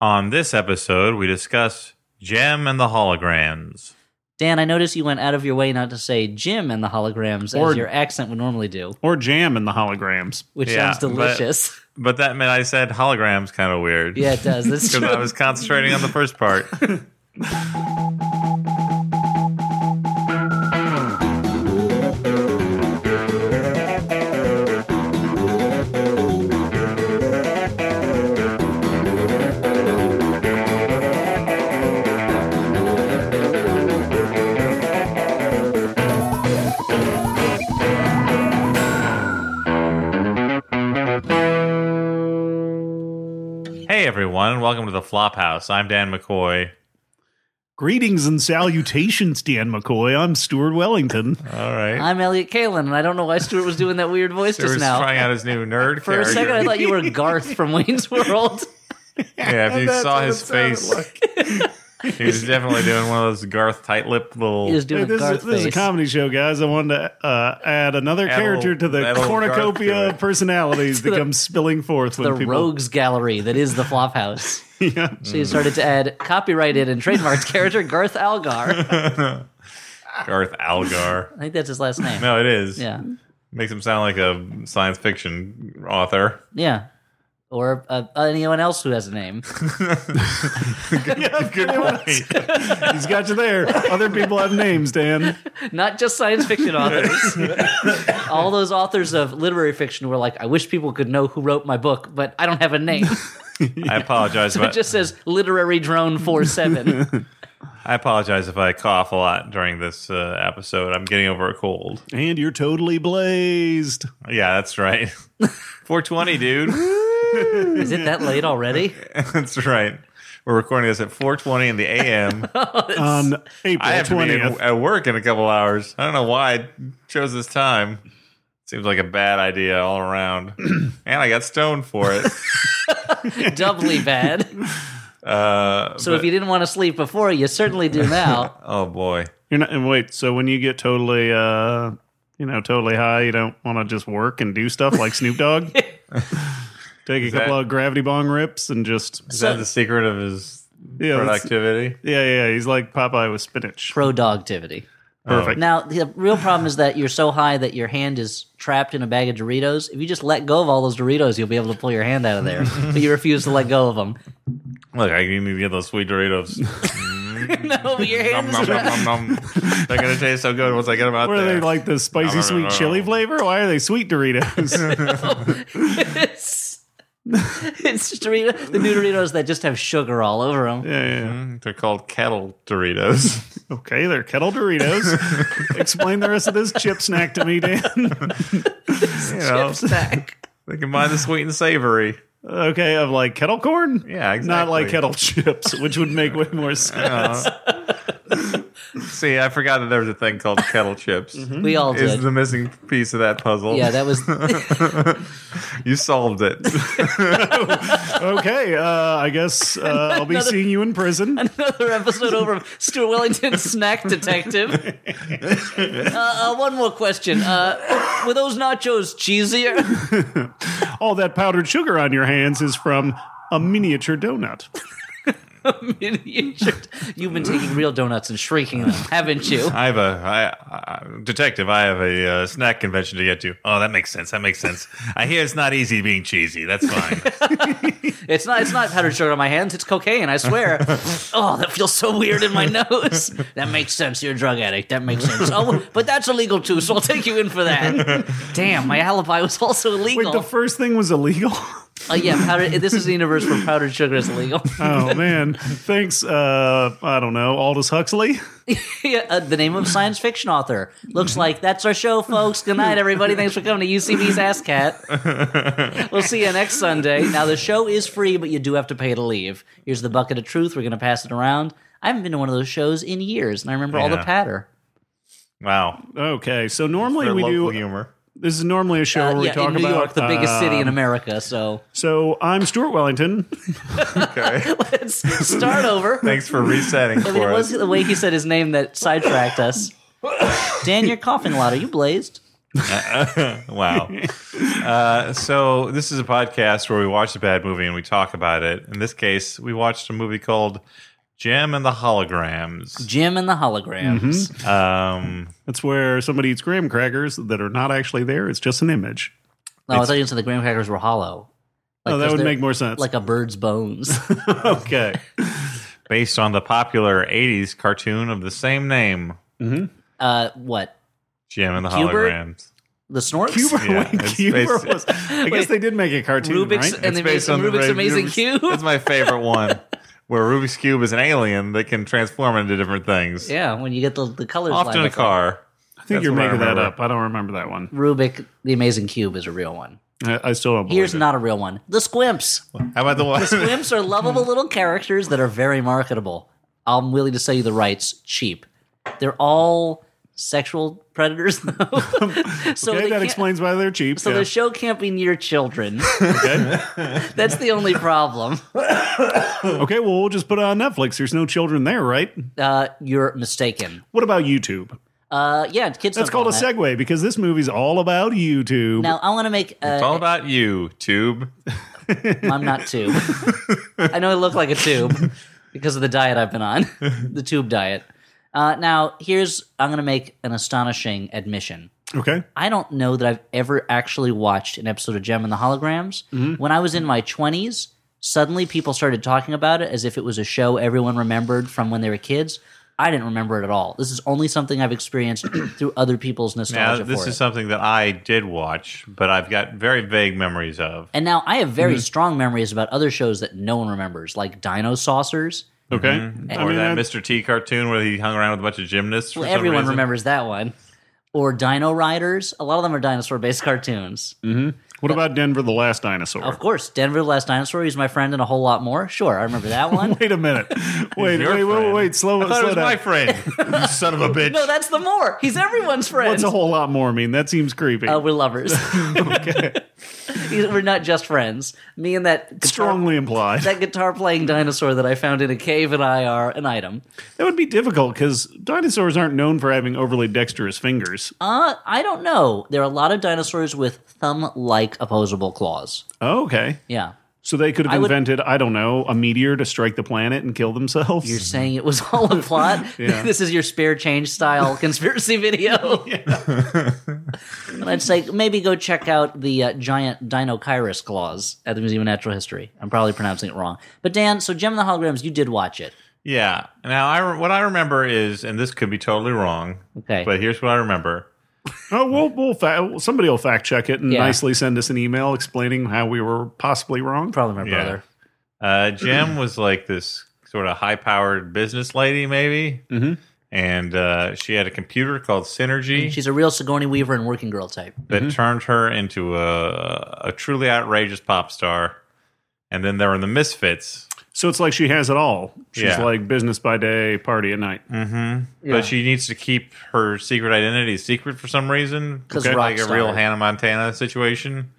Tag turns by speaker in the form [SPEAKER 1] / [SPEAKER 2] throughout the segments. [SPEAKER 1] On this episode, we discuss Gem and the Holograms.
[SPEAKER 2] Dan, I noticed you went out of your way not to say Jim and the holograms
[SPEAKER 3] Or-
[SPEAKER 2] as your accent would normally do,
[SPEAKER 3] or jam in the holograms.
[SPEAKER 2] which
[SPEAKER 1] Yeah,
[SPEAKER 2] sounds
[SPEAKER 1] but-
[SPEAKER 2] delicious.
[SPEAKER 1] But that meant I said holograms kind of weird.
[SPEAKER 2] yeah, it does. That's
[SPEAKER 1] Because
[SPEAKER 2] true.
[SPEAKER 1] I was concentrating on the first part. hey, everyone. Welcome to the Flophouse. I'm Dan McCoy.
[SPEAKER 3] Greetings and salutations, Dan McCoy. I'm Stuart Wellington.
[SPEAKER 1] All right.
[SPEAKER 2] I'm Elliot Kalin, and I don't know why Stuart was doing that weird voice
[SPEAKER 1] Stuart's
[SPEAKER 2] just now.
[SPEAKER 1] trying out his new nerd
[SPEAKER 2] For a
[SPEAKER 1] character.
[SPEAKER 2] second, I thought you were Garth from Wayne's World.
[SPEAKER 1] yeah, if you
[SPEAKER 3] That's
[SPEAKER 1] saw
[SPEAKER 3] what
[SPEAKER 1] his
[SPEAKER 3] it sounded
[SPEAKER 1] face, he was definitely doing one of those Garth tight lip little.
[SPEAKER 2] He was
[SPEAKER 3] Hey,
[SPEAKER 2] doing
[SPEAKER 3] this,
[SPEAKER 2] Garth
[SPEAKER 3] is, this is a
[SPEAKER 2] face.
[SPEAKER 3] comedy show, guys. I wanted to uh, add another
[SPEAKER 1] Add a
[SPEAKER 3] character
[SPEAKER 1] little-
[SPEAKER 3] to
[SPEAKER 1] add
[SPEAKER 3] the
[SPEAKER 1] a little Garth
[SPEAKER 3] cornucopia
[SPEAKER 1] to
[SPEAKER 3] of personalities that
[SPEAKER 2] the-
[SPEAKER 3] come spilling forth
[SPEAKER 2] the
[SPEAKER 3] when people.
[SPEAKER 2] rogues gallery that is the Flophouse.
[SPEAKER 3] Yeah.
[SPEAKER 2] So you started to add copyrighted and trademarked character Garth Algar.
[SPEAKER 1] Garth Algar.
[SPEAKER 2] I think that's his last name.
[SPEAKER 1] No, it is.
[SPEAKER 2] Yeah,
[SPEAKER 1] Makes him sound like a science fiction author.
[SPEAKER 2] yeah. Or uh, anyone else who has a name.
[SPEAKER 1] Good point.
[SPEAKER 3] He's got you there. Other people have names, Dan.
[SPEAKER 2] Not just science fiction authors. All those authors of literary fiction were like, I wish people could know who wrote my book, but I don't have a name.
[SPEAKER 1] I apologize.
[SPEAKER 2] It
[SPEAKER 1] but
[SPEAKER 2] just says Literary Drone 47.
[SPEAKER 1] I apologize if I cough a lot during this uh, episode. I'm getting over a cold.
[SPEAKER 3] And you're totally blazed.
[SPEAKER 1] Yeah, that's right. 420, dude.
[SPEAKER 2] Is it that late already?
[SPEAKER 1] that's right. We're recording this at 420 in the a.m.
[SPEAKER 3] On April
[SPEAKER 1] I have to be
[SPEAKER 3] 20th.
[SPEAKER 1] at- at work in a couple hours. I don't know why I chose this time. Seems like a bad idea all around. and I got stoned for it.
[SPEAKER 2] Doubly bad.
[SPEAKER 1] Uh,
[SPEAKER 2] So if you didn't want to sleep before, you certainly do now.
[SPEAKER 1] oh, boy.
[SPEAKER 3] You're not, and wait, so when you get totally, uh, you know, totally high, you don't want to just work and do stuff like Snoop Dogg? Take a
[SPEAKER 1] that-
[SPEAKER 3] couple of gravity bong rips and just.
[SPEAKER 1] Is
[SPEAKER 2] So-
[SPEAKER 1] that the secret of his
[SPEAKER 3] Yeah, that's-
[SPEAKER 1] productivity?
[SPEAKER 3] yeah, yeah. He's like Popeye with spinach.
[SPEAKER 1] Oh.
[SPEAKER 2] Pro dogtivity.
[SPEAKER 3] Perfect.
[SPEAKER 2] Now, the real problem is that you're so high that your hand is trapped in a bag of Doritos. If you just let go of all those Doritos, you'll be able to pull your hand out of there. But you refuse to let go of them.
[SPEAKER 1] Look, I need to get those sweet Doritos.
[SPEAKER 2] No, your
[SPEAKER 1] Nom, nom,
[SPEAKER 2] hand is
[SPEAKER 1] nom, nom,
[SPEAKER 2] trapped.
[SPEAKER 1] nom. They're gonna taste so good once I get them out
[SPEAKER 3] What are
[SPEAKER 1] there.
[SPEAKER 3] they like the
[SPEAKER 1] No, no,
[SPEAKER 3] spicy
[SPEAKER 1] no,
[SPEAKER 3] sweet chili
[SPEAKER 1] no.
[SPEAKER 3] flavor? Why are they sweet Doritos?
[SPEAKER 2] It's, it's Dorito, the new Doritos that just have sugar all over them.
[SPEAKER 3] yeah, yeah.
[SPEAKER 1] Mm, They're called kettle Doritos.
[SPEAKER 3] Okay, they're kettle Doritos. Explain the rest of this chip snack to me, Dan.
[SPEAKER 1] you know,
[SPEAKER 2] Snack.
[SPEAKER 1] they combine the sweet and savory.
[SPEAKER 3] okay, of like kettle corn?
[SPEAKER 1] Yeah, exactly.
[SPEAKER 3] Not like kettle chips, which would make way more sense.
[SPEAKER 1] See, I forgot that there was a thing called kettle chips.
[SPEAKER 3] Mm-hmm.
[SPEAKER 2] We all
[SPEAKER 1] Is
[SPEAKER 2] did.
[SPEAKER 1] the missing piece of that puzzle?
[SPEAKER 2] yeah, that was
[SPEAKER 1] you solved it.
[SPEAKER 3] Okay, uh, I guess uh, I'll be seeing you in prison.
[SPEAKER 2] another episode over of Stuart Wellington's Snack Detective. Uh, uh, one more question. Uh, were those nachos cheesier?
[SPEAKER 3] All that powdered sugar on your hands is from a miniature donut.
[SPEAKER 2] You've been taking real donuts and shrinking them, haven't you?
[SPEAKER 1] I have a I, I, detective. I have a uh, snack convention to get to. Oh, that makes sense. That makes sense. I hear it's not easy being cheesy. That's fine.
[SPEAKER 2] It's not. It's not powdered sugar on my hands. It's cocaine. I swear. oh, that feels so weird in my nose. That makes sense. You're a drug addict. That makes sense. Oh, but that's illegal too. So I'll take you in for that. Damn, my alibi was also
[SPEAKER 3] Wait,
[SPEAKER 2] illegal.
[SPEAKER 3] the first thing was illegal?
[SPEAKER 2] Oh yeah, powdered, this is the universe where powdered sugar is illegal.
[SPEAKER 3] Oh, man. Thanks, uh, I don't know, Aldous Huxley?
[SPEAKER 2] Yeah, uh, the name of science fiction author. Looks like that's our show, folks. Good night, everybody. Thanks for coming to UCB's Ask Cat. We'll see you next Sunday. Now, the show is free, but you do have to pay to leave. Here's the bucket of truth. We're going to pass it around. I haven't been to one of those shows in years, and I remember all the
[SPEAKER 1] Yeah.
[SPEAKER 2] patter.
[SPEAKER 1] Wow.
[SPEAKER 3] Okay, so normally
[SPEAKER 1] For
[SPEAKER 3] we
[SPEAKER 1] local
[SPEAKER 3] do.
[SPEAKER 1] humor.
[SPEAKER 3] This is normally a show
[SPEAKER 2] Uh,
[SPEAKER 3] where we
[SPEAKER 2] yeah,
[SPEAKER 3] talk
[SPEAKER 2] in New
[SPEAKER 3] about
[SPEAKER 2] York, the biggest
[SPEAKER 3] uh,
[SPEAKER 2] city in America. So
[SPEAKER 3] So I'm Stuart Wellington.
[SPEAKER 1] Okay.
[SPEAKER 2] let's start over.
[SPEAKER 1] Thanks for resetting
[SPEAKER 2] I mean,
[SPEAKER 1] for
[SPEAKER 2] it
[SPEAKER 1] us.
[SPEAKER 2] was the way he said his name that sidetracked us. Dan, you're coughing a lot. Are you blazed?
[SPEAKER 1] wow. Uh, so this is a podcast where we watch a bad movie and we talk about it. In this case, we watched a movie called Jim and the Holograms.
[SPEAKER 2] Jim and the
[SPEAKER 3] Mm-hmm.
[SPEAKER 2] holograms.
[SPEAKER 1] Um,
[SPEAKER 3] That's where somebody eats graham crackers that are not actually there. It's just an image.
[SPEAKER 2] No, I thought you said the graham crackers were hollow. Like,
[SPEAKER 3] oh, that
[SPEAKER 2] there's-
[SPEAKER 3] would
[SPEAKER 2] they're
[SPEAKER 3] make more sense.
[SPEAKER 2] like a bird's bones.
[SPEAKER 3] okay.
[SPEAKER 1] based on the popular '80s cartoon of the same name,
[SPEAKER 2] uh, what?
[SPEAKER 1] Jim and the
[SPEAKER 2] Hubert?
[SPEAKER 1] Holograms.
[SPEAKER 2] The snorts?
[SPEAKER 3] Cuba,
[SPEAKER 1] Yeah,
[SPEAKER 3] wait,
[SPEAKER 1] it's
[SPEAKER 3] Cuba
[SPEAKER 1] based-
[SPEAKER 3] was. I guess they did make a cartoon,
[SPEAKER 2] Rubik's
[SPEAKER 3] right?
[SPEAKER 2] and they made some
[SPEAKER 1] the
[SPEAKER 2] Rubik's
[SPEAKER 1] Ray-
[SPEAKER 2] Amazing
[SPEAKER 1] Rubik's-
[SPEAKER 2] Cube.
[SPEAKER 1] That's my favorite one, where Rubik's Cube is an alien that can transform into different things.
[SPEAKER 2] yeah, when you get the, the colors
[SPEAKER 1] Often
[SPEAKER 2] lined
[SPEAKER 1] in a
[SPEAKER 2] up.
[SPEAKER 1] car.
[SPEAKER 3] I think
[SPEAKER 1] That's
[SPEAKER 3] you're
[SPEAKER 1] what I
[SPEAKER 3] making that
[SPEAKER 1] remember.
[SPEAKER 3] up. I don't remember that one.
[SPEAKER 2] Rubik, the Amazing Cube, is a real one.
[SPEAKER 3] I, I still don't believe
[SPEAKER 2] Here's
[SPEAKER 3] it.
[SPEAKER 2] not a real one. The Squimps.
[SPEAKER 1] How about the one?
[SPEAKER 2] Squimps are lovable little characters that are very marketable. I'm willing to sell you the rights cheap. They're all sexual predators, though. so
[SPEAKER 3] okay,
[SPEAKER 2] they
[SPEAKER 3] that
[SPEAKER 2] can't-
[SPEAKER 3] explains why they're cheap.
[SPEAKER 2] So
[SPEAKER 3] yeah.
[SPEAKER 2] the show can't be near children. That's the only problem.
[SPEAKER 3] okay, well, we'll just put it on Netflix. There's no children there, right?
[SPEAKER 2] Uh, you're mistaken.
[SPEAKER 3] What about YouTube?
[SPEAKER 2] Uh, yeah, kids.
[SPEAKER 3] That's called a
[SPEAKER 2] second.
[SPEAKER 3] segue because this movie's all about YouTube.
[SPEAKER 2] Now I want to make.
[SPEAKER 1] It's all
[SPEAKER 2] Uh,
[SPEAKER 1] about you, Tube.
[SPEAKER 2] I'm not tube. I know I look like a tube because of the diet I've been on, the tube diet. Uh, now here's I'm going to make an astonishing admission.
[SPEAKER 3] okay.
[SPEAKER 2] I don't know that I've ever actually watched an episode of Gem and the Holograms. When I was in my 20s, suddenly people started talking about it as if it was a show everyone remembered from when they were kids. I didn't remember it at all. This is only something I've experienced through other people's
[SPEAKER 1] Now,
[SPEAKER 2] nostalgia
[SPEAKER 1] this
[SPEAKER 2] for
[SPEAKER 1] is
[SPEAKER 2] it.
[SPEAKER 1] something that I did watch, but I've got very vague memories of.
[SPEAKER 2] and now I have very
[SPEAKER 3] Mm-hmm.
[SPEAKER 2] strong memories about other shows that no one remembers, like Dino Saucers.
[SPEAKER 3] Okay.
[SPEAKER 1] or that
[SPEAKER 3] I-
[SPEAKER 1] Mr. T cartoon where he hung around with a bunch of gymnasts. For
[SPEAKER 2] Well,
[SPEAKER 1] some
[SPEAKER 2] everyone
[SPEAKER 1] reason.
[SPEAKER 2] remembers that one. Or Dino Riders. A lot of them are dinosaur-based cartoons.
[SPEAKER 3] Mm. What about Denver the Last Dinosaur?
[SPEAKER 1] Oh.
[SPEAKER 2] Of course, Denver the Last Dinosaur. He's my friend and a whole lot more. Sure, I remember that one.
[SPEAKER 3] Wait a minute. Wait,
[SPEAKER 1] your
[SPEAKER 3] wait, wait, wait,
[SPEAKER 1] friend.
[SPEAKER 3] wait. Slow,
[SPEAKER 1] I thought it
[SPEAKER 3] slow
[SPEAKER 1] was
[SPEAKER 3] down.
[SPEAKER 1] my friend. you son of a bitch.
[SPEAKER 2] No, that's the more. He's everyone's friend.
[SPEAKER 3] What's a whole lot more mean? That seems creepy.
[SPEAKER 1] Oh.
[SPEAKER 2] Uh, we're lovers. He's- we're not just friends. Me and that guitar,
[SPEAKER 3] Strongly implied.
[SPEAKER 2] that guitar playing dinosaur that I found in a cave and I are an item.
[SPEAKER 3] That would be difficult because dinosaurs aren't known for having overly dexterous fingers.
[SPEAKER 2] Uh, I don't know. There are a lot of dinosaurs with thumb-like opposable claws.
[SPEAKER 3] Oh, okay.
[SPEAKER 2] Yeah,
[SPEAKER 3] So they could have
[SPEAKER 2] I would-
[SPEAKER 3] invented, I don't know, a meteor to strike the planet and kill themselves.
[SPEAKER 2] you're saying it was all a plot.
[SPEAKER 3] Yeah.
[SPEAKER 2] this is your spare change style conspiracy video. and I'd say maybe go check out the uh, giant Dinochirus claws at the Museum of Natural History. I'm probably pronouncing it wrong, but Dan, so Gem and the Holograms, you did watch it.
[SPEAKER 1] Yeah. Now, I re- what I remember is, and this could be totally wrong,
[SPEAKER 2] Okay.
[SPEAKER 1] but here's what I remember.
[SPEAKER 3] Oh, we'll, we'll fa- somebody will fact check it and
[SPEAKER 2] Yeah.
[SPEAKER 3] nicely send us an email explaining how we were possibly wrong.
[SPEAKER 2] Probably my
[SPEAKER 1] Yeah.
[SPEAKER 2] brother.
[SPEAKER 1] Uh, Jim was like this sort of high powered business lady, maybe. Mm-hmm. And uh, she had a computer called Synergy
[SPEAKER 2] She's a real Sigourney Weaver and working girl type.
[SPEAKER 1] that turned her into a, a truly outrageous pop star. And then there were the Misfits,
[SPEAKER 3] So it's like she has it all. She's
[SPEAKER 1] Yeah.
[SPEAKER 3] like business by day, party at night.
[SPEAKER 1] but she needs to keep her secret identity secret for some reason.
[SPEAKER 2] 'Cause
[SPEAKER 1] It's like
[SPEAKER 2] rock
[SPEAKER 1] a real
[SPEAKER 2] star.
[SPEAKER 1] Hannah Montana situation.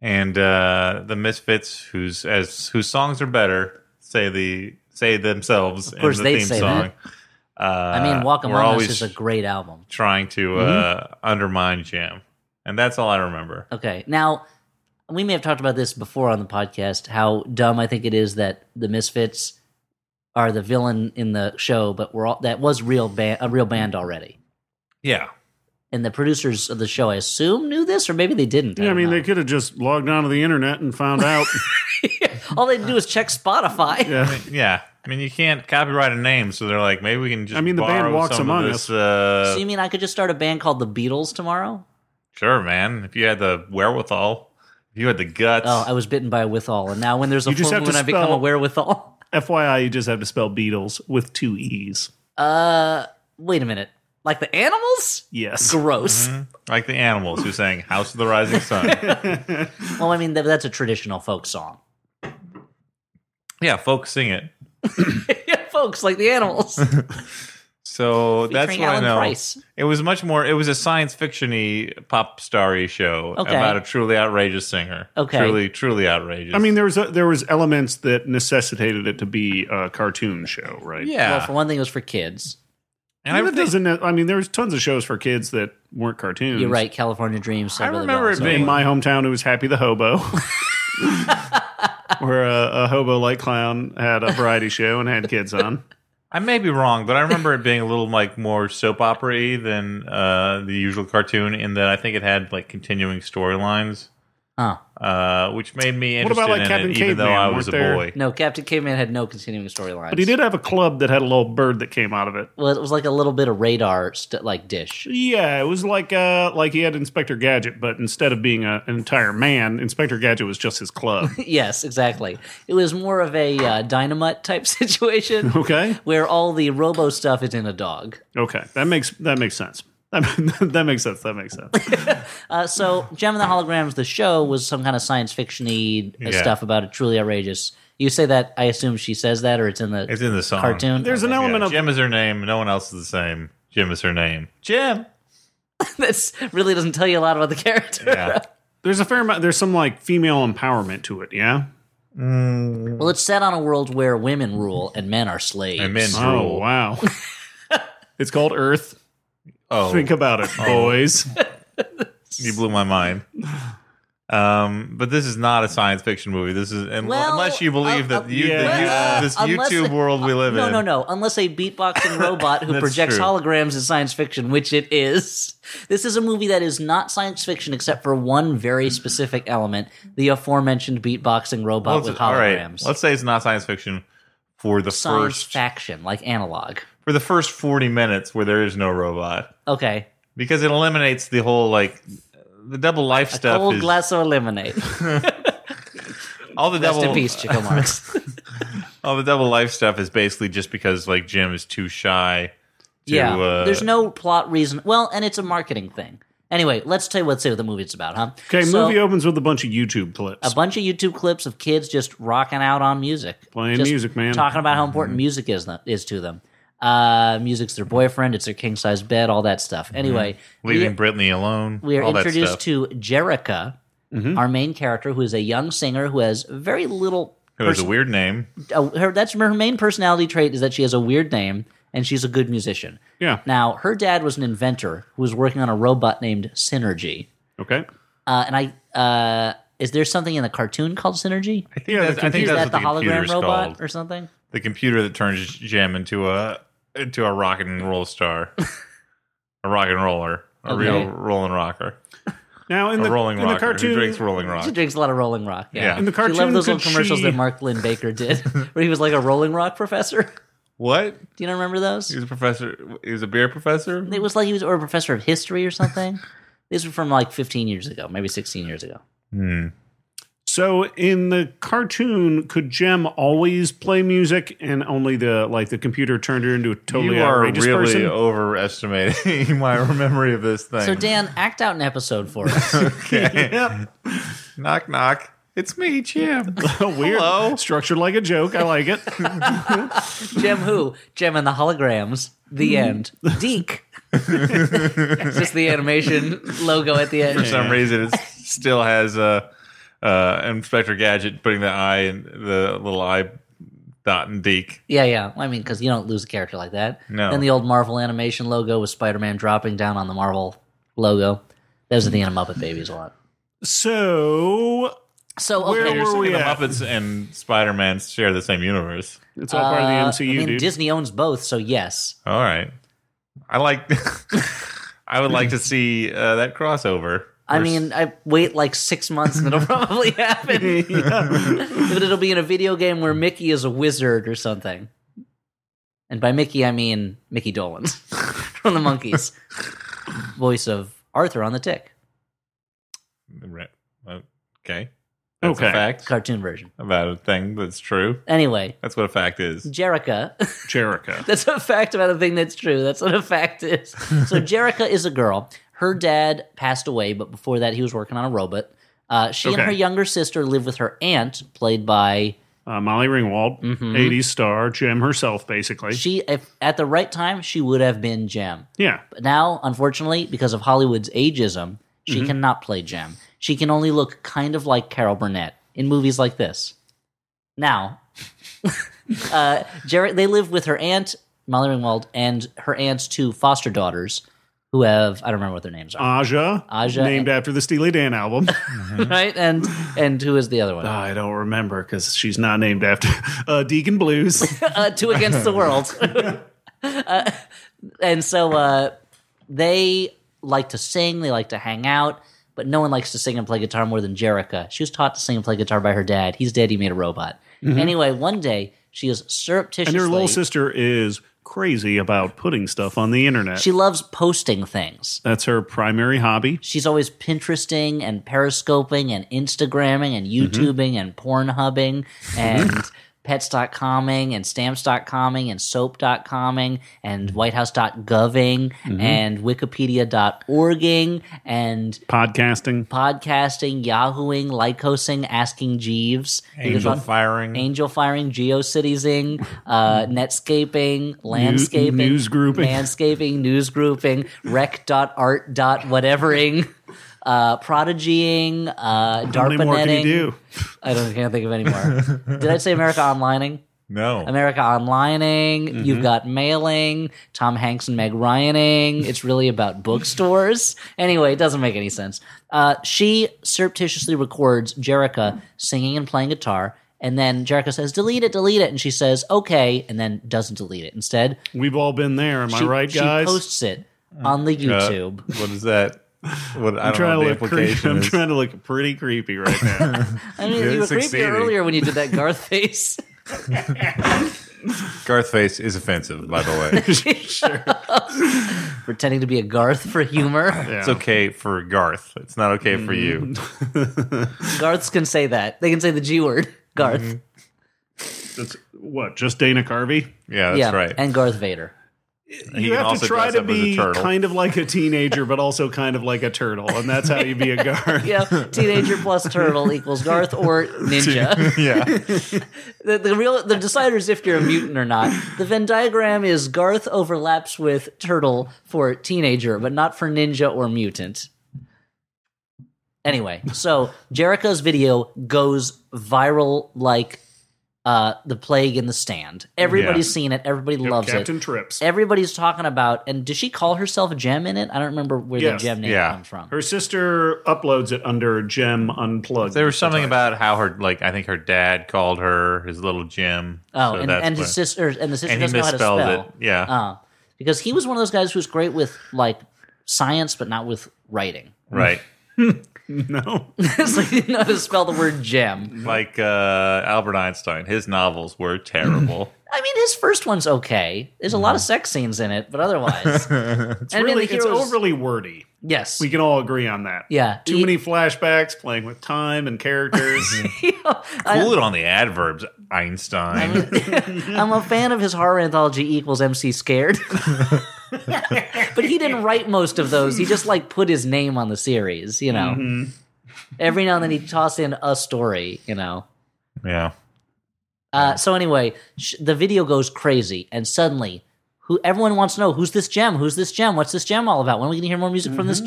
[SPEAKER 1] And uh, the Misfits, whose as whose songs are better, say the say themselves
[SPEAKER 2] course
[SPEAKER 1] in the
[SPEAKER 2] they'd
[SPEAKER 1] theme
[SPEAKER 2] say
[SPEAKER 1] song. Uh,
[SPEAKER 2] I mean, Walk
[SPEAKER 1] we're
[SPEAKER 2] Among
[SPEAKER 1] always
[SPEAKER 2] Us is a Mm-hmm. great album.
[SPEAKER 1] trying to uh, undermine Jim, and that's all I remember.
[SPEAKER 2] Okay. Now, we may have talked about this before on the podcast how dumb I think it is that the Misfits are the villain in the show, but we're all, that was real band, a real band already.
[SPEAKER 1] Yeah,
[SPEAKER 2] And the producers of the show, I assume, knew this, or maybe they didn't.
[SPEAKER 3] Yeah, I
[SPEAKER 2] don't
[SPEAKER 3] mean,
[SPEAKER 2] know.
[SPEAKER 3] they could have just logged onto the internet and found out.
[SPEAKER 2] all they do is check Spotify.
[SPEAKER 3] yeah.
[SPEAKER 1] yeah. I mean, you can't copyright a name, so they're like, maybe we can just.
[SPEAKER 3] I mean, the band
[SPEAKER 1] borrow
[SPEAKER 3] Walks
[SPEAKER 1] some of
[SPEAKER 3] Among
[SPEAKER 1] this,
[SPEAKER 3] Us.
[SPEAKER 1] Uh,
[SPEAKER 2] So you mean I could just start a band called the Beatles tomorrow?
[SPEAKER 1] Sure, man. If you had the wherewithal, if you had the guts,
[SPEAKER 2] Oh, I was bitten by a withal, and now when there's a
[SPEAKER 3] You just
[SPEAKER 2] full
[SPEAKER 3] have to
[SPEAKER 2] moon, I become a
[SPEAKER 3] spell-
[SPEAKER 2] wherewithal.
[SPEAKER 3] FYI, you just have to spell Beatles with two E's.
[SPEAKER 2] Uh, wait a minute. Like the animals?
[SPEAKER 3] Yes. Mm-hmm.
[SPEAKER 2] Gross.
[SPEAKER 1] like the animals who sang "House of the Rising Sun."
[SPEAKER 2] Well, I mean, th- that's a traditional folk song.
[SPEAKER 1] yeah, folks sing it.
[SPEAKER 2] yeah, folks, like the animals.
[SPEAKER 1] So that's
[SPEAKER 2] Featuring
[SPEAKER 1] what
[SPEAKER 2] Alan
[SPEAKER 1] I know.
[SPEAKER 2] Price.
[SPEAKER 1] It was much more. It was a science fiction-y, pop starry show
[SPEAKER 2] Okay.
[SPEAKER 1] about a truly outrageous singer.
[SPEAKER 2] Okay.
[SPEAKER 1] truly, truly outrageous.
[SPEAKER 3] I mean, there was a, there was elements that necessitated it to be a cartoon show, right?
[SPEAKER 1] yeah,
[SPEAKER 2] Well, for one thing, it was for kids.
[SPEAKER 1] And I
[SPEAKER 3] that
[SPEAKER 1] think-
[SPEAKER 3] doesn't. I mean, there was tons of shows for kids that weren't cartoons.
[SPEAKER 2] You're right. California Dreams.
[SPEAKER 1] Mm. I
[SPEAKER 2] sold really
[SPEAKER 1] remember
[SPEAKER 2] well,
[SPEAKER 1] it
[SPEAKER 2] so-
[SPEAKER 1] being-
[SPEAKER 3] In my hometown, it was Happy the Hobo, where uh, a, a hobo like clown had a variety show and had kids on.
[SPEAKER 1] I may be wrong, but I remember it being a little like more soap opera than uh, the usual cartoon, in that I think it had like continuing storylines,
[SPEAKER 2] Huh.
[SPEAKER 1] uh, which made me
[SPEAKER 3] What
[SPEAKER 1] interested
[SPEAKER 3] about, like,
[SPEAKER 1] in
[SPEAKER 3] Captain
[SPEAKER 1] it, even though
[SPEAKER 3] Caveman?
[SPEAKER 1] I was a
[SPEAKER 3] Weren't there-
[SPEAKER 1] boy.
[SPEAKER 2] No, Captain Caveman had no continuing storylines.
[SPEAKER 3] But he did have a club that had a little bird that came out of it.
[SPEAKER 2] Well, it was like a little bit of radar, st- like dish.
[SPEAKER 3] Yeah, it was like uh, like he had Inspector Gadget, but instead of being a, an entire man, Inspector Gadget was just his club.
[SPEAKER 2] yes, exactly. It was more of a uh, dynamite type situation
[SPEAKER 3] Okay,
[SPEAKER 2] where all the robo stuff is in a dog.
[SPEAKER 3] okay, that makes that makes sense. That, that makes sense. That makes sense.
[SPEAKER 2] Uh, so, Gem and the Holograms, the show, was some kind of science fiction y
[SPEAKER 1] Yeah.
[SPEAKER 2] stuff about it truly outrageous. You say that, I assume she says that, or it's in the
[SPEAKER 1] It's in the song.
[SPEAKER 2] cartoon?
[SPEAKER 3] There's an
[SPEAKER 2] Okay.
[SPEAKER 3] element
[SPEAKER 1] Yeah,
[SPEAKER 3] of
[SPEAKER 1] Jim is her name. No one else is the same. Jim is her name. Jim.
[SPEAKER 2] That's really doesn't tell you a lot about the character.
[SPEAKER 1] Yeah.
[SPEAKER 3] there's a fair amount. There's some like female empowerment to it. Yeah.
[SPEAKER 2] Well, it's set on a world where women rule and men are slaves.
[SPEAKER 1] And men's
[SPEAKER 3] Oh
[SPEAKER 1] rule.
[SPEAKER 3] wow. it's called Earth.
[SPEAKER 1] Oh,
[SPEAKER 3] Think about it, boys.
[SPEAKER 1] you blew my mind. Um, but this is not a science fiction movie. This is un-
[SPEAKER 2] Well,
[SPEAKER 1] unless you believe
[SPEAKER 2] uh, uh,
[SPEAKER 1] that you, the
[SPEAKER 3] Yeah.
[SPEAKER 1] you-
[SPEAKER 3] Well,
[SPEAKER 1] this
[SPEAKER 2] unless-
[SPEAKER 1] YouTube world we live
[SPEAKER 2] No,
[SPEAKER 1] in.
[SPEAKER 2] no, no. Unless a beatboxing robot who
[SPEAKER 1] That's
[SPEAKER 2] projects
[SPEAKER 1] true.
[SPEAKER 2] holograms is science fiction, which it is. This is a movie that is not science fiction except for one very specific element the aforementioned beatboxing robot
[SPEAKER 1] Let's-
[SPEAKER 2] with
[SPEAKER 1] all right,
[SPEAKER 2] holograms.
[SPEAKER 1] Let's say it's not science fiction for the
[SPEAKER 2] science
[SPEAKER 1] first
[SPEAKER 2] faction, like analog.
[SPEAKER 1] for the first 40 minutes where there is no robot
[SPEAKER 2] Okay.
[SPEAKER 1] because it eliminates the whole like the double life stuff
[SPEAKER 2] Cold
[SPEAKER 1] is
[SPEAKER 2] glass of lemonade.
[SPEAKER 1] all the
[SPEAKER 2] Rest
[SPEAKER 1] double
[SPEAKER 2] in peace, Chico Marx.
[SPEAKER 1] all the double life stuff is basically just because like Jim is too shy to
[SPEAKER 2] yeah.
[SPEAKER 1] uh,
[SPEAKER 2] There's no plot reason. Well, and it's a marketing thing. Anyway, let's tell you let's say what the movie it's about, huh?
[SPEAKER 3] Okay,
[SPEAKER 2] So-
[SPEAKER 3] movie opens with a bunch of YouTube clips.
[SPEAKER 2] a bunch of YouTube clips of kids just rocking out on music,
[SPEAKER 3] Playing
[SPEAKER 2] Just
[SPEAKER 3] music, man.
[SPEAKER 2] talking about how important music is th- is to them. Uh, music's their boyfriend, it's their king size bed, all that stuff. Anyway,
[SPEAKER 1] leaving
[SPEAKER 2] we,
[SPEAKER 1] Brittany alone.
[SPEAKER 2] we are
[SPEAKER 1] all that
[SPEAKER 2] introduced
[SPEAKER 1] stuff.
[SPEAKER 2] to Jerica, our main character, who is a young singer who has very little.
[SPEAKER 1] It was a weird name.
[SPEAKER 2] Uh, her that's her main personality trait is that she has a weird name and she's a good musician.
[SPEAKER 3] Yeah.
[SPEAKER 2] Now her dad was an inventor who was working on a robot named Synergy,
[SPEAKER 3] Okay.
[SPEAKER 2] uh, and I uh, is there something in the cartoon called Synergy?
[SPEAKER 1] I think that's, I think
[SPEAKER 2] is
[SPEAKER 1] that's
[SPEAKER 2] that
[SPEAKER 1] what
[SPEAKER 2] the
[SPEAKER 1] the, computer
[SPEAKER 2] hologram
[SPEAKER 1] is
[SPEAKER 2] robot
[SPEAKER 1] called.
[SPEAKER 2] or something?
[SPEAKER 1] The computer that turns Jim into a into a rock and roll star, a rock and roller, a
[SPEAKER 2] Okay.
[SPEAKER 1] real rolling rocker,
[SPEAKER 3] Now in
[SPEAKER 1] a
[SPEAKER 3] the
[SPEAKER 1] rolling
[SPEAKER 3] in the
[SPEAKER 1] rocker who
[SPEAKER 3] cartoon,
[SPEAKER 1] drinks rolling rock.
[SPEAKER 2] She drinks a lot of Rolling Rock. Yeah,
[SPEAKER 1] Yeah. In
[SPEAKER 3] the
[SPEAKER 2] she loved
[SPEAKER 3] cartoon,
[SPEAKER 2] those little
[SPEAKER 3] could
[SPEAKER 2] commercials
[SPEAKER 3] she-
[SPEAKER 2] that Mark Lynn Baker did, where he was like a Rolling Rock professor. Do
[SPEAKER 1] What?
[SPEAKER 2] you not remember those?
[SPEAKER 1] He was a professor. He was a beer professor.
[SPEAKER 2] It was like he was or a professor of history or something. These were from like 15 years ago, maybe 16 years ago.
[SPEAKER 3] So in the cartoon, could Jem always play music and only the like the computer turned her into a totally
[SPEAKER 1] you are
[SPEAKER 3] outrageous
[SPEAKER 1] really
[SPEAKER 3] person?
[SPEAKER 1] overestimating my memory of this thing.
[SPEAKER 2] So Dan, act out an episode for us.
[SPEAKER 3] Yep.
[SPEAKER 1] knock knock. It's me, Jim.
[SPEAKER 3] Oh, Weird.
[SPEAKER 1] Hello?
[SPEAKER 3] Structured like a joke. I like it.
[SPEAKER 2] Jem who? Jem and the holograms. The end. Deke. it's just the animation logo at the end.
[SPEAKER 1] For some reason, it still has uh, uh, Inspector Gadget putting the eye and the little eye dot and deek.
[SPEAKER 2] Yeah, yeah. I mean, because you don't lose a character like that.
[SPEAKER 1] No.
[SPEAKER 2] Then the old Marvel animation logo with Spider Man dropping down on the Marvel logo. Those are the Animuppet Babies a lot.
[SPEAKER 3] So
[SPEAKER 2] So, okay.
[SPEAKER 3] Where
[SPEAKER 1] You're
[SPEAKER 3] were
[SPEAKER 1] saying
[SPEAKER 3] we
[SPEAKER 1] the
[SPEAKER 3] at?
[SPEAKER 1] Muppets and Spider Man share the same universe.
[SPEAKER 3] it's all part
[SPEAKER 1] Uh,
[SPEAKER 3] of the
[SPEAKER 2] Uh, I
[SPEAKER 3] MCU,
[SPEAKER 2] mean,
[SPEAKER 3] dude.
[SPEAKER 2] Disney owns both, so yes.
[SPEAKER 1] All right. I like. I would like to see uh, that crossover.
[SPEAKER 2] I mean, I wait like six months and it'll probably happen. but it'll be in a video game where Mickey is a wizard or something. And by Mickey, I mean Mickey Dolan from the Monkeys, voice of Arthur on the Tick,
[SPEAKER 1] Okay. That's
[SPEAKER 3] Okay.
[SPEAKER 1] a fact
[SPEAKER 2] cartoon version.
[SPEAKER 1] about a thing that's true.
[SPEAKER 2] Anyway,
[SPEAKER 1] That's what a fact is.
[SPEAKER 2] Jerica.
[SPEAKER 3] Jericho.
[SPEAKER 2] That's a fact about a thing that's true. That's what a fact is. So Jerica is a girl. Her dad passed away, but before that, he was working on a robot. Uh, she and
[SPEAKER 3] Okay.
[SPEAKER 2] her younger sister live with her aunt, played by
[SPEAKER 3] Uh, Molly Ringwald,
[SPEAKER 1] Mm-hmm.
[SPEAKER 3] 80s star, Jem herself, basically.
[SPEAKER 2] she. If at the right time, she would have been Jem.
[SPEAKER 3] yeah.
[SPEAKER 2] But now, unfortunately, because of Hollywood's ageism, she cannot play Jem. She can only look kind of like Carol Burnett in movies like this. Now, uh, Jared, they live with her aunt. Molly Ringwald and her aunt's two foster daughters, who have I don't remember what their names are,
[SPEAKER 3] Aja,
[SPEAKER 2] Aja-
[SPEAKER 3] named after the Steely Dan album.
[SPEAKER 2] right? And and who is the other one?
[SPEAKER 3] I don't remember because she's not named after uh, Deacon Blues.
[SPEAKER 2] uh, two against the world. uh, and so uh, they like to sing, they like to hang out, but no one likes to sing and play guitar more than Jerica. She was taught to sing and play guitar by her dad. He's dead, he made a robot. Anyway, one day she is surreptitiously.
[SPEAKER 3] Mm-hmm. and her little sister is crazy about putting stuff on the internet.
[SPEAKER 2] she loves posting things.
[SPEAKER 3] That's her primary hobby.
[SPEAKER 2] She's always Pinteresting and Periscoping and Instagramming and YouTubing and Pornhubbing and Pets.coming and Stamps.coming and Soap.coming and WhiteHouse.goving and Wikipedia.orging and
[SPEAKER 3] Podcasting.
[SPEAKER 2] podcasting, Yahooing, Lycosing, Asking Jeeves,
[SPEAKER 1] Angel firing.
[SPEAKER 2] Angel firing, geocitiesing, uh,
[SPEAKER 3] Mm.
[SPEAKER 2] netscaping, landscaping,
[SPEAKER 3] news grouping.
[SPEAKER 2] manscaping, news grouping, rec.art.whatevering, uh, prodigying, uh,
[SPEAKER 3] How
[SPEAKER 2] DARPA
[SPEAKER 3] many more can you
[SPEAKER 2] netting.
[SPEAKER 3] do?
[SPEAKER 2] I don't can't think of any more. Did I say America Onlining?
[SPEAKER 1] No.
[SPEAKER 2] America Onlining. You've got mailing, Tom Hanks and Meg Ryaning. It's really about bookstores. Anyway, it doesn't make any sense. Uh, she surreptitiously records Jerica singing and playing guitar. And then Jerica says, delete it, delete it. And she says, okay, and then doesn't delete it. Instead,
[SPEAKER 3] We've all been there. Am
[SPEAKER 2] she,
[SPEAKER 3] I right,
[SPEAKER 2] she
[SPEAKER 3] guys?
[SPEAKER 2] posts it on the
[SPEAKER 1] Uh,
[SPEAKER 2] YouTube.
[SPEAKER 1] What is that? What, I
[SPEAKER 3] I'm
[SPEAKER 1] don't
[SPEAKER 3] trying
[SPEAKER 1] know
[SPEAKER 3] to
[SPEAKER 1] what the
[SPEAKER 3] look creepy.
[SPEAKER 1] implication
[SPEAKER 3] I'm
[SPEAKER 1] is.
[SPEAKER 3] trying to look pretty creepy right now.
[SPEAKER 2] I mean,
[SPEAKER 1] You're
[SPEAKER 2] you were creepy
[SPEAKER 1] succeeding.
[SPEAKER 2] earlier when you did that Garth face.
[SPEAKER 1] Garth face is offensive, by the way.
[SPEAKER 2] Pretending to be a Garth for humor.
[SPEAKER 3] Yeah.
[SPEAKER 1] It's okay for Garth. It's not okay for you.
[SPEAKER 3] Mm.
[SPEAKER 2] Garths can say that. They can say the G word, Garth.
[SPEAKER 3] That's- what? Just Dana Carvey?
[SPEAKER 1] Yeah, that's
[SPEAKER 2] yeah,
[SPEAKER 1] right.
[SPEAKER 2] and Garth Vader.
[SPEAKER 1] He
[SPEAKER 3] you
[SPEAKER 1] can
[SPEAKER 3] have
[SPEAKER 1] also
[SPEAKER 3] to try
[SPEAKER 1] dress
[SPEAKER 3] to
[SPEAKER 1] up as a
[SPEAKER 3] be
[SPEAKER 1] turtle.
[SPEAKER 3] kind of like a teenager, but also kind of like a turtle, and that's how you be a guard.
[SPEAKER 2] Yeah, teenager plus turtle equals Garth or ninja.
[SPEAKER 1] yeah.
[SPEAKER 2] The, the real the decider is if you're a mutant or not. The Venn diagram is Garth overlaps with turtle for teenager, but not for ninja or mutant. Anyway, so Jerica's video goes viral like uh, the plague in the stand. Everybody's
[SPEAKER 1] Yeah.
[SPEAKER 2] seen it. Everybody loves
[SPEAKER 3] Captain
[SPEAKER 2] it.
[SPEAKER 3] Trips.
[SPEAKER 2] Everybody's talking about. And does she call herself Gem in it? I don't remember where
[SPEAKER 3] Yes.
[SPEAKER 2] the Gem name
[SPEAKER 1] Yeah.
[SPEAKER 2] comes from.
[SPEAKER 3] Her sister uploads it under Gem Unplugged.
[SPEAKER 1] There was something about how her, like, I think her dad called her his little Jim.
[SPEAKER 2] Oh,
[SPEAKER 1] So
[SPEAKER 2] and,
[SPEAKER 1] that's
[SPEAKER 2] and his
[SPEAKER 1] what-
[SPEAKER 2] sister and the sister
[SPEAKER 1] and he
[SPEAKER 2] doesn't know how to spell.
[SPEAKER 1] misspelled it. Yeah.
[SPEAKER 2] Uh, because he was one of those guys who's great with like science, but not with writing.
[SPEAKER 1] right.
[SPEAKER 3] no.
[SPEAKER 2] it's like you know how to spell the word gem.
[SPEAKER 1] Like uh, Albert Einstein, his novels were terrible.
[SPEAKER 2] I mean, his first one's okay. There's a lot
[SPEAKER 1] Mm-hmm.
[SPEAKER 2] of sex scenes in it, but otherwise, it's and I mean,
[SPEAKER 3] really,
[SPEAKER 2] the
[SPEAKER 3] it's
[SPEAKER 2] heroes-
[SPEAKER 3] overly wordy.
[SPEAKER 2] Yes,
[SPEAKER 3] We can all agree on that.
[SPEAKER 2] Yeah.
[SPEAKER 3] Too
[SPEAKER 2] He- Mhm.
[SPEAKER 3] many flashbacks, playing with time and characters.
[SPEAKER 2] I-
[SPEAKER 1] Cool it on the adverbs, Einstein.
[SPEAKER 2] I'm a fan of his horror anthology equals MC Scared. but he didn't write most of those. He just like put his name on the series, you know.
[SPEAKER 1] Mm-hmm.
[SPEAKER 2] Every now and then he toss in a story, you know.
[SPEAKER 1] yeah.
[SPEAKER 2] Uh, so anyway, sh- the video goes crazy, and suddenly, who everyone wants to know who's this gem? Who's this gem? What's this gem all about? When are we going to hear more music from this
[SPEAKER 1] Mm-hmm.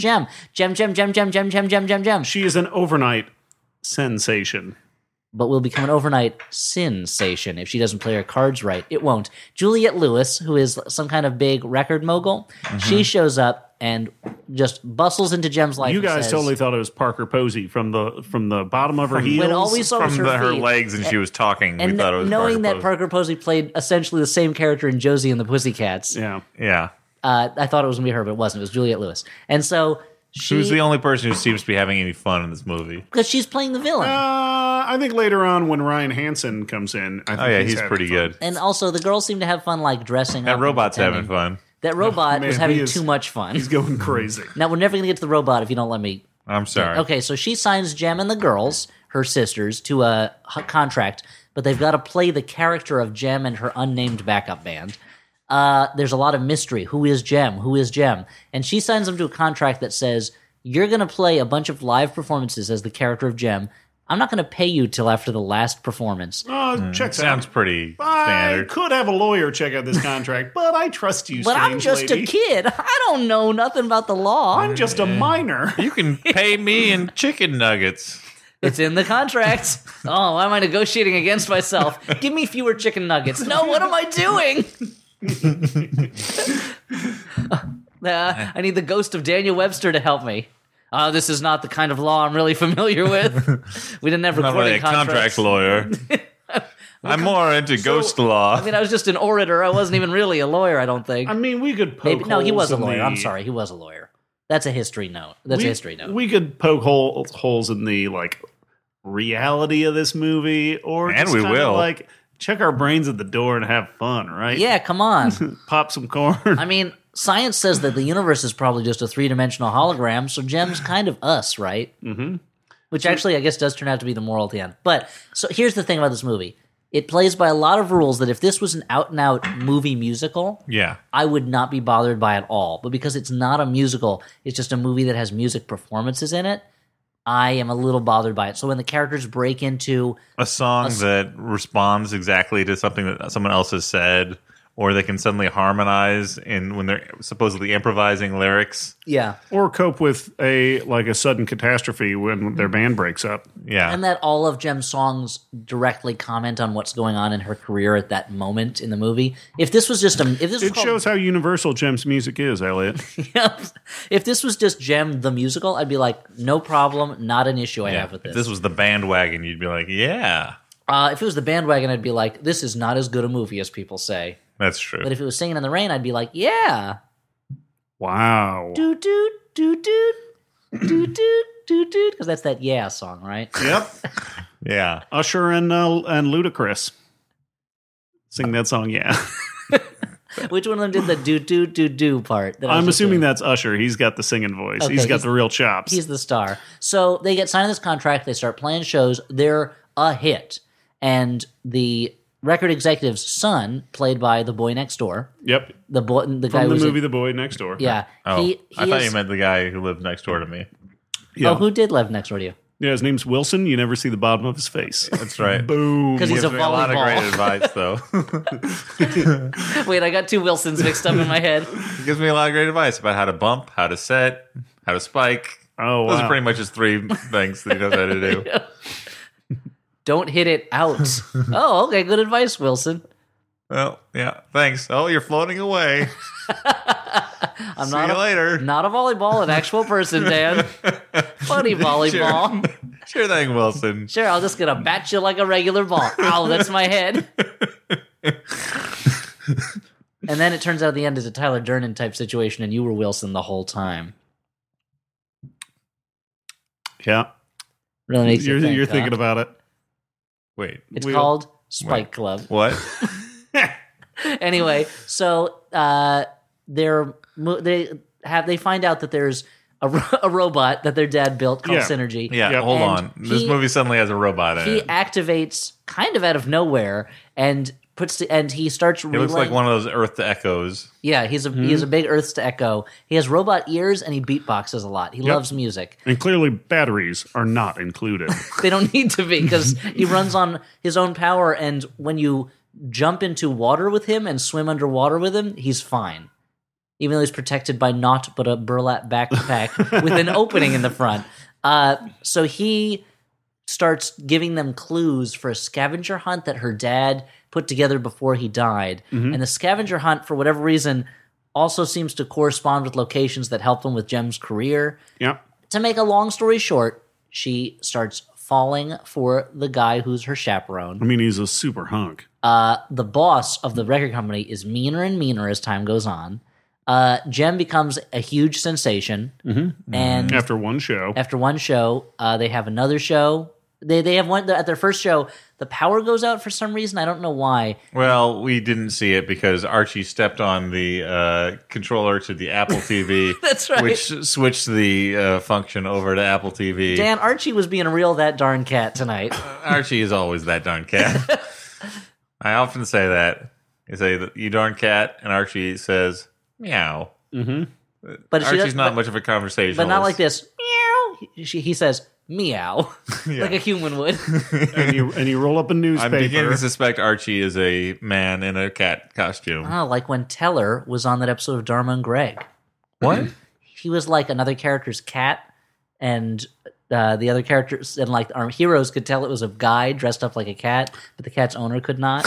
[SPEAKER 2] gem? Gem, gem, gem, gem, gem, gem, gem, gem, gem.
[SPEAKER 3] she is an overnight sensation.
[SPEAKER 2] But will become an overnight sensation if she doesn't play her cards right. It won't. Juliet Lewis, who is some kind of big record mogul,
[SPEAKER 1] Mm-hmm.
[SPEAKER 2] she shows up and just bustles into Gem's life.
[SPEAKER 3] You
[SPEAKER 2] and
[SPEAKER 3] guys
[SPEAKER 2] says,
[SPEAKER 3] totally thought it was Parker Posey from the from the bottom of her heels.
[SPEAKER 2] when all we saw was
[SPEAKER 1] From
[SPEAKER 2] her,
[SPEAKER 1] the, her
[SPEAKER 2] feet.
[SPEAKER 1] legs, and she was talking.
[SPEAKER 2] And
[SPEAKER 1] we thought it was
[SPEAKER 2] knowing that
[SPEAKER 1] Parker
[SPEAKER 2] Parker Posey played essentially the same character in Josie and the Pussycats,
[SPEAKER 3] yeah.
[SPEAKER 1] Posey. yeah.
[SPEAKER 2] uh, I thought it was gonna be her, but it wasn't. It was Juliet Lewis, and so she
[SPEAKER 1] Who's the only person who seems to be having any fun in this movie?
[SPEAKER 2] because she's playing the villain,
[SPEAKER 3] Uh, I think later on when Ryan Hansen comes in, I think
[SPEAKER 1] Oh yeah, he's
[SPEAKER 3] having
[SPEAKER 1] pretty
[SPEAKER 3] fun.
[SPEAKER 1] good.
[SPEAKER 2] and also the girls seem to have fun like dressing. up
[SPEAKER 1] That
[SPEAKER 2] and
[SPEAKER 1] robot's having
[SPEAKER 2] pretending.
[SPEAKER 1] fun.
[SPEAKER 2] That robot
[SPEAKER 3] man,
[SPEAKER 2] was having
[SPEAKER 3] he is-
[SPEAKER 2] too much fun.
[SPEAKER 3] He's going crazy.
[SPEAKER 2] Now we're never gonna get to the robot if you don't let me.
[SPEAKER 1] I'm sorry.
[SPEAKER 2] Okay, so she signs Jem and the girls, her sisters, to a h- contract, but they've got to play the character of Jem and her unnamed backup band. Uh, there's a lot of mystery. Who is Jem? Who is Jem? And she signs them to a contract that says, You're going to play a bunch of live performances as the character of Jem. I'm not going to pay you till after the last performance.
[SPEAKER 3] Uh, checks
[SPEAKER 1] Sounds
[SPEAKER 3] out.
[SPEAKER 1] pretty
[SPEAKER 3] I
[SPEAKER 1] standard.
[SPEAKER 3] could have a lawyer check out this contract, but I trust you.
[SPEAKER 2] But I'm
[SPEAKER 3] strange
[SPEAKER 2] just
[SPEAKER 3] lady.
[SPEAKER 2] a kid. I don't know nothing about the law.
[SPEAKER 3] I'm just a minor.
[SPEAKER 1] You can pay me in chicken nuggets.
[SPEAKER 2] It's in the contract. Oh, why am I negotiating against myself? Give me fewer chicken nuggets. No, what am I doing? Uh, I need the ghost of Daniel Webster to help me. Uh, this is not the kind of law I'm really familiar with. We didn't have
[SPEAKER 1] I'm not really
[SPEAKER 2] recording
[SPEAKER 1] a contract
[SPEAKER 2] contracts.
[SPEAKER 1] lawyer. I'm more into ghost law.
[SPEAKER 2] I mean, I was just an orator. I wasn't even really a lawyer. I don't think.
[SPEAKER 3] I mean, we could poke.
[SPEAKER 2] Maybe, no, he was a
[SPEAKER 3] holes in
[SPEAKER 2] lawyer. I'm
[SPEAKER 3] the-
[SPEAKER 2] sorry, he was a lawyer. That's a history note. That's
[SPEAKER 3] we,
[SPEAKER 2] a history note.
[SPEAKER 3] We could poke hole, holes in the like reality of this movie, or
[SPEAKER 1] And
[SPEAKER 3] just
[SPEAKER 1] we
[SPEAKER 3] kinda,
[SPEAKER 1] will.
[SPEAKER 3] like check our brains at the door and have fun, right?
[SPEAKER 2] yeah, come on.
[SPEAKER 3] pop some corn.
[SPEAKER 2] I mean, science says that the universe is probably just a three dimensional hologram, so Jem's kind of us, right? Mm-hmm. Which actually, I guess, does turn out to be the moral at the end. But so here's the thing about this movie it plays by a lot of rules that if this was an out and out movie musical,
[SPEAKER 1] yeah.
[SPEAKER 2] I would not be bothered by at all. But because it's not a musical, it's just a movie that has music performances in it. I am a little bothered by it. So when the characters break into
[SPEAKER 1] A song that responds exactly to something that someone else has said, or they can suddenly harmonize in when they're supposedly improvising lyrics.
[SPEAKER 2] yeah,
[SPEAKER 3] or cope with a like a sudden catastrophe when their band breaks up.
[SPEAKER 1] Yeah.
[SPEAKER 2] and that all of Jem's songs directly comment on what's going on in her career at that moment in the movie. If this was just a, if this was
[SPEAKER 3] It
[SPEAKER 2] called-
[SPEAKER 3] shows how universal Jim's music is, Elliot.
[SPEAKER 2] if this was just Jem the musical, I'd be like, no problem, not an issue I
[SPEAKER 1] yeah.
[SPEAKER 2] have with
[SPEAKER 1] If
[SPEAKER 2] this.
[SPEAKER 1] this was the bandwagon, you'd be like, yeah,
[SPEAKER 2] uh, if it was the bandwagon, I'd be like, this is not as good a movie as people say.
[SPEAKER 1] that's true.
[SPEAKER 2] But if it was singing in the rain, I'd be like, yeah,
[SPEAKER 3] Wow.
[SPEAKER 2] do do do do do do do do because that's that yeah song, right?
[SPEAKER 3] Yep.
[SPEAKER 1] yeah.
[SPEAKER 3] Usher and uh, and Ludacris sing that song. Yeah,
[SPEAKER 2] Which one of them did the do do do do part? that I was
[SPEAKER 3] I'm
[SPEAKER 2] just
[SPEAKER 3] assuming
[SPEAKER 2] doing?
[SPEAKER 3] that's Usher. He's got the singing voice.
[SPEAKER 2] Okay,
[SPEAKER 3] he's got
[SPEAKER 2] he's-
[SPEAKER 3] the real chops.
[SPEAKER 2] he's the star. So they get signed to this contract. They start playing shows. They're a hit, and the record executive's son, played by the boy next door,
[SPEAKER 3] yep,
[SPEAKER 2] the boy, the guy
[SPEAKER 3] from the
[SPEAKER 2] who's in-
[SPEAKER 3] movie The Boy Next Door.
[SPEAKER 2] yeah,
[SPEAKER 1] Oh,
[SPEAKER 2] he, he
[SPEAKER 1] I thought
[SPEAKER 2] is-
[SPEAKER 1] you meant the guy who lived next door to me.
[SPEAKER 2] oh,
[SPEAKER 3] yeah.
[SPEAKER 2] who did live next door to you?
[SPEAKER 3] Yeah, his name's Wilson. You never see the bottom of his face.
[SPEAKER 1] That's right.
[SPEAKER 3] Boom.
[SPEAKER 2] Because he's a
[SPEAKER 1] Gives me a lot of great
[SPEAKER 2] volleyball.
[SPEAKER 1] advice, though.
[SPEAKER 2] Wait, I got two Wilsons mixed up in my head.
[SPEAKER 1] He gives me a lot of great advice about how to bump, how to set, how to spike.
[SPEAKER 3] Oh,
[SPEAKER 1] Those are
[SPEAKER 3] wow.
[SPEAKER 1] pretty much his three things that he knows how to do.
[SPEAKER 2] Don't hit it out. oh, okay, good advice, Wilson.
[SPEAKER 1] Well, yeah. Thanks. Oh, you're floating away.
[SPEAKER 2] I'm
[SPEAKER 1] See
[SPEAKER 2] not
[SPEAKER 1] you
[SPEAKER 2] a-
[SPEAKER 1] later.
[SPEAKER 2] Not a volleyball, an actual person, Dan. Funny volleyball.
[SPEAKER 1] Sure
[SPEAKER 2] Sure.
[SPEAKER 1] thing, Wilson.
[SPEAKER 2] I'll just gonna bat you like a regular ball. Ow, that's my head. and then it turns out the end is a Tyler Durden type situation, and you were Wilson the whole time.
[SPEAKER 3] yeah,
[SPEAKER 2] Really makes
[SPEAKER 3] you're,
[SPEAKER 2] you think,
[SPEAKER 3] you're
[SPEAKER 2] huh?
[SPEAKER 3] thinking about it.
[SPEAKER 1] Wait,
[SPEAKER 2] It's
[SPEAKER 3] Wheel.
[SPEAKER 2] called Spike
[SPEAKER 1] Wait.
[SPEAKER 2] Club.
[SPEAKER 1] what?
[SPEAKER 2] anyway, so uh, they're mo- they have they find out that there's a, ro- a robot that their dad built called
[SPEAKER 3] Yeah.
[SPEAKER 2] Synergy.
[SPEAKER 1] Yeah,
[SPEAKER 3] Yep.
[SPEAKER 1] hold
[SPEAKER 2] And
[SPEAKER 1] on. this
[SPEAKER 2] he-
[SPEAKER 1] movie suddenly has a robot in
[SPEAKER 2] he
[SPEAKER 1] it.
[SPEAKER 2] activates kind of out of nowhere and puts the, and he starts
[SPEAKER 1] It
[SPEAKER 2] relaying.
[SPEAKER 1] looks like one of those Earth to Echoes.
[SPEAKER 2] yeah he's a he has a big earths to echo he has robot ears and he beatboxes a lot he loves music
[SPEAKER 3] And clearly, batteries are not included.
[SPEAKER 2] they don't need to be because he runs on his own power and when you jump into water with him and swim underwater with him he's fine even though he's protected by naught but a burlap backpack with an opening in the front uh, so he starts giving them clues for a scavenger hunt that her dad put together before he died. And the scavenger hunt, for whatever reason, also seems to correspond with locations that help them with Jem's career.
[SPEAKER 3] yep.
[SPEAKER 2] To make a long story short, she starts falling for the guy who's her
[SPEAKER 3] I
[SPEAKER 2] chaperone.
[SPEAKER 3] mean, he's a super hunk.
[SPEAKER 2] Uh, the boss of the record company is meaner and meaner as time goes on. Uh, Jem becomes a huge sensation,
[SPEAKER 1] Mm-hmm.
[SPEAKER 2] and
[SPEAKER 3] After one show,
[SPEAKER 2] after one show, uh, they have another show. They they have one at their first show. The power goes out for some reason. I don't know why.
[SPEAKER 1] Well, we didn't see it because Archie stepped on the uh, controller to the Apple TV.
[SPEAKER 2] That's right.
[SPEAKER 1] Which switched the uh, function over to Apple TV.
[SPEAKER 2] Dan Archie was being a real that darn cat tonight.
[SPEAKER 1] Archie is always that darn cat. I often say that. You say, that, you darn cat, and Archie says, meow.
[SPEAKER 2] But she
[SPEAKER 1] Archie's
[SPEAKER 2] does,
[SPEAKER 1] not
[SPEAKER 2] but,
[SPEAKER 1] much of a conversationalist.
[SPEAKER 2] but not like this. Meow. She, he says meow, like a human would.
[SPEAKER 3] and you and you roll up a
[SPEAKER 1] I'm beginning
[SPEAKER 3] newspaper.
[SPEAKER 1] to suspect Archie is a man in a cat costume.
[SPEAKER 2] Ah, like when Teller was on that episode of Dharma and Greg.
[SPEAKER 1] what?
[SPEAKER 2] He was like another character's cat, and uh, the other characters and like our heroes could tell it was a guy dressed up like a cat, but the cat's owner could not.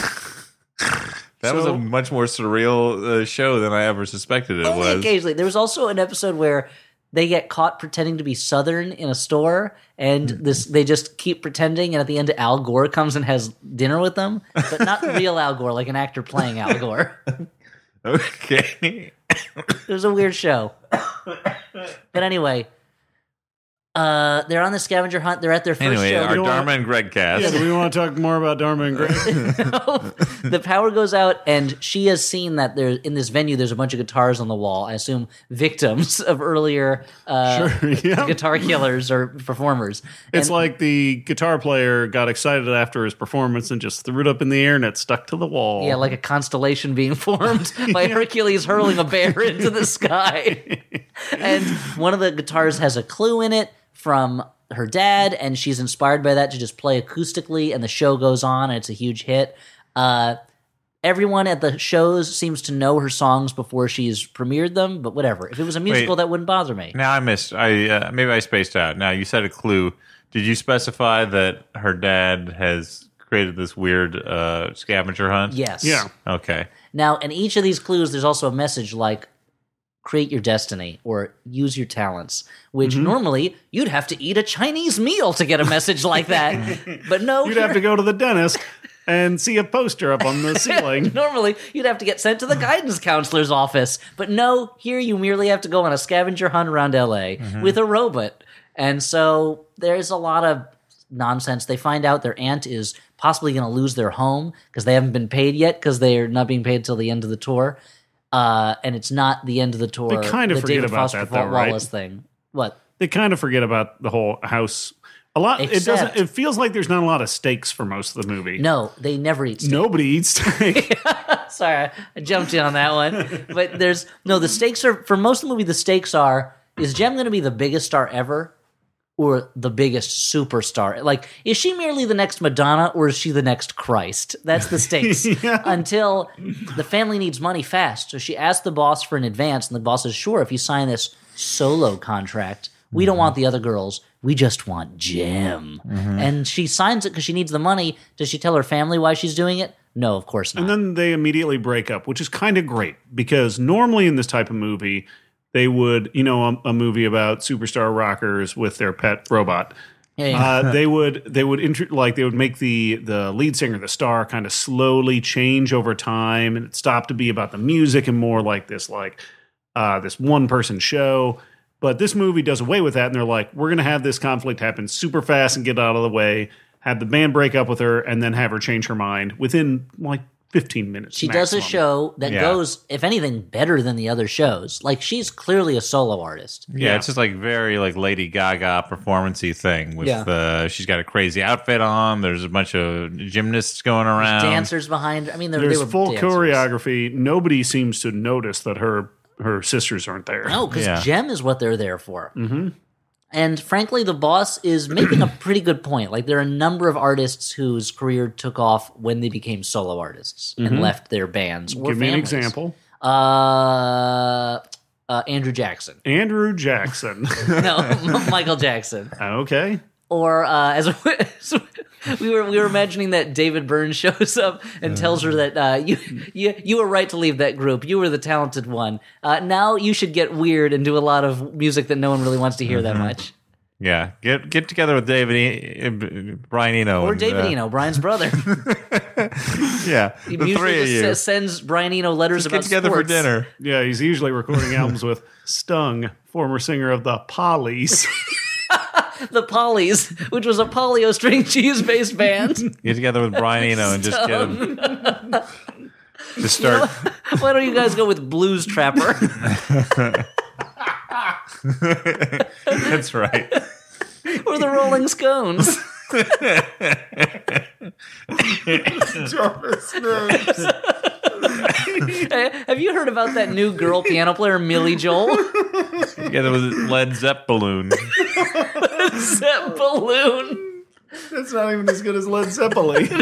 [SPEAKER 1] That was a much more surreal uh, show than I ever suspected it
[SPEAKER 2] Only
[SPEAKER 1] was.
[SPEAKER 2] occasionally. There was also an episode where they get caught pretending to be Southern in a store, and this they just keep pretending. And at the end, Al Gore comes and has dinner with them, but not real Al Gore, like an actor playing Al Gore.
[SPEAKER 1] Okay.
[SPEAKER 2] It was a weird show. but anyway, uh, they're on the scavenger hunt. They're at their first
[SPEAKER 1] Anyway,
[SPEAKER 2] show.
[SPEAKER 1] our
[SPEAKER 3] You know
[SPEAKER 1] Dharma
[SPEAKER 3] what?
[SPEAKER 1] and Greg cast.
[SPEAKER 3] Yeah, do we want to talk more about Dharma and Greg?
[SPEAKER 2] the power goes out, and she has seen that there in this venue. There's a bunch of guitars on the wall. I assume victims of earlier uh,
[SPEAKER 3] Sure, yeah.
[SPEAKER 2] guitar killers or performers.
[SPEAKER 3] It's
[SPEAKER 2] And-
[SPEAKER 3] like the guitar player got excited after his performance and just threw it up in the air and it stuck to the wall.
[SPEAKER 2] yeah, like a constellation being formed by Hercules hurling a bear into the sky. and one of the guitars has a clue in it from her dad, and she's inspired by that to just play acoustically. And the show goes on, and it's a huge hit. Uh, everyone at the shows seems to know her songs before she's premiered them, but whatever. If it was a musical, that wouldn't bother me.
[SPEAKER 1] Now I missed. I uh, maybe I spaced out. Now you said a clue. Did you specify that her dad has created this weird uh, scavenger hunt?
[SPEAKER 2] Yes.
[SPEAKER 3] Yeah.
[SPEAKER 1] Okay.
[SPEAKER 2] Now, in each of these clues, there's also a message like create your destiny or use your talents, which
[SPEAKER 3] Mm-hmm.
[SPEAKER 2] normally you'd have to eat a Chinese meal to get a message like that. but no,
[SPEAKER 3] You'd have to go to the dentist and see a poster up on the ceiling.
[SPEAKER 2] normally you'd have to get sent to the guidance counselor's office. But no, here you merely have to go on a scavenger hunt around LA
[SPEAKER 3] Mm-hmm.
[SPEAKER 2] with a robot. And so there's a lot of nonsense. They find out their aunt is possibly going to lose their home because they haven't been paid yet because they are not being paid till the end of the tour. Uh, and it's not the end of the tour.
[SPEAKER 3] They kind of
[SPEAKER 2] the
[SPEAKER 3] forget
[SPEAKER 2] David
[SPEAKER 3] about
[SPEAKER 2] Foster
[SPEAKER 3] that, though, right?
[SPEAKER 2] Wallace thing. What?
[SPEAKER 3] They kind of forget about the whole house. A lot. it
[SPEAKER 2] Except-
[SPEAKER 3] doesn't. It feels like there's not a lot of stakes for most of the movie.
[SPEAKER 2] No, they never eat steak.
[SPEAKER 3] Nobody eats steak.
[SPEAKER 2] Sorry, I jumped you on that one. But there's no the stakes are for most of the movie. The stakes are: is Jem going to be the biggest star ever, or the biggest superstar? Like, is she merely the next Madonna, or is she the next Christ? That's the stakes. Until the family needs money fast, so she asked the boss for an advance, and the boss says, "Sure, if you sign this solo contract." We don't want the other girls. We just want Jem. And she signs it because she needs the money. Does she tell her family why she's doing it? No, of course not.
[SPEAKER 3] and then they immediately break up, which is kind of great because normally in this type of movie, they would, you know, a, a movie about superstar rockers with their pet robot.
[SPEAKER 2] Yeah, yeah.
[SPEAKER 3] uh, they would they would intro like they would make the the lead singer the star kind of slowly change over time and it stopped to be about the music and more like this like uh, this one person show but this movie does away with that and they're like we're gonna have this conflict happen super fast and get out of the way have the band break up with her and then have her change her mind within like 15 minutes
[SPEAKER 2] She does a
[SPEAKER 3] maximum.
[SPEAKER 2] show that
[SPEAKER 1] Yeah.
[SPEAKER 2] goes, if anything, better than the other shows. Like she's clearly a solo artist.
[SPEAKER 3] Um,
[SPEAKER 1] Yeah, it's just like very like Lady Gaga performancey thing with
[SPEAKER 2] Yeah.
[SPEAKER 1] uh, she's got a crazy outfit on. There's a bunch of gymnasts going around.
[SPEAKER 2] Dancers behind. I mean, they,
[SPEAKER 3] there's
[SPEAKER 2] they were
[SPEAKER 3] full
[SPEAKER 2] dancers.
[SPEAKER 3] choreography nobody seems to notice that her her sisters aren't there
[SPEAKER 2] No, because
[SPEAKER 1] Yeah.
[SPEAKER 2] Gem is what they're there for. Mm-hmm. And frankly, the boss is making a pretty good point. Like there are a number of artists whose career took off when they became solo artists and left their bands. Or
[SPEAKER 3] Mm-hmm. give me an
[SPEAKER 2] families.
[SPEAKER 3] example
[SPEAKER 2] Uh, uh, Andrew Jackson.
[SPEAKER 3] andrew jackson
[SPEAKER 2] No, Michael Jackson.
[SPEAKER 3] Okay.
[SPEAKER 2] or uh, as so we were we were imagining that David Byrne shows up and tells her that uh, you you you were right to leave that group. You were the talented one. Uh, now you should get weird and do a lot of music that no one really wants to hear
[SPEAKER 1] Mm-hmm.
[SPEAKER 2] that much.
[SPEAKER 1] Yeah, get get together with David e- Brian Eno
[SPEAKER 2] Or
[SPEAKER 1] and,
[SPEAKER 2] David
[SPEAKER 1] uh,
[SPEAKER 2] Eno, Brian's brother,
[SPEAKER 1] Yeah, the
[SPEAKER 2] he usually
[SPEAKER 1] three of
[SPEAKER 2] just
[SPEAKER 1] you
[SPEAKER 2] s- sends Brian Eno letters
[SPEAKER 1] get
[SPEAKER 2] about
[SPEAKER 1] together
[SPEAKER 2] sports.
[SPEAKER 1] for dinner.
[SPEAKER 3] Yeah, he's usually recording albums with Stung, former singer of the Pollies.
[SPEAKER 2] The Pollies, which was a polio string cheese based band.
[SPEAKER 1] Get together with Brian Eno and just get him. Just start.
[SPEAKER 2] Why don't you guys go with Blues Trapper?
[SPEAKER 1] That's right.
[SPEAKER 2] or the Rolling Scones. Eh, Have you heard about that new girl piano player, Millie Joel?
[SPEAKER 1] Together with Led Zeppelin.
[SPEAKER 2] Zep balloon.
[SPEAKER 3] That's not even as good as Led Zeppelin.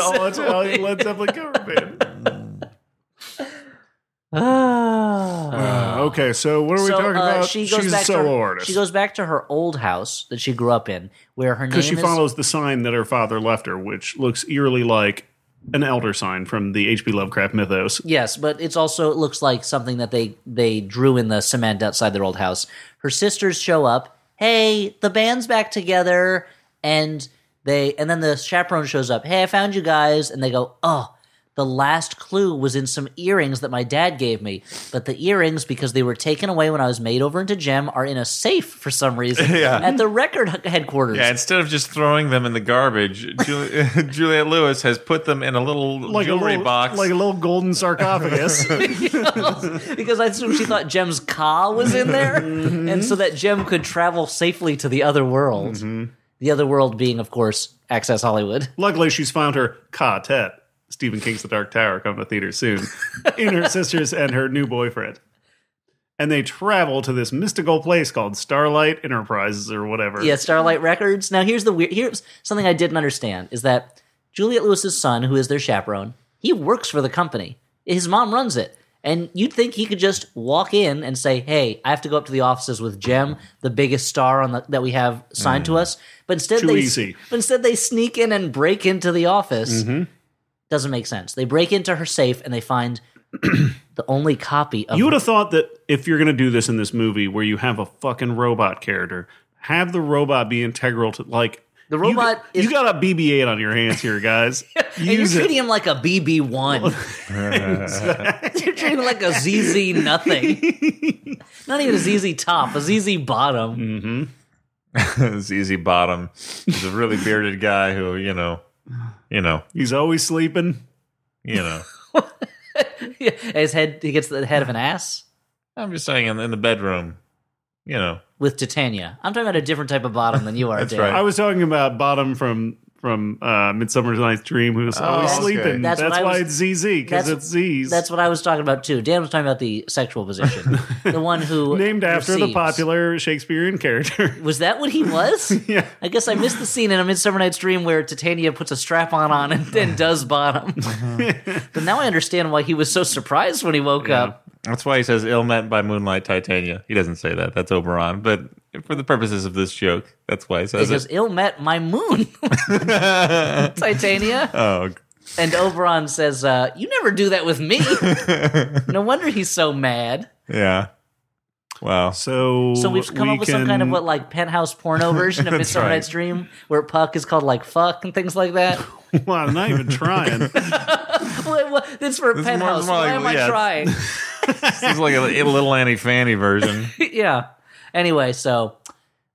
[SPEAKER 3] All Italian Led Zeppelin cover band. Uh, okay, so what are we
[SPEAKER 2] so
[SPEAKER 3] talking
[SPEAKER 2] uh,
[SPEAKER 3] about?
[SPEAKER 2] she goes
[SPEAKER 3] She's
[SPEAKER 2] back
[SPEAKER 3] a solo
[SPEAKER 2] to her,
[SPEAKER 3] artist.
[SPEAKER 2] she goes back to her old house that she grew up in, where her name
[SPEAKER 3] because she
[SPEAKER 2] is
[SPEAKER 3] follows the sign that her father left her, which looks eerily like an elder sign from the H.P. Lovecraft mythos.
[SPEAKER 2] Yes, but it's also it looks like something that they they drew in the cement outside their old house. Her sisters show up. Hey, the band's back together, and they and then the chaperone shows up. Hey, I found you guys, and they go, oh. The last clue was in some earrings that my dad gave me, but the earrings, because they were taken away when I was made over into Gem, are in a safe for some reason
[SPEAKER 1] Yeah.
[SPEAKER 2] at the record headquarters.
[SPEAKER 1] Yeah, instead of just throwing them in the garbage, Juli- Juliette Lewis has put them in a little jewelry
[SPEAKER 3] little,
[SPEAKER 1] box.
[SPEAKER 3] like a little golden sarcophagus.
[SPEAKER 2] because I assume she thought Jem's car was in there, and so that Jem could travel safely to the other world. The other world being, of course, Access Hollywood.
[SPEAKER 3] Luckily, she's found her quartet, Stephen King's The Dark Tower, coming to theater soon, in her sisters and her new boyfriend. And they travel to this mystical place called Starlight Enterprises or whatever.
[SPEAKER 2] Yeah, Starlight Records. Now, here's the weird. Here's something I didn't understand: is that Juliet Lewis's son, who is their chaperone, he works for the company. His mom runs it. And you'd think he could just walk in and say, "Hey, I have to go up to the offices with Jem, the biggest star on the, that we have signed to us." But instead,
[SPEAKER 3] Mm. Too
[SPEAKER 2] they
[SPEAKER 3] easy. Mm-hmm.
[SPEAKER 2] but instead they sneak in and break into the office. Doesn't make sense. They break into her safe and they find the only copy of
[SPEAKER 3] You would have thought that if you're going to do this in this movie where you have a fucking robot character, have the robot be integral to, like,
[SPEAKER 2] The robot
[SPEAKER 3] you,
[SPEAKER 2] is-
[SPEAKER 3] You got a BB 8 on your hands here, guys.
[SPEAKER 2] And you're
[SPEAKER 3] Use it.
[SPEAKER 2] treating him like a BB one. you're treating him like a ZZ nothing. Not even a ZZ top, a ZZ bottom.
[SPEAKER 3] Mm-hmm.
[SPEAKER 1] ZZ Bottom is a really bearded guy who, you know, you know,
[SPEAKER 3] He's always sleeping.
[SPEAKER 1] you know.
[SPEAKER 2] Yeah,
[SPEAKER 3] Mm.
[SPEAKER 2] His head, he gets the head of an ass
[SPEAKER 1] I'm just saying in, in the bedroom, you know.
[SPEAKER 2] with Titania. I'm talking about a different type of bottom than you are,
[SPEAKER 1] That's
[SPEAKER 2] Dan.
[SPEAKER 1] right.
[SPEAKER 3] I was talking about Bottom from from uh, Midsummer Night's Dream, who's always
[SPEAKER 1] okay.
[SPEAKER 3] sleeping.
[SPEAKER 2] Oh, That's
[SPEAKER 3] That's,
[SPEAKER 2] what I
[SPEAKER 3] why
[SPEAKER 2] was-
[SPEAKER 3] it's ZZ because
[SPEAKER 2] that's-
[SPEAKER 3] it's Z's.
[SPEAKER 2] That's what I was talking about too. Dan was talking about the sexual position, the one who
[SPEAKER 3] named after the
[SPEAKER 2] receives.
[SPEAKER 3] popular Shakespearean character.
[SPEAKER 2] Was that what he was?
[SPEAKER 3] yeah,
[SPEAKER 2] I guess I missed the scene in A Midsummer Night's Dream where Titania puts a strap on on and then does bottom. but now I understand why he was so surprised when he woke up.
[SPEAKER 1] That's why he says ill met by moonlight Titania. He doesn't say that. That's Oberon. But for the purposes of this joke, that's why he says
[SPEAKER 2] Because
[SPEAKER 1] it.
[SPEAKER 2] ill met my moon, Titania.
[SPEAKER 1] Oh,
[SPEAKER 2] And Oberon says, uh, You never do that with me. no wonder he's so mad.
[SPEAKER 1] yeah. Wow.
[SPEAKER 3] so
[SPEAKER 2] So we've come
[SPEAKER 3] we
[SPEAKER 2] up with some kind of
[SPEAKER 3] can-
[SPEAKER 2] what, like, penthouse porno version of Midsummer
[SPEAKER 1] right.
[SPEAKER 2] Night's Dream where Puck is called, like, fuck and things like that.
[SPEAKER 3] Well, I'm not even trying.
[SPEAKER 2] Uh, Wait, what? It's for
[SPEAKER 1] is more-
[SPEAKER 2] penthouse.
[SPEAKER 1] more like-
[SPEAKER 2] Why am
[SPEAKER 1] yeah,
[SPEAKER 2] I
[SPEAKER 1] it's-
[SPEAKER 2] trying?
[SPEAKER 1] This is like a, a little Annie Fanny version.
[SPEAKER 2] yeah. Anyway, so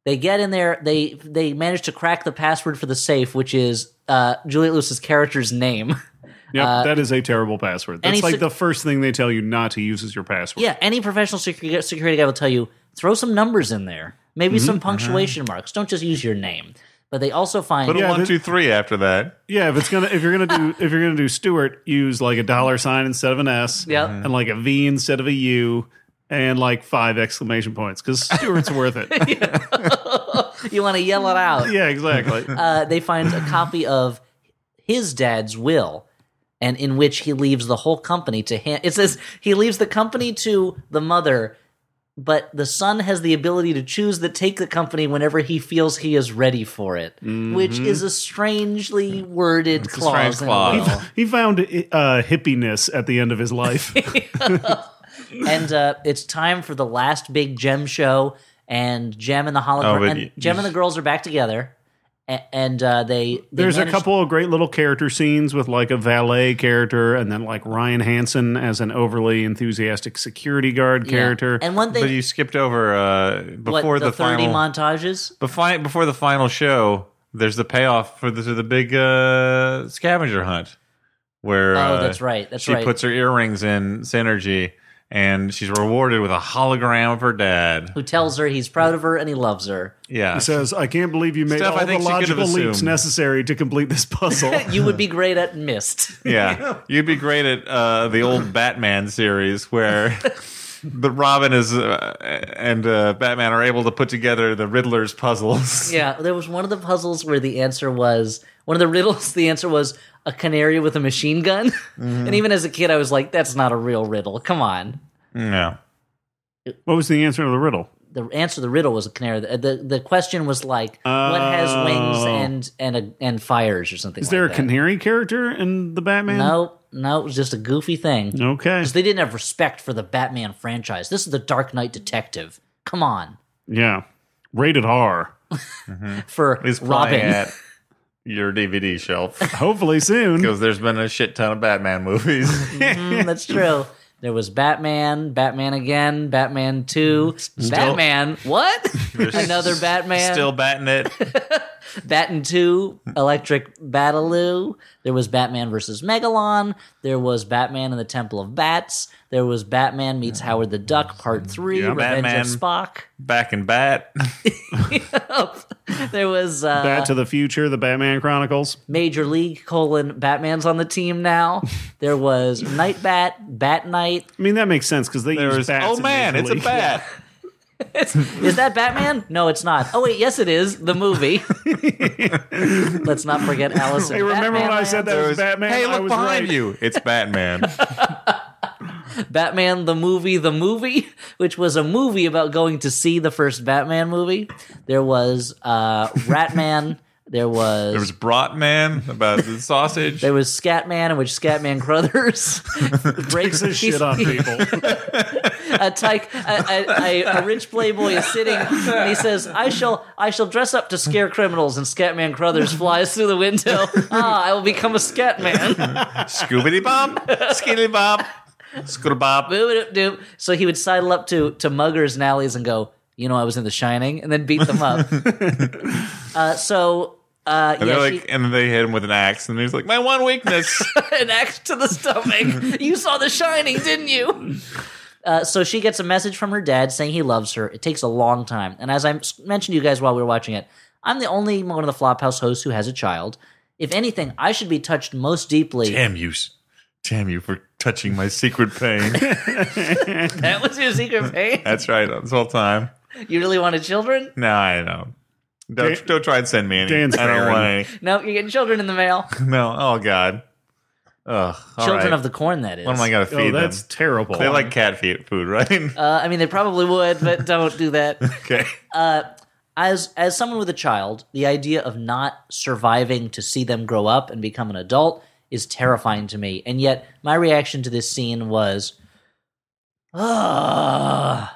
[SPEAKER 2] they get in there. They they manage to crack the password for the safe, which is uh, Juliet Lewis's character's name.
[SPEAKER 3] yep, that is a terrible password.
[SPEAKER 2] any
[SPEAKER 3] That's like
[SPEAKER 2] sec-
[SPEAKER 3] the first thing they tell you not to use as your password.
[SPEAKER 2] yeah, any professional security security guy will tell you throw some numbers in there,
[SPEAKER 1] Mm-hmm.
[SPEAKER 2] maybe
[SPEAKER 1] Uh-huh.
[SPEAKER 2] some punctuation marks. Don't just use your name. But they also find
[SPEAKER 1] Put a
[SPEAKER 3] Yeah,
[SPEAKER 1] one,
[SPEAKER 3] this-
[SPEAKER 1] two, three after that.
[SPEAKER 3] Yeah, if it's gonna if you're gonna do if you're gonna do Stewart, use like a dollar sign instead of an S.
[SPEAKER 2] Yep.
[SPEAKER 3] and like a V instead of a U, and like five exclamation points because Stewart's worth it.
[SPEAKER 2] you want to yell it out.
[SPEAKER 3] Yeah, exactly.
[SPEAKER 2] uh, they find a copy of his dad's will, and in which he leaves the whole company to him. It says he leaves the company to the mother, but the son has the ability to choose to take the company whenever he feels he is ready for it, which is a strangely worded
[SPEAKER 1] Mm-hmm. a
[SPEAKER 2] clause.
[SPEAKER 1] strange
[SPEAKER 2] in a
[SPEAKER 1] clause.
[SPEAKER 2] will.
[SPEAKER 3] he found uh, hippiness at the end of his life.
[SPEAKER 2] and uh, it's time for the last big gem show. And Gem and the
[SPEAKER 1] Oh,
[SPEAKER 2] hologram,
[SPEAKER 1] but
[SPEAKER 2] and
[SPEAKER 1] you-
[SPEAKER 2] Gem and the girls are back together, and, and uh, they, they
[SPEAKER 3] There's a
[SPEAKER 2] manage-
[SPEAKER 3] couple of great little character scenes with like a valet character, and then like Ryan Hansen as an overly enthusiastic security guard
[SPEAKER 2] Yeah.
[SPEAKER 3] character.
[SPEAKER 2] and one thing
[SPEAKER 1] But you skipped over uh,
[SPEAKER 2] what,
[SPEAKER 1] before
[SPEAKER 2] the,
[SPEAKER 1] the,
[SPEAKER 2] 30
[SPEAKER 1] final
[SPEAKER 2] montages
[SPEAKER 1] before, before the final show. There's the payoff for the, to the big uh, scavenger hunt, where
[SPEAKER 2] oh
[SPEAKER 1] uh,
[SPEAKER 2] that's right that's
[SPEAKER 1] she
[SPEAKER 2] right
[SPEAKER 1] puts her earrings in Synergy, and she's rewarded with a hologram of her dad.
[SPEAKER 2] who tells her he's proud of her and he loves her
[SPEAKER 1] Yeah,
[SPEAKER 3] he says, "I can't believe you made
[SPEAKER 1] Stuff I
[SPEAKER 3] all the
[SPEAKER 1] think she could have
[SPEAKER 3] logical leaps
[SPEAKER 1] assumed.
[SPEAKER 3] necessary to complete this puzzle."
[SPEAKER 2] you would be great at mist
[SPEAKER 1] yeah. You'd be great at uh, the old Batman series where. The Robin is uh, and uh, Batman are able to put together the Riddler's puzzles.
[SPEAKER 2] yeah there was one of the puzzles where the answer was one of the riddles the answer was a canary with a machine gun
[SPEAKER 1] Mm-hmm.
[SPEAKER 2] and even as a kid i was like that's not a real riddle come on
[SPEAKER 1] Yeah.
[SPEAKER 3] what was the answer to the riddle?
[SPEAKER 2] the answer to the riddle was a canary. The the, the question was like what has wings
[SPEAKER 3] Oh.
[SPEAKER 2] and and a, and fires or something.
[SPEAKER 3] Is there a canary character in the Batman?
[SPEAKER 2] No, no, it was just a goofy thing.
[SPEAKER 3] Okay.
[SPEAKER 2] 'Cause they didn't have respect for the Batman franchise. This is the Dark Knight Detective. Come on,
[SPEAKER 3] Yeah. Rated R.
[SPEAKER 2] for
[SPEAKER 1] He's playing
[SPEAKER 2] Robin.
[SPEAKER 1] at your DVD shelf
[SPEAKER 3] Hopefully soon.
[SPEAKER 1] because there's been a shit ton of Batman movies.
[SPEAKER 2] Mm, that's true. There was Batman, Batman again, Batman Two, Batman. What?
[SPEAKER 1] There's
[SPEAKER 2] Another
[SPEAKER 1] s-
[SPEAKER 2] Batman.
[SPEAKER 1] Still batting it.
[SPEAKER 2] Batten 2, Electric Bataloo. There was Batman versus Megalon. There was Batman and the Temple of Bats. There was Batman meets Howard the Duck, Part 3,
[SPEAKER 3] Yeah,
[SPEAKER 2] Revenge
[SPEAKER 1] Batman.
[SPEAKER 2] of Spock.
[SPEAKER 1] Back and bat.
[SPEAKER 2] there was uh,
[SPEAKER 3] Bat to the Future, the Batman Chronicles.
[SPEAKER 2] Major League, colon, Batman's on the team now. There was Night Bat, Bat Knight.
[SPEAKER 3] I mean, that makes sense because they
[SPEAKER 1] There
[SPEAKER 3] use
[SPEAKER 1] was,
[SPEAKER 3] bats.
[SPEAKER 1] oh
[SPEAKER 3] in
[SPEAKER 1] man,
[SPEAKER 3] Major
[SPEAKER 1] it's a
[SPEAKER 3] League.
[SPEAKER 1] bat.
[SPEAKER 2] Is that Batman? No, it's not. Oh, wait, yes, it is. The movie. Let's not forget Alice.
[SPEAKER 3] Hey, remember when I said that
[SPEAKER 1] There
[SPEAKER 3] was,
[SPEAKER 1] was-
[SPEAKER 3] Batman?
[SPEAKER 1] Hey,
[SPEAKER 3] I
[SPEAKER 1] look
[SPEAKER 3] was
[SPEAKER 1] behind
[SPEAKER 3] right.
[SPEAKER 1] you. It's Batman.
[SPEAKER 2] Batman the movie, the movie, which was a movie about going to see the first Batman movie. There was uh, Ratman. there was.
[SPEAKER 1] there was Bratman about the sausage.
[SPEAKER 2] there was Scatman, in which Scatman Crothers breaks
[SPEAKER 3] Piece of shit on people.
[SPEAKER 2] a, tyke, a, a, a, a rich playboy is sitting, and he says, "I shall, I shall dress up to scare criminals." And Scatman Crothers flies through the window. Ah, I will become a Scatman.
[SPEAKER 1] Scoobity bop, skitty bop, scooter bop.
[SPEAKER 2] Boop-a-doop-doop. so he would sidle up to to muggers and alleys and go, "You know, I was in The Shining," and then beat them up. uh, so uh,
[SPEAKER 1] And
[SPEAKER 2] yeah,
[SPEAKER 1] they're like,
[SPEAKER 2] she-
[SPEAKER 1] and they hit him with an axe, and he's like, "My one weakness."
[SPEAKER 2] an axe to the stomach. you saw The Shining, didn't you? Uh, so she gets a message from her dad saying he loves her. It takes a long time, and as I s- mentioned to you guys while we were watching it, I'm the only one of the Flophouse hosts who has a child. If anything, I should be touched most deeply.
[SPEAKER 1] Damn you! s- Damn you for touching my secret pain.
[SPEAKER 2] That was your secret pain.
[SPEAKER 1] That's right. This whole time.
[SPEAKER 2] You really wanted children?
[SPEAKER 1] No, I don't. Don't,
[SPEAKER 3] Dan-
[SPEAKER 1] don't try and send me any.
[SPEAKER 3] Dan's
[SPEAKER 1] I don't
[SPEAKER 3] barren.
[SPEAKER 1] want any.
[SPEAKER 2] No, you're getting children in the mail.
[SPEAKER 1] No. Oh God. Ugh. all
[SPEAKER 2] children
[SPEAKER 1] right.
[SPEAKER 2] of the corn. That is.
[SPEAKER 1] What am I gonna feed
[SPEAKER 3] Oh,
[SPEAKER 1] them?
[SPEAKER 3] that's terrible.
[SPEAKER 1] They like cat feed food, right?
[SPEAKER 2] Uh, I mean, they probably would, but don't do that.
[SPEAKER 1] okay.
[SPEAKER 2] As as someone with a child, the idea of not surviving to see them grow up and become an adult is terrifying to me. And yet, my reaction to this scene was, "Ugh."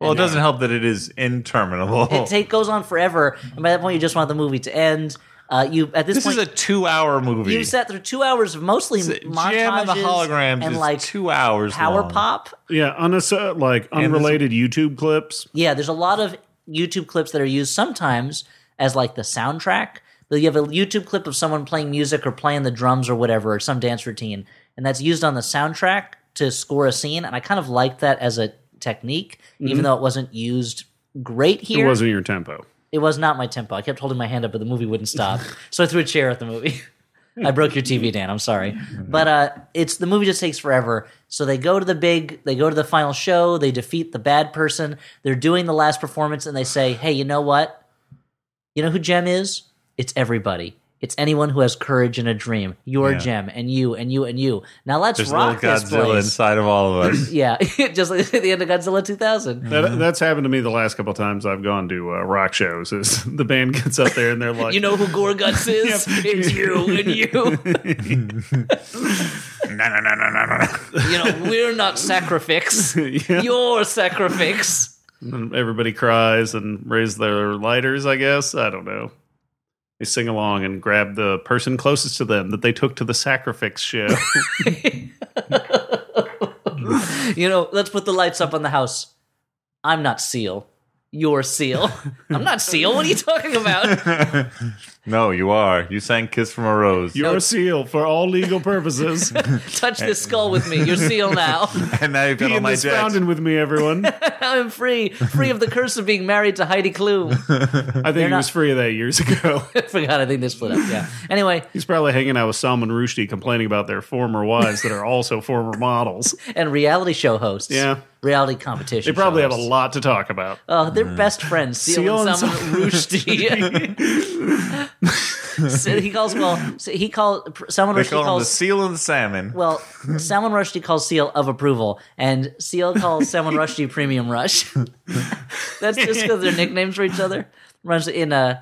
[SPEAKER 1] Well, it doesn't help that it is interminable.
[SPEAKER 2] It take, goes on forever, and by that point, you just want the movie to end. Uh, you at this,
[SPEAKER 1] this
[SPEAKER 2] point,
[SPEAKER 1] is a two-hour movie.
[SPEAKER 2] you sat through two hours of mostly
[SPEAKER 1] Jam
[SPEAKER 2] montages
[SPEAKER 1] and the holograms
[SPEAKER 2] and
[SPEAKER 1] is
[SPEAKER 2] like
[SPEAKER 1] two hours.
[SPEAKER 2] power
[SPEAKER 1] long.
[SPEAKER 2] pop.
[SPEAKER 3] yeah, unass- like unrelated YouTube clips.
[SPEAKER 2] Yeah, there's a lot of YouTube clips that are used sometimes as like the soundtrack. You have a YouTube clip of someone playing music or playing the drums or whatever, or some dance routine, and that's used on the soundtrack to score a scene. And I kind of liked that as a technique, even though it wasn't used great
[SPEAKER 3] It
[SPEAKER 2] here.
[SPEAKER 3] wasn't your tempo.
[SPEAKER 2] It was not my tempo. I kept holding my hand up, but the movie wouldn't stop. so I threw a chair at the movie. I broke your TV, Dan. I'm sorry,
[SPEAKER 1] Mm-hmm.
[SPEAKER 2] but uh, it's the movie just takes forever. So they go to the big, they go to the final show. They defeat the bad person. They're doing the last performance, and they say, "Hey, you know what? You know who Jem is? It's everybody. It's anyone who has courage and a dream. You're
[SPEAKER 1] Yeah.
[SPEAKER 2] Jem, and you, and you, and you. Now let's
[SPEAKER 1] There's a little
[SPEAKER 2] rock this
[SPEAKER 1] Godzilla
[SPEAKER 2] place.
[SPEAKER 1] inside of all of us.
[SPEAKER 2] Yeah, just like at the end of Godzilla 2000.
[SPEAKER 1] Mm-hmm.
[SPEAKER 3] That, that's happened to me the last couple of times I've gone to uh, rock shows. Is the band gets up there and they're like,
[SPEAKER 2] You know who Gorguts is? It's you and you.
[SPEAKER 1] no, no, no, no, no, no.
[SPEAKER 2] You know, we're not sacrifix.
[SPEAKER 3] Yeah.
[SPEAKER 2] You're sacrifix.
[SPEAKER 3] And everybody cries and raise their lighters, I guess. I don't know. They sing along and grab the person closest to them that they took to the sacrifice show.
[SPEAKER 2] You know, let's put the lights up on the house. I'm not Seal. You're Seal. I'm not Seal. What are you talking about?
[SPEAKER 1] No, you are. You sang "Kiss from a Rose,"
[SPEAKER 3] You're a seal for all legal purposes.
[SPEAKER 2] Touch this skull with me. You're Seal now.
[SPEAKER 1] and now you've got
[SPEAKER 3] Be
[SPEAKER 1] all
[SPEAKER 3] in
[SPEAKER 1] my
[SPEAKER 3] this
[SPEAKER 1] jets.
[SPEAKER 3] fountain with me, everyone.
[SPEAKER 2] I'm free. Free of the curse of being married to Heidi Klum.
[SPEAKER 3] I think he was free of that years ago.
[SPEAKER 2] I forgot. I think they split up. Yeah. Anyway,
[SPEAKER 3] He's probably hanging out with Salman Rushdie complaining about their former wives that are also former models.
[SPEAKER 2] and reality show hosts.
[SPEAKER 3] Yeah.
[SPEAKER 2] Reality competition.
[SPEAKER 3] They probably have a
[SPEAKER 2] shows.
[SPEAKER 3] lot to talk
[SPEAKER 2] Uh,
[SPEAKER 3] about.
[SPEAKER 2] Oh, they're best friends. Seal,
[SPEAKER 3] Seal
[SPEAKER 2] and
[SPEAKER 3] and
[SPEAKER 2] Salman Rushdie. So he calls well. so he called Salman
[SPEAKER 1] They
[SPEAKER 2] Rushdie
[SPEAKER 1] call him the
[SPEAKER 2] calls
[SPEAKER 1] seal and the salmon.
[SPEAKER 2] well. Salman Rushdie calls Seal of approval, and Seal calls Salman Rushdie Premium Rush. That's just because they're nicknames for each other. Runs in uh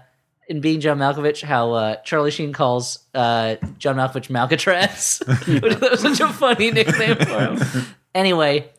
[SPEAKER 2] in being John Malkovich, how uh, Charlie Sheen calls uh, John Malkovich Malcatraz, which is such a funny nickname for him. Anyway,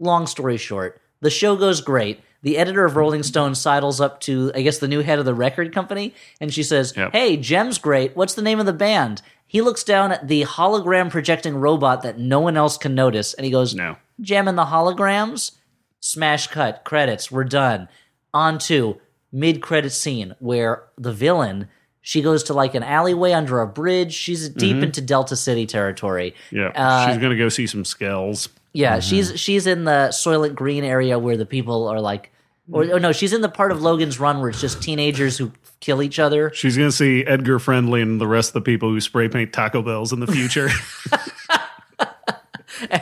[SPEAKER 2] long story short, the show goes great. The editor of Rolling Stone sidles up to, I guess, the new head of the record company, and she says,
[SPEAKER 3] Yep.
[SPEAKER 2] Hey, Jem's great. What's the name of the band? He looks down at the hologram projecting robot that no one else can notice, and he goes,
[SPEAKER 3] No.
[SPEAKER 2] Gem and the holograms? Smash cut, credits, we're done. On to mid credit scene where the villain. She goes to like an alleyway under a bridge. She's deep
[SPEAKER 3] Mm-hmm.
[SPEAKER 2] into Delta City territory.
[SPEAKER 3] Yeah,
[SPEAKER 2] Uh,
[SPEAKER 3] she's gonna go see some skells.
[SPEAKER 2] yeah,
[SPEAKER 3] Mm-hmm.
[SPEAKER 2] she's she's in the Soylent Green area where the people are like, or, or no, she's in the part of Logan's Run where it's just teenagers who kill each other.
[SPEAKER 3] She's gonna see Edgar Friendly and the rest of the people who spray paint Taco Bells in the future.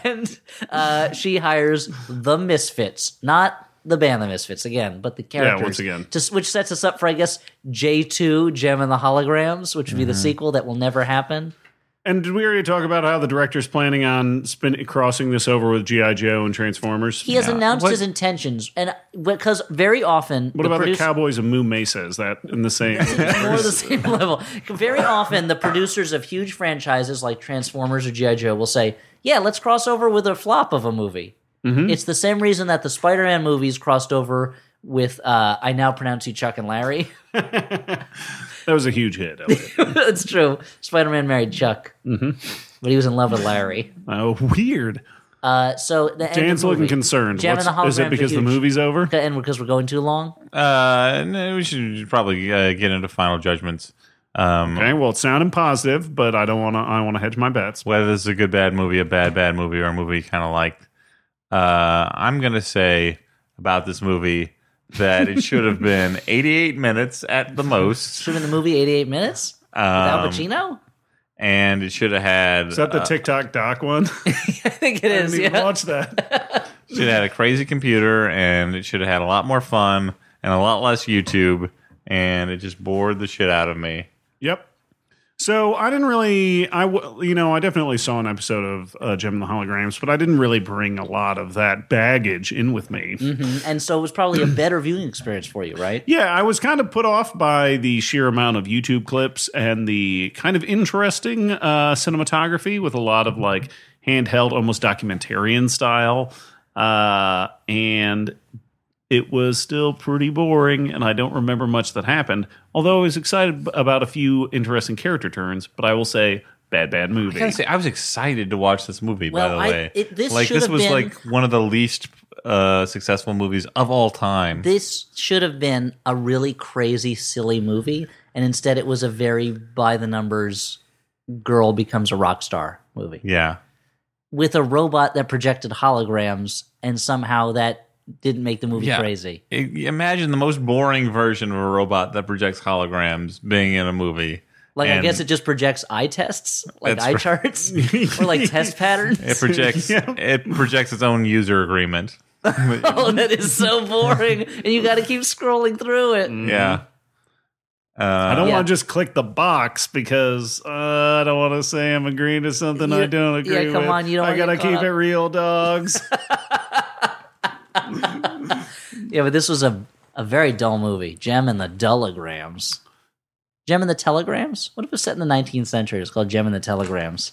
[SPEAKER 2] And uh, she hires the Misfits, not the band The Misfits again, but the characters.
[SPEAKER 3] once again.
[SPEAKER 2] to, s- which sets us up for I guess J two Gem and the Holograms, which would be the
[SPEAKER 3] Mm-hmm.
[SPEAKER 2] sequel that will never happen.
[SPEAKER 3] and did we already talk about how the director's planning on spin- crossing this over with GI Joe and Transformers?
[SPEAKER 2] He has announced
[SPEAKER 1] What-
[SPEAKER 2] his intentions, and because very often
[SPEAKER 3] What about the Cowboys of Moo Mesa? Is that in the same?
[SPEAKER 2] more the same level. Very often, the producers of huge franchises like Transformers or G.I. Joe will say, Yeah, let's cross over with a flop of a movie.
[SPEAKER 3] Mm-hmm.
[SPEAKER 2] It's the same reason that the Spider Man movies crossed over with uh, I Now Pronounce You Chuck and Larry.
[SPEAKER 3] that was a huge hit. Elliot.
[SPEAKER 2] That's true. Spider Man married Chuck, mm-hmm. but he was in love with Larry.
[SPEAKER 3] Oh, weird.
[SPEAKER 2] Uh, so the end of
[SPEAKER 3] Dan's
[SPEAKER 2] the movie,
[SPEAKER 3] looking concerned.
[SPEAKER 2] Jam and
[SPEAKER 3] What's-
[SPEAKER 2] the Holograms
[SPEAKER 3] is it because
[SPEAKER 2] are
[SPEAKER 3] the
[SPEAKER 2] huge.
[SPEAKER 3] movie's over?
[SPEAKER 2] And because we're going too long,
[SPEAKER 1] Uh, no, we should probably uh, get into final judgments. Um,
[SPEAKER 3] Okay, well, it's sounding positive, but I don't want to. I want to hedge my bets.
[SPEAKER 1] whether this is a good bad movie, a bad bad movie, or a movie kind of like. Uh, I'm gonna say about this movie that it should have been 88 minutes at the most,
[SPEAKER 2] should have been the movie 88 minutes without
[SPEAKER 1] um,
[SPEAKER 2] Pacino.
[SPEAKER 1] and it should have had
[SPEAKER 3] Is that the TikTok doc one?
[SPEAKER 2] I think Uh, it
[SPEAKER 3] I
[SPEAKER 2] is.
[SPEAKER 3] didn't even
[SPEAKER 2] Yeah.
[SPEAKER 3] watch that.
[SPEAKER 1] should have had a crazy computer, and it should have had a lot more fun and a lot less YouTube, and it just bored the shit out of me.
[SPEAKER 3] Yep. So I didn't really, I w- you know, I definitely saw an episode of uh, Jim and the Holograms, but I didn't really bring a lot of that baggage in with me.
[SPEAKER 2] Mm-hmm. And so it was probably a better viewing experience for you, right?
[SPEAKER 3] Yeah, I was kind of put off by the sheer amount of YouTube clips and the kind of interesting uh, cinematography with a lot
[SPEAKER 2] Mm-hmm.
[SPEAKER 3] of like handheld, almost documentarian style. Uh, and it was still pretty boring, and I don't remember much that happened. Although I was excited b- about a few interesting character turns, but I will say, bad, bad
[SPEAKER 1] I
[SPEAKER 3] movie.
[SPEAKER 1] gotta say, I was excited to watch this movie. by
[SPEAKER 2] Well,
[SPEAKER 1] the
[SPEAKER 2] I-
[SPEAKER 1] way,
[SPEAKER 2] it- this
[SPEAKER 1] like
[SPEAKER 2] should
[SPEAKER 1] this
[SPEAKER 2] have
[SPEAKER 1] was
[SPEAKER 2] been-
[SPEAKER 1] like one of the least uh, successful movies of all time.
[SPEAKER 2] This should have been a really crazy, silly movie, and instead it was a very by the numbers girl becomes a rock star movie
[SPEAKER 1] yeah,
[SPEAKER 2] with a robot that projected holograms, and somehow that didn't make the movie
[SPEAKER 1] Yeah.
[SPEAKER 2] crazy.
[SPEAKER 1] I- imagine the most boring version of a robot that projects holograms being in a movie.
[SPEAKER 2] Like I
[SPEAKER 1] And
[SPEAKER 2] guess it just projects eye tests, like
[SPEAKER 1] That's
[SPEAKER 2] eye
[SPEAKER 1] right.
[SPEAKER 2] charts, or like test patterns.
[SPEAKER 1] it projects it projects its own user agreement.
[SPEAKER 2] oh, that is so boring, and you got to keep scrolling through it.
[SPEAKER 1] Yeah.
[SPEAKER 3] I
[SPEAKER 1] Uh,
[SPEAKER 3] don't
[SPEAKER 2] Yeah.
[SPEAKER 3] want to just click the box because uh, I don't want to say I'm agreeing to something
[SPEAKER 2] You-
[SPEAKER 3] I don't
[SPEAKER 2] yeah,
[SPEAKER 3] agree
[SPEAKER 2] come
[SPEAKER 3] with.
[SPEAKER 2] on, you don't
[SPEAKER 3] I
[SPEAKER 2] wanna get
[SPEAKER 3] gotta
[SPEAKER 2] caught
[SPEAKER 3] keep
[SPEAKER 2] up.
[SPEAKER 3] it real, dogs.
[SPEAKER 2] Yeah, but this was a, a very dull movie. Gem and the Dullograms. Gem and the Telegrams? What if it's set in the 19th century? It's called Gem and the Telegrams.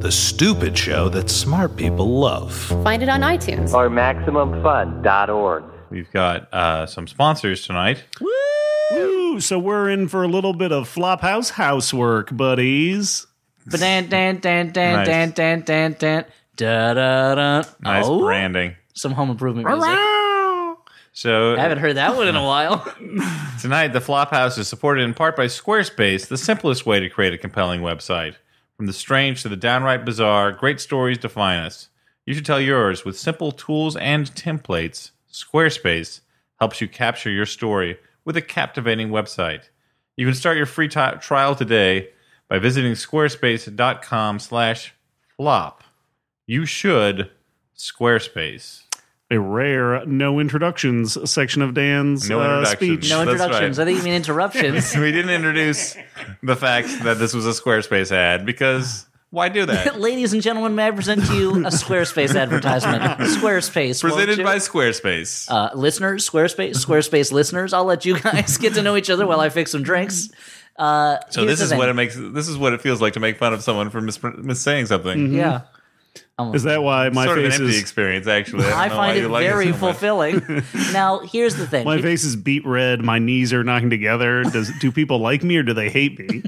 [SPEAKER 4] the stupid show that smart people love
[SPEAKER 5] Find it on iTunes.
[SPEAKER 6] Or MaximumFun.org.
[SPEAKER 1] we've got uh, some sponsors tonight.
[SPEAKER 3] Woo! So we're in for a little bit of flophouse housework, buddies.
[SPEAKER 2] Ba dan dan dan dan
[SPEAKER 1] Nice.
[SPEAKER 2] dan dan dan dan da da da.
[SPEAKER 1] Nice
[SPEAKER 2] oh,
[SPEAKER 1] branding.
[SPEAKER 2] some home improvement music.
[SPEAKER 1] So
[SPEAKER 2] I haven't heard that one in a while.
[SPEAKER 1] Tonight, the Flophouse is supported in part by Squarespace, the simplest way to create a compelling website. From the strange to the downright bizarre, great stories define us. You should tell yours with simple tools and templates. Squarespace helps you capture your story with a captivating website. You can start your free ti trial today by visiting squarespace.com/flop. You should Squarespace.
[SPEAKER 3] A rare no introductions section of Dan's
[SPEAKER 1] No
[SPEAKER 3] uh,
[SPEAKER 1] introductions.
[SPEAKER 3] speech.
[SPEAKER 2] No
[SPEAKER 1] That's right.
[SPEAKER 2] introductions. I think you mean interruptions.
[SPEAKER 1] we didn't introduce the fact that this was a Squarespace ad because why do that?
[SPEAKER 2] Ladies and gentlemen, may I present to you a Squarespace advertisement? Squarespace. won't
[SPEAKER 1] Presented
[SPEAKER 2] you?
[SPEAKER 1] by Squarespace.
[SPEAKER 2] uh, listeners, Squarespace, Squarespace listeners. I'll let you guys get to know each other while I fix some drinks. Uh,
[SPEAKER 1] so this is what it makes. This is what it feels like to make fun of someone for mis- saying something.
[SPEAKER 2] yeah.
[SPEAKER 3] Is that why my
[SPEAKER 1] sort of an
[SPEAKER 3] face
[SPEAKER 1] empty
[SPEAKER 3] is
[SPEAKER 1] experience, actually. Mm-hmm. I,
[SPEAKER 2] I
[SPEAKER 1] don't know why
[SPEAKER 2] find
[SPEAKER 1] you
[SPEAKER 2] it
[SPEAKER 1] like
[SPEAKER 2] very
[SPEAKER 1] so much.
[SPEAKER 2] fulfilling. now, here's the thing.
[SPEAKER 3] my
[SPEAKER 2] If-
[SPEAKER 3] face is beat red? My knees are knocking together. Does do people like me or do they hate me?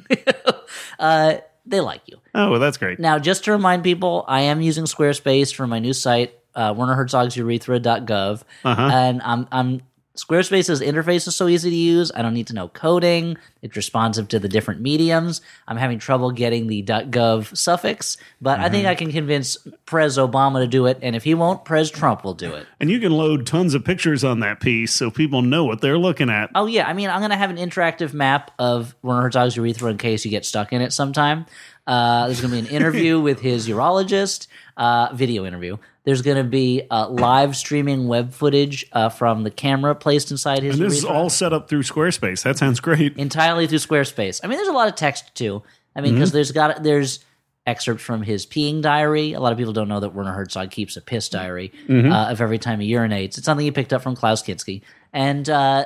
[SPEAKER 2] they like you.
[SPEAKER 3] Oh, well, that's great.
[SPEAKER 2] Now, just to remind people, I am using Squarespace for my new site, uh, Werner Herzog's urethra.gov. And I'm, I'm, Squarespace's interface is so easy to use. I don't need to know coding. It's responsive to the different mediums. I'm having trouble getting the .gov suffix, but I think I can convince Prez Obama to do it. And if he won't, Prez Trump will do it.
[SPEAKER 3] And you can load tons of pictures on that piece so people know what they're looking at.
[SPEAKER 2] Oh yeah, I mean, I'm gonna have an interactive map of Werner Herzog's urethra in case you get stuck in it sometime. Uh, there's gonna be an interview with his urologist, uh, video interview. There's gonna be uh, live streaming web footage uh, from the camera placed inside his
[SPEAKER 3] And this is
[SPEAKER 2] urethra,
[SPEAKER 3] all set up through Squarespace. That sounds great.
[SPEAKER 2] entirely through Squarespace. I mean, there's a lot of text too. I mean,
[SPEAKER 3] Mm-hmm.
[SPEAKER 2] because there's got there's excerpts from his peeing diary. A lot of people don't know that Werner Herzog keeps a piss diary
[SPEAKER 3] Mm-hmm.
[SPEAKER 2] uh, of every time he urinates. It's something he picked up from Klaus Kinski, and. Uh,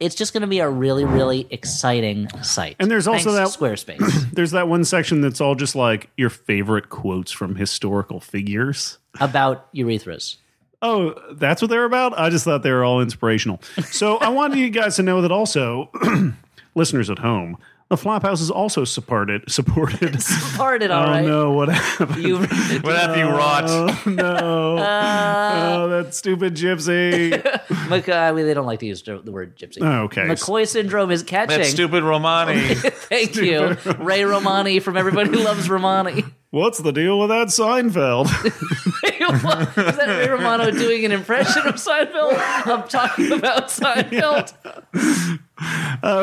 [SPEAKER 2] it's just going to be a really, really exciting site.
[SPEAKER 3] And there's also
[SPEAKER 2] Thanks,
[SPEAKER 3] that-
[SPEAKER 2] Squarespace
[SPEAKER 3] There's that one section that's all just like your favorite quotes from historical figures.
[SPEAKER 2] about urethras.
[SPEAKER 3] Oh, that's what they're about? I just thought they were all inspirational. So I wanted you guys to know that also, listeners at home, the Flophouse is also supported. supported.
[SPEAKER 2] Part it all
[SPEAKER 3] I
[SPEAKER 2] right.
[SPEAKER 3] don't know what happened.
[SPEAKER 2] You,
[SPEAKER 1] What have you wrought?
[SPEAKER 3] Oh, no. oh, that stupid gypsy.
[SPEAKER 2] Mc- uh, I mean, they don't like to use the word gypsy.
[SPEAKER 3] Oh, Okay.
[SPEAKER 2] McCoy syndrome is
[SPEAKER 1] That
[SPEAKER 2] catching.
[SPEAKER 1] stupid Romani.
[SPEAKER 2] Thank you, Ray Romani from Everybody Loves Romani.
[SPEAKER 3] What's the deal with that Seinfeld?
[SPEAKER 2] is that Ray Romano doing an impression of Seinfeld? I'm talking about Seinfeld.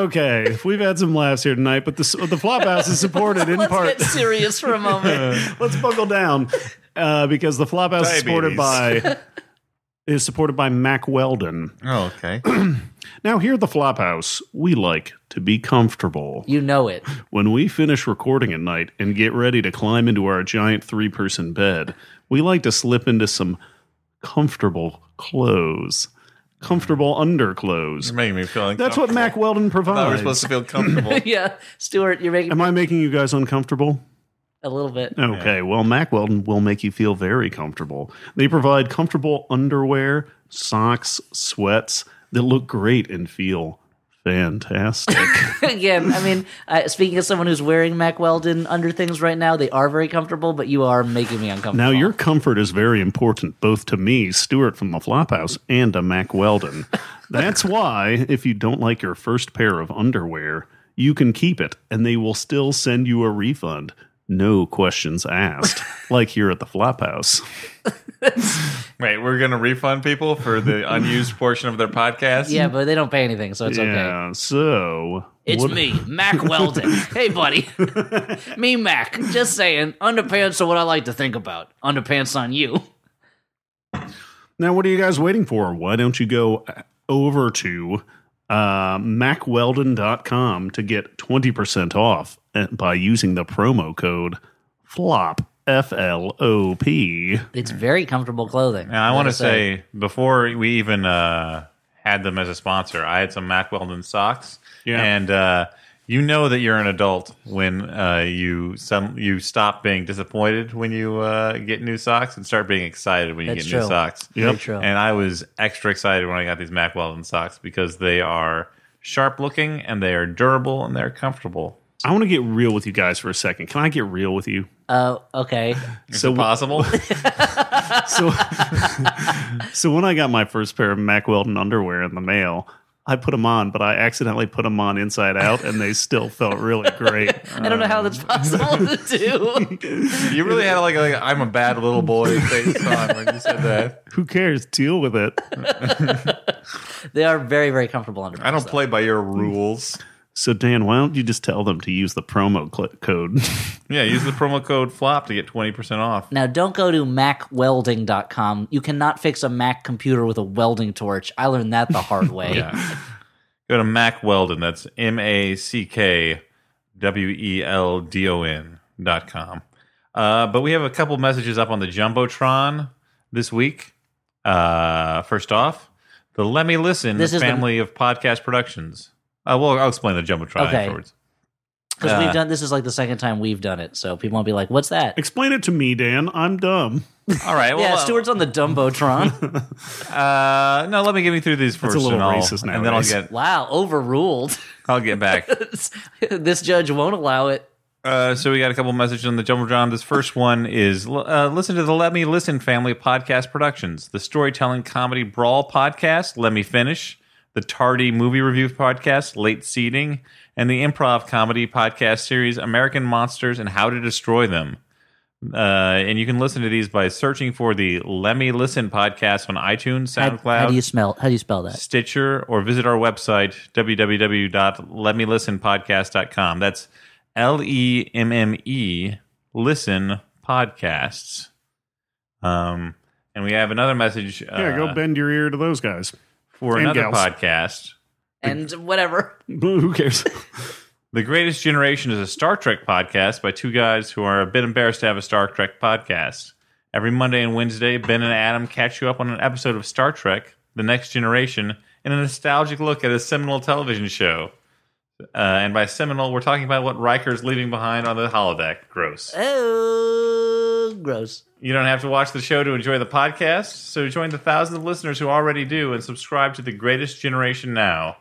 [SPEAKER 3] okay. We've had some laughs here tonight, but the, the Flophouse is supported in
[SPEAKER 2] Let's
[SPEAKER 3] part.
[SPEAKER 2] get serious for a moment.
[SPEAKER 3] Let's buckle down uh, because the Flophouse is supported by is supported by Mac Weldon.
[SPEAKER 1] oh, okay.
[SPEAKER 3] Now here at the Flophouse, we like to be comfortable.
[SPEAKER 2] You know it.
[SPEAKER 3] When we finish recording at night and get ready to climb into our giant three-person bed, we like to slip into some comfortable clothes, comfortable underclothes.
[SPEAKER 1] You're making me feel like
[SPEAKER 3] That's what Mac Weldon
[SPEAKER 1] We're
[SPEAKER 3] provides.
[SPEAKER 1] supposed to feel comfortable.
[SPEAKER 2] Yeah, Stuart, you're making
[SPEAKER 3] Am
[SPEAKER 2] me
[SPEAKER 3] I making you guys uncomfortable?
[SPEAKER 2] a little bit.
[SPEAKER 3] Okay, well, Mack Weldon will make you feel very comfortable. They provide comfortable underwear, socks, sweats that look great and feel fantastic.
[SPEAKER 2] Again, I mean, uh, speaking as someone who's wearing Mac Weldon under things right now, they are very comfortable, but you are making me uncomfortable.
[SPEAKER 3] now, your comfort is very important both to me, Stuart from the Flophouse, and to Mack Weldon. That's why, if you don't like your first pair of underwear, you can keep it and they will still send you a refund. No questions asked, like here at the Flophouse.
[SPEAKER 1] Wait, we're going to refund people for the unused portion of their podcast?
[SPEAKER 2] yeah, but they don't pay anything, so it's okay.
[SPEAKER 3] Yeah, so.
[SPEAKER 2] It's
[SPEAKER 3] what-
[SPEAKER 2] me, Mac Weldon. hey, buddy. me, Mac. Just saying, underpants are what I like to think about. Underpants on you.
[SPEAKER 3] Now, what are you guys waiting for? Why don't you go uh, over to uh, macweldon.com to get 20% off at- by using the promo code FLOP, F L O P.
[SPEAKER 2] It's very comfortable clothing.
[SPEAKER 1] And I want to
[SPEAKER 2] gotta
[SPEAKER 1] say, before we even uh, had them as a sponsor, I had some Mack Weldon socks.
[SPEAKER 3] Yeah.
[SPEAKER 1] And uh, you know that you're an adult when uh, you some you stop being disappointed when you uh, get new socks and start being excited when you
[SPEAKER 2] That's
[SPEAKER 1] get new
[SPEAKER 2] true.
[SPEAKER 1] socks.
[SPEAKER 2] Very true.
[SPEAKER 1] And I was extra excited when I got these Mack Weldon socks because they are sharp looking and they are durable and they're comfortable.
[SPEAKER 3] I want to get real with you guys for a second. Can I get real with you?
[SPEAKER 2] Oh, okay.
[SPEAKER 3] So,
[SPEAKER 1] Possible?
[SPEAKER 3] so, so when I got my first pair of Mack Weldon underwear in the mail, I put them on, but I accidentally put them on inside out, and they still felt really great.
[SPEAKER 2] I don't know how
[SPEAKER 1] Um,
[SPEAKER 2] that's possible to do.
[SPEAKER 1] you really had like, a I'm a bad little boy face on when you said that.
[SPEAKER 3] Who cares? Deal with it.
[SPEAKER 2] They are very, very comfortable under.
[SPEAKER 1] I don't play by your rules.
[SPEAKER 3] So, Dan, why don't you just tell them to use the promo cl- code?
[SPEAKER 1] Yeah, use the promo code FLOP to get 20% off.
[SPEAKER 2] Now, don't go to macwelding.com. You cannot fix a Mac computer with a welding torch. I learned that the hard way.
[SPEAKER 1] Yeah. Go to Mac Weldon. That's M A C K W E L D O N dot com. Uh, but we have a couple messages up on the Jumbotron this week. Uh, first off, the Let Me Listen
[SPEAKER 2] This is the-
[SPEAKER 1] family of podcast productions. Uh, well, I'll explain the Jumbotron
[SPEAKER 2] Okay.
[SPEAKER 1] afterwards.
[SPEAKER 2] Because
[SPEAKER 1] Uh.
[SPEAKER 2] we've done this is like the second time we've done it. So people won't be like, what's that?
[SPEAKER 3] Explain it to me, Dan. I'm dumb.
[SPEAKER 1] All right. Well,
[SPEAKER 2] yeah,
[SPEAKER 1] uh,
[SPEAKER 2] Stuart's on the Dumbotron.
[SPEAKER 1] Uh, no, let me get me through these first,
[SPEAKER 3] a little
[SPEAKER 1] and, I'll-
[SPEAKER 3] racist
[SPEAKER 1] and then I'll
[SPEAKER 3] nowadays.
[SPEAKER 1] get
[SPEAKER 2] wow, overruled.
[SPEAKER 1] I'll get back.
[SPEAKER 2] this judge won't allow it.
[SPEAKER 1] Uh, so we got a couple messages on the Jumble John. This first one is uh, listen to the Let Me Listen family of podcast productions, the storytelling comedy brawl podcast, Let Me Finish, the tardy movie review podcast, Late Seating, and the improv comedy podcast series, American Monsters and How to Destroy Them. Uh, and you can listen to these by searching for the Let Me Listen podcast on iTunes,
[SPEAKER 2] How,
[SPEAKER 1] SoundCloud,
[SPEAKER 2] how do you smell? How do you spell that?
[SPEAKER 1] Stitcher, or visit our website, www.letmelistenpodcast.com. That's L E M M E, listen podcasts. Um, and we have another message uh,
[SPEAKER 3] Yeah, go bend your ear to those guys.
[SPEAKER 1] for
[SPEAKER 3] and
[SPEAKER 1] another
[SPEAKER 3] gals.
[SPEAKER 1] podcast.
[SPEAKER 2] And whatever.
[SPEAKER 3] Who cares?
[SPEAKER 1] The Greatest Generation is a Star Trek podcast by two guys who are a bit embarrassed to have a Star Trek podcast. Every Monday and Wednesday, Ben and Adam catch you up on an episode of Star Trek, The Next Generation, and a nostalgic look at a seminal television show. Uh, and by seminal, we're talking about what Riker's leaving behind on the holodeck. Gross.
[SPEAKER 2] Oh, gross.
[SPEAKER 1] You don't have to watch the show to enjoy the podcast, so join the thousands of listeners who already do and subscribe to The Greatest Generation now.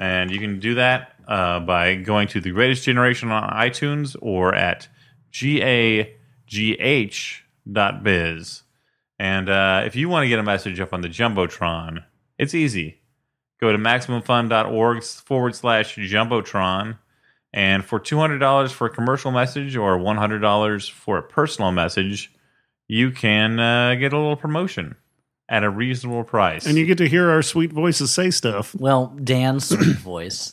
[SPEAKER 1] And you can do that uh, by going to The Greatest Generation on iTunes or at gagh.biz. And uh, if you want to get a message up on the Jumbotron, it's easy. Go to MaximumFun.org forward slash Jumbotron. And for $200 for a commercial message or $100 for a personal message, you can uh, get a little promotion at a reasonable price.
[SPEAKER 3] and you get to hear our sweet voices say stuff.
[SPEAKER 2] Well, Dan's sweet voice.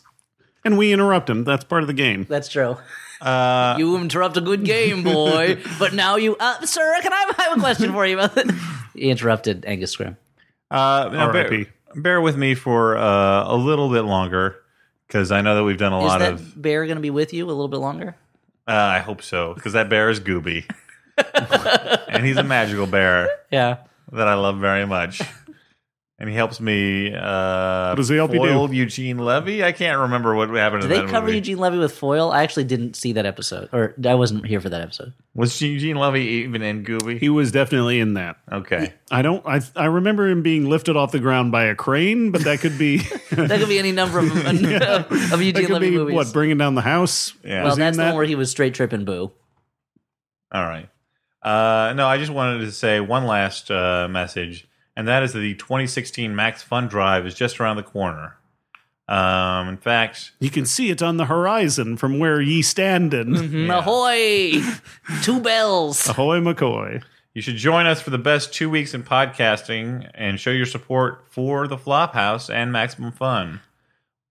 [SPEAKER 3] And we interrupt them. That's part of the game.
[SPEAKER 2] That's true.
[SPEAKER 1] uh,
[SPEAKER 2] You interrupt a good game, boy. but now you, uh, sir, can I have a question for you about that? He interrupted Angus Scrim.
[SPEAKER 1] uh, now bear,
[SPEAKER 3] R.I.P..
[SPEAKER 1] bear with me for uh, a little bit longer because I know that we've done a
[SPEAKER 2] Is
[SPEAKER 1] lot
[SPEAKER 2] that
[SPEAKER 1] of.
[SPEAKER 2] bear going to be with you a little bit longer?
[SPEAKER 1] Uh, I hope so because that bear is Gooby. and he's a magical bear
[SPEAKER 2] Yeah.
[SPEAKER 1] that I love very much. And he helps me. Uh,
[SPEAKER 3] What does he help you do?
[SPEAKER 1] foil Eugene Levy? I can't remember what happened
[SPEAKER 2] Did
[SPEAKER 1] in
[SPEAKER 2] they
[SPEAKER 1] that
[SPEAKER 2] cover
[SPEAKER 1] movie.
[SPEAKER 2] Eugene Levy with foil? I actually didn't see that episode, or I wasn't here for that episode.
[SPEAKER 1] Was Eugene Levy even in Gooby?
[SPEAKER 3] He was definitely in that.
[SPEAKER 1] okay.
[SPEAKER 3] I don't. I I remember him being lifted off the ground by a crane, but that could be
[SPEAKER 2] That could be any number of, of
[SPEAKER 3] that
[SPEAKER 2] Eugene
[SPEAKER 3] could
[SPEAKER 2] Levy
[SPEAKER 3] be
[SPEAKER 2] movies.
[SPEAKER 3] what bringing down the house.
[SPEAKER 1] Yeah.
[SPEAKER 2] well,
[SPEAKER 3] Was he in
[SPEAKER 2] that's the
[SPEAKER 3] that?
[SPEAKER 2] one where he was straight tripping Boo.
[SPEAKER 1] All right. Uh, no, I just wanted to say one last uh, message, and that is that the 2016 Max Fund Drive is just around the corner. Um, in fact,
[SPEAKER 3] You can see it on the horizon from where ye standing.
[SPEAKER 2] Mm-hmm. Ahoy! Two bells.
[SPEAKER 3] Ahoy, McCoy!
[SPEAKER 1] you should join us for the best two weeks in podcasting and show your support for the Flophouse and Maximum Fun.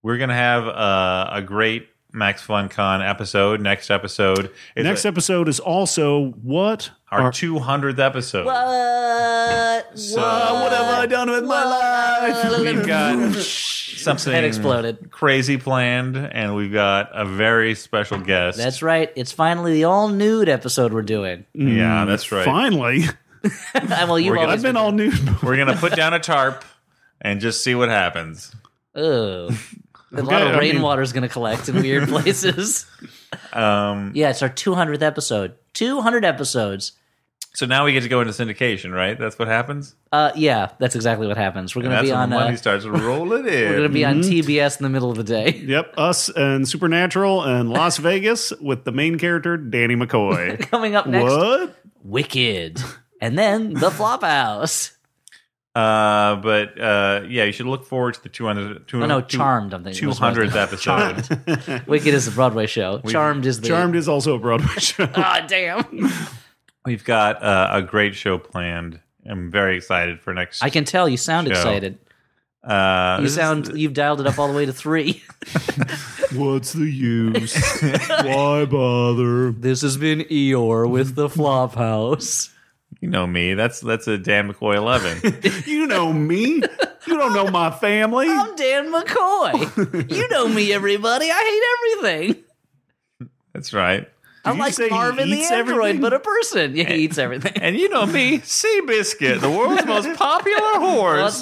[SPEAKER 1] We're going to have uh, a great Max Fun Con episode next episode. It's
[SPEAKER 3] Next episode is also what?
[SPEAKER 1] our, 200th episode.
[SPEAKER 2] What?
[SPEAKER 1] So-
[SPEAKER 3] What have I done with my life?
[SPEAKER 1] We've got something
[SPEAKER 2] Head exploded.
[SPEAKER 1] crazy planned, and we've got a very special guest.
[SPEAKER 2] That's right. It's finally the all nude episode we're doing.
[SPEAKER 1] yeah, that's right.
[SPEAKER 3] Finally,
[SPEAKER 2] well, you
[SPEAKER 1] We're
[SPEAKER 2] always
[SPEAKER 3] I've been all nude.
[SPEAKER 1] We're gonna put down a tarp and just see what happens.
[SPEAKER 2] Ugh. A
[SPEAKER 3] Okay,
[SPEAKER 2] lot
[SPEAKER 3] I
[SPEAKER 2] of
[SPEAKER 3] mean-
[SPEAKER 2] rainwater is going to collect in weird places.
[SPEAKER 1] Um,
[SPEAKER 2] yeah, it's our 200th episode. 200 episodes.
[SPEAKER 1] So now we get to go into syndication, right? That's what happens.
[SPEAKER 2] Uh, yeah, that's exactly what happens. We're
[SPEAKER 1] And
[SPEAKER 2] gonna
[SPEAKER 1] that's
[SPEAKER 2] be
[SPEAKER 1] when
[SPEAKER 2] on.
[SPEAKER 1] the money
[SPEAKER 2] Uh,
[SPEAKER 1] starts rolling in.
[SPEAKER 2] we're gonna be on TBS in the middle of the day.
[SPEAKER 3] Yep, us and Supernatural and Las Vegas with the main character Danny McCoy.
[SPEAKER 2] Coming up next,
[SPEAKER 3] what?
[SPEAKER 2] Wicked, and then the Flophouse.
[SPEAKER 1] Uh, but uh, yeah, you should look forward to the 200, 200
[SPEAKER 2] Oh no, Charmed. I'm thinking was what I was
[SPEAKER 1] 200th episode.
[SPEAKER 2] thinking. Wicked is the Broadway show. Charmed is the
[SPEAKER 3] Charmed is also a Broadway show.
[SPEAKER 2] Ah, damn.
[SPEAKER 1] We've got uh, a great show planned. I'm very excited for next.
[SPEAKER 2] I can tell you sound
[SPEAKER 1] Show.
[SPEAKER 2] excited.
[SPEAKER 1] uh,
[SPEAKER 2] You
[SPEAKER 1] this is-
[SPEAKER 2] sound you've dialed it up all the way to three.
[SPEAKER 3] What's the use? Why bother?
[SPEAKER 2] this has been Eeyore with the Flophouse.
[SPEAKER 1] you know me. That's that's a Dan McCoy 11.
[SPEAKER 3] You know me. You don't know my family.
[SPEAKER 2] I'm Dan McCoy. you know me, everybody. I hate everything.
[SPEAKER 1] that's right.
[SPEAKER 2] I'm
[SPEAKER 3] you
[SPEAKER 2] like
[SPEAKER 3] say he
[SPEAKER 2] Marvin the
[SPEAKER 3] eats
[SPEAKER 2] android,
[SPEAKER 3] everything?
[SPEAKER 2] but a person. Yeah, he eats everything.
[SPEAKER 1] And you know me, Seabiscuit, the world's most popular
[SPEAKER 2] What's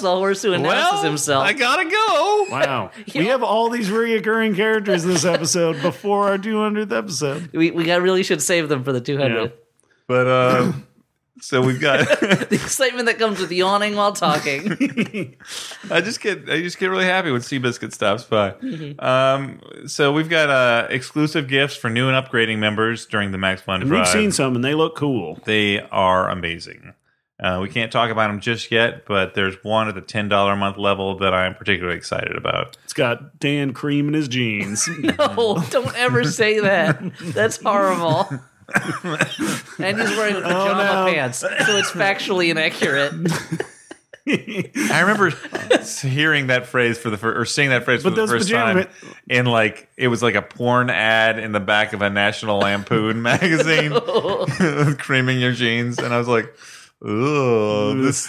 [SPEAKER 1] horse.
[SPEAKER 2] the horse who announces
[SPEAKER 1] well,
[SPEAKER 2] himself?
[SPEAKER 1] I gotta go.
[SPEAKER 3] Wow. We have all these reoccurring characters this episode before our 200th episode.
[SPEAKER 2] we we got, really should save them for the 200th.
[SPEAKER 1] But uh, so we've got.
[SPEAKER 2] The excitement that comes with yawning while talking.
[SPEAKER 1] I just get I just get really happy when Seabiscuit stops by.
[SPEAKER 2] Mm-hmm.
[SPEAKER 1] Um, so we've got uh, exclusive gifts for new and upgrading members during the Max Fun
[SPEAKER 3] And
[SPEAKER 1] Drive.
[SPEAKER 3] we've seen some and they look cool.
[SPEAKER 1] they are amazing. Uh, we can't talk about them just yet, but there's one at the ten dollar a month level that I'm particularly excited about.
[SPEAKER 3] It's got Dan Cream in his jeans.
[SPEAKER 2] no, don't ever say that. That's horrible. and he's
[SPEAKER 1] Oh,
[SPEAKER 2] wearing pajama
[SPEAKER 3] no.
[SPEAKER 2] pants, so it's factually inaccurate.
[SPEAKER 1] I remember hearing that phrase for the first or seeing that phrase for
[SPEAKER 3] But
[SPEAKER 1] the
[SPEAKER 3] those
[SPEAKER 1] first
[SPEAKER 3] pajama-
[SPEAKER 1] time in like it was like a porn ad in the back of a National Lampoon magazine, creaming your jeans, and I was like, "Ooh, this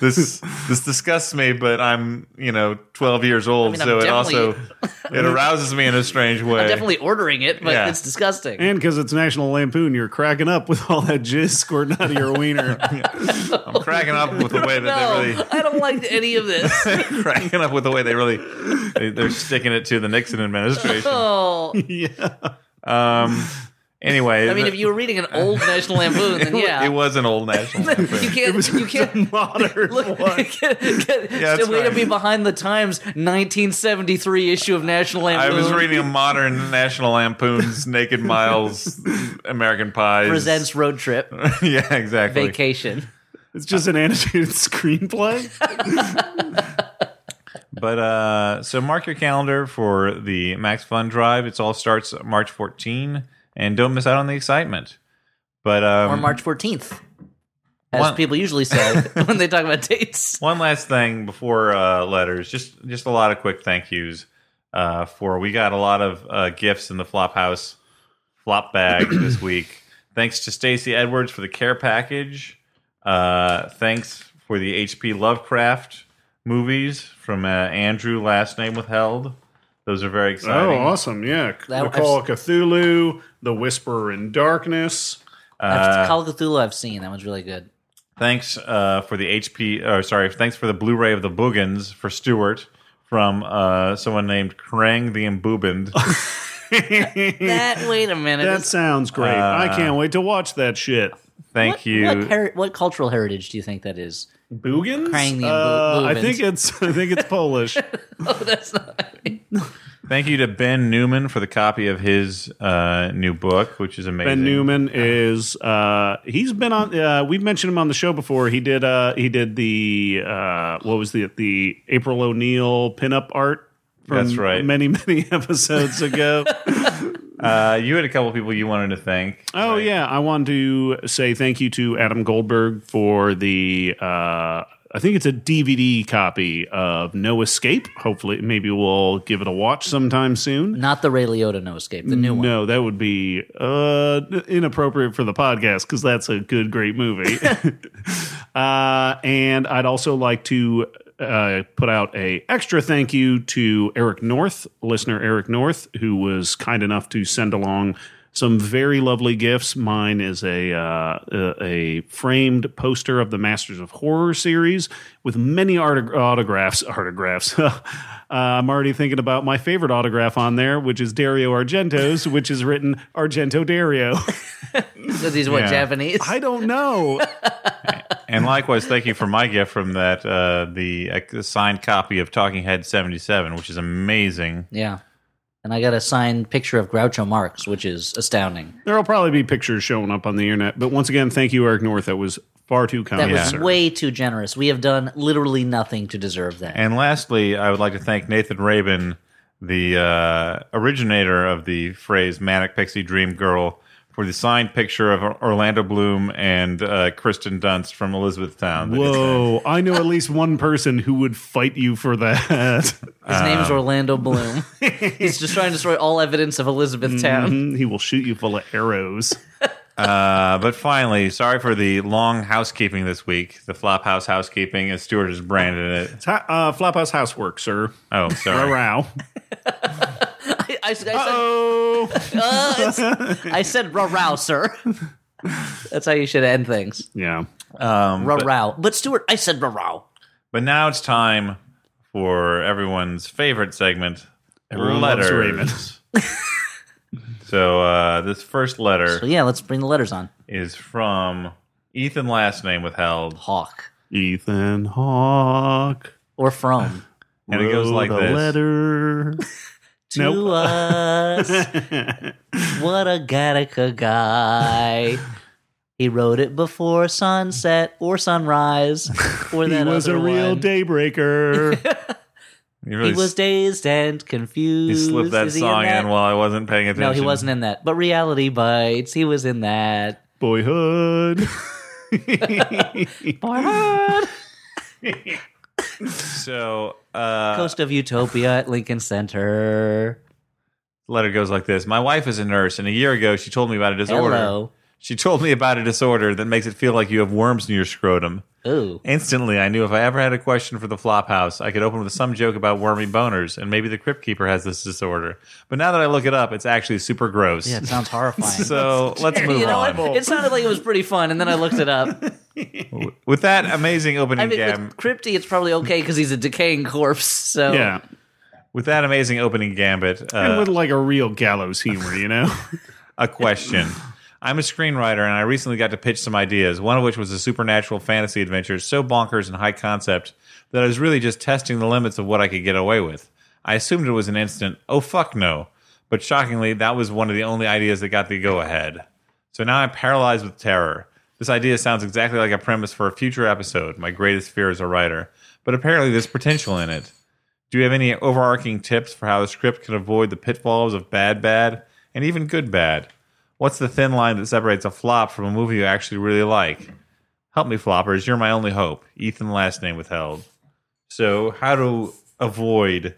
[SPEAKER 1] this this disgusts me." But I'm you know 12 years old,
[SPEAKER 2] mean, I'm
[SPEAKER 1] so it also
[SPEAKER 2] definitely-
[SPEAKER 1] it arouses me in a strange way.
[SPEAKER 2] I'm definitely ordering it, but
[SPEAKER 1] Yeah.
[SPEAKER 2] it's disgusting.
[SPEAKER 3] And because it's National Lampoon, you're cracking up with all that jizz squirting out of your wiener.
[SPEAKER 1] I'm cracking up with the way that
[SPEAKER 2] no,
[SPEAKER 1] they really
[SPEAKER 2] I don't like any of this.
[SPEAKER 1] cracking up with the way they really they, they're sticking it to the Nixon administration.
[SPEAKER 2] Oh,
[SPEAKER 3] yeah.
[SPEAKER 1] Um. Anyway,
[SPEAKER 2] I mean,
[SPEAKER 1] the-
[SPEAKER 2] if you were reading an old National Lampoon, then
[SPEAKER 1] It wa-
[SPEAKER 2] yeah,
[SPEAKER 1] It was an old national
[SPEAKER 2] you
[SPEAKER 1] lampoon.
[SPEAKER 2] can't. you can't.
[SPEAKER 3] Modern
[SPEAKER 2] Look,
[SPEAKER 3] one.
[SPEAKER 1] that's
[SPEAKER 2] so way to
[SPEAKER 1] right.
[SPEAKER 2] be behind the times 1973 issue of National
[SPEAKER 1] I
[SPEAKER 2] Lampoon.
[SPEAKER 1] was reading a modern National Lampoon's Naked Miles American Pies.
[SPEAKER 2] presents road trip
[SPEAKER 1] Uh, yeah, exactly.
[SPEAKER 2] vacation.
[SPEAKER 3] It's just an annotated screenplay.
[SPEAKER 1] But uh, so mark your calendar for the Max Fun Drive. It all starts March 14, and don't miss out on the excitement. But um,
[SPEAKER 2] or March 14th, as
[SPEAKER 1] One-
[SPEAKER 2] people usually say when they talk about dates.
[SPEAKER 1] One last thing before uh, letters, just just a lot of quick thank yous uh, for we got a lot of uh, gifts in the Flophouse flop bag this week. Thanks to Stacy Edwards for the care package. Uh, thanks for the H.P. Lovecraft movies from uh, Andrew, last name withheld. Those are very
[SPEAKER 3] Oh,
[SPEAKER 1] exciting.
[SPEAKER 3] awesome. Yeah.
[SPEAKER 2] That-
[SPEAKER 3] the Call of Cthulhu, The Whisperer in Darkness.
[SPEAKER 2] Uh, Call of Cthulhu, I've seen that one's really good.
[SPEAKER 1] Thanks uh, for the HP. Or sorry, thanks for the Blu-ray of the Boogans for Stewart from uh, someone named Krang the Emboobened.
[SPEAKER 2] That wait a minute.
[SPEAKER 3] That
[SPEAKER 2] It's-
[SPEAKER 3] sounds great. I can't wait to watch that shit.
[SPEAKER 1] Thank
[SPEAKER 2] what,
[SPEAKER 1] you.
[SPEAKER 2] What, heri- what cultural heritage do you think that is?
[SPEAKER 3] Boogans?
[SPEAKER 2] Krang the
[SPEAKER 3] Uh, I
[SPEAKER 2] Boogans.
[SPEAKER 3] think it's I think it's Polish.
[SPEAKER 2] That's not.
[SPEAKER 1] Thank you to Ben Newman for the copy of his uh, new book, which is amazing.
[SPEAKER 3] Ben Newman is uh, he's been on uh, we've mentioned him on the show before. He did uh, he did the uh, what was the the April O'Neil pinup art from
[SPEAKER 1] That's right.
[SPEAKER 3] many many episodes ago.
[SPEAKER 1] Uh, you had a couple people you wanted to thank.
[SPEAKER 3] Oh
[SPEAKER 1] right?
[SPEAKER 3] yeah, I want to say thank you to Adam Goldberg for the uh, I think it's a DVD copy of No Escape. Hopefully, maybe we'll give it a watch sometime soon.
[SPEAKER 2] Not the Ray Liotta No Escape, the new one.
[SPEAKER 3] No, that would be uh, inappropriate for the podcast because that's a good, great movie. uh, and I'd also like to uh, put out a extra thank you to Eric North, listener Eric North, who was kind enough to send along some very lovely gifts. Mine is a uh, a, a framed poster of the Masters of Horror series with many autog- autographs. Autographs. uh, I'm already thinking about my favorite autograph on there, which is Dario Argento's, which is written Argento Dario.
[SPEAKER 2] So these what
[SPEAKER 1] Yeah.
[SPEAKER 2] Japanese?
[SPEAKER 3] I don't know.
[SPEAKER 1] And likewise, thank you for my gift from that uh, the uh, signed copy of Talking Head seventy seven, which is amazing.
[SPEAKER 2] yeah. And I got a signed picture of Groucho Marx, which is astounding.
[SPEAKER 3] There'll probably be pictures showing up on the internet. But once again, thank you, Eric North. That was far too kind.
[SPEAKER 2] That
[SPEAKER 1] Yeah.
[SPEAKER 2] was
[SPEAKER 3] sir.
[SPEAKER 2] way too generous. We have done literally nothing to deserve that.
[SPEAKER 1] And lastly, I would like to thank Nathan Rabin, the uh, originator of the phrase "manic pixie dream girl," for the signed picture of Orlando Bloom and uh, Kristen Dunst from Elizabethtown.
[SPEAKER 3] Whoa, I know at least one person who would fight you for that.
[SPEAKER 2] His name's Orlando Bloom. He's just trying to destroy all evidence of Elizabethtown.
[SPEAKER 3] he will shoot you full of arrows.
[SPEAKER 1] Uh, but finally, sorry for the long housekeeping this week. The Flophouse housekeeping, as Stuart has branded it.
[SPEAKER 3] It's ha- uh, Flophouse housework, sir.
[SPEAKER 1] Oh, sorry.
[SPEAKER 3] Row.
[SPEAKER 2] I, I said,
[SPEAKER 3] Oh,
[SPEAKER 2] uh, it's- I said "Ra-row, sir. That's how you should end things.
[SPEAKER 3] yeah.
[SPEAKER 2] Ra-row. But Stuart, I said ra-row.
[SPEAKER 1] But now it's time for everyone's favorite segment,
[SPEAKER 3] Everyone loves
[SPEAKER 1] letters. so uh, this first letter
[SPEAKER 2] So yeah, let's bring the letters on.
[SPEAKER 1] is from Ethan, last name withheld,
[SPEAKER 2] Hawk
[SPEAKER 3] Ethan Hawk.
[SPEAKER 2] or from
[SPEAKER 1] and it goes like
[SPEAKER 3] wrote a
[SPEAKER 1] this.
[SPEAKER 3] Letter.
[SPEAKER 2] to
[SPEAKER 3] Nope.
[SPEAKER 2] us. what a Gattaca guy. He wrote it before sunset or sunrise or
[SPEAKER 3] he
[SPEAKER 2] that
[SPEAKER 3] was a
[SPEAKER 2] other
[SPEAKER 3] real
[SPEAKER 2] one.
[SPEAKER 3] daybreaker.
[SPEAKER 1] You
[SPEAKER 2] He
[SPEAKER 1] really
[SPEAKER 2] was dazed and
[SPEAKER 1] you
[SPEAKER 2] confused.
[SPEAKER 1] slipped that
[SPEAKER 2] Is he
[SPEAKER 1] song in,
[SPEAKER 2] that?
[SPEAKER 1] while I wasn't paying attention.
[SPEAKER 2] No, he wasn't in that. But Reality Bites, he was in that.
[SPEAKER 3] Boyhood.
[SPEAKER 1] So uh,
[SPEAKER 2] Coast of Utopia at Lincoln Center.
[SPEAKER 1] letter goes like this. My wife is a nurse, and a year ago she told me about a disorder.
[SPEAKER 2] Hello.
[SPEAKER 1] She told me about a disorder that makes it feel like you have worms in your scrotum.
[SPEAKER 2] Ooh.
[SPEAKER 1] Instantly, I knew if I ever had a question for the Flophouse, I could open with some joke about wormy boners, and maybe the Crypt Keeper has this disorder. But now that I look it up, it's actually super gross.
[SPEAKER 2] Yeah, it sounds horrifying.
[SPEAKER 1] So let's move
[SPEAKER 2] you know
[SPEAKER 1] on.
[SPEAKER 2] what? It sounded like it was pretty fun, and then I looked it up.
[SPEAKER 1] With that amazing opening
[SPEAKER 2] I mean,
[SPEAKER 1] gab,
[SPEAKER 2] with Crypty, it's probably okay because he's a decaying corpse. So
[SPEAKER 3] yeah.
[SPEAKER 1] Uh, with that amazing opening gambit,
[SPEAKER 3] and
[SPEAKER 1] uh,
[SPEAKER 3] with like a real gallows humor, you know?
[SPEAKER 1] a question. I'm a screenwriter, and I recently got to pitch some ideas. One of which was a supernatural fantasy adventure so bonkers and high concept that I was really just testing the limits of what I could get away with. I assumed it was an instant, oh fuck no. But shockingly, that was one of the only ideas that got the go ahead. So now I'm paralyzed with terror. This idea sounds exactly like a premise for a future episode, my greatest fear as a writer, but apparently there's potential in it. Do you have any overarching tips for how the script can avoid the pitfalls of bad, bad, and even good, bad? What's the thin line that separates a flop from a movie you actually really like? Help me, floppers. You're my only hope. Ethan, last name withheld. So, how to avoid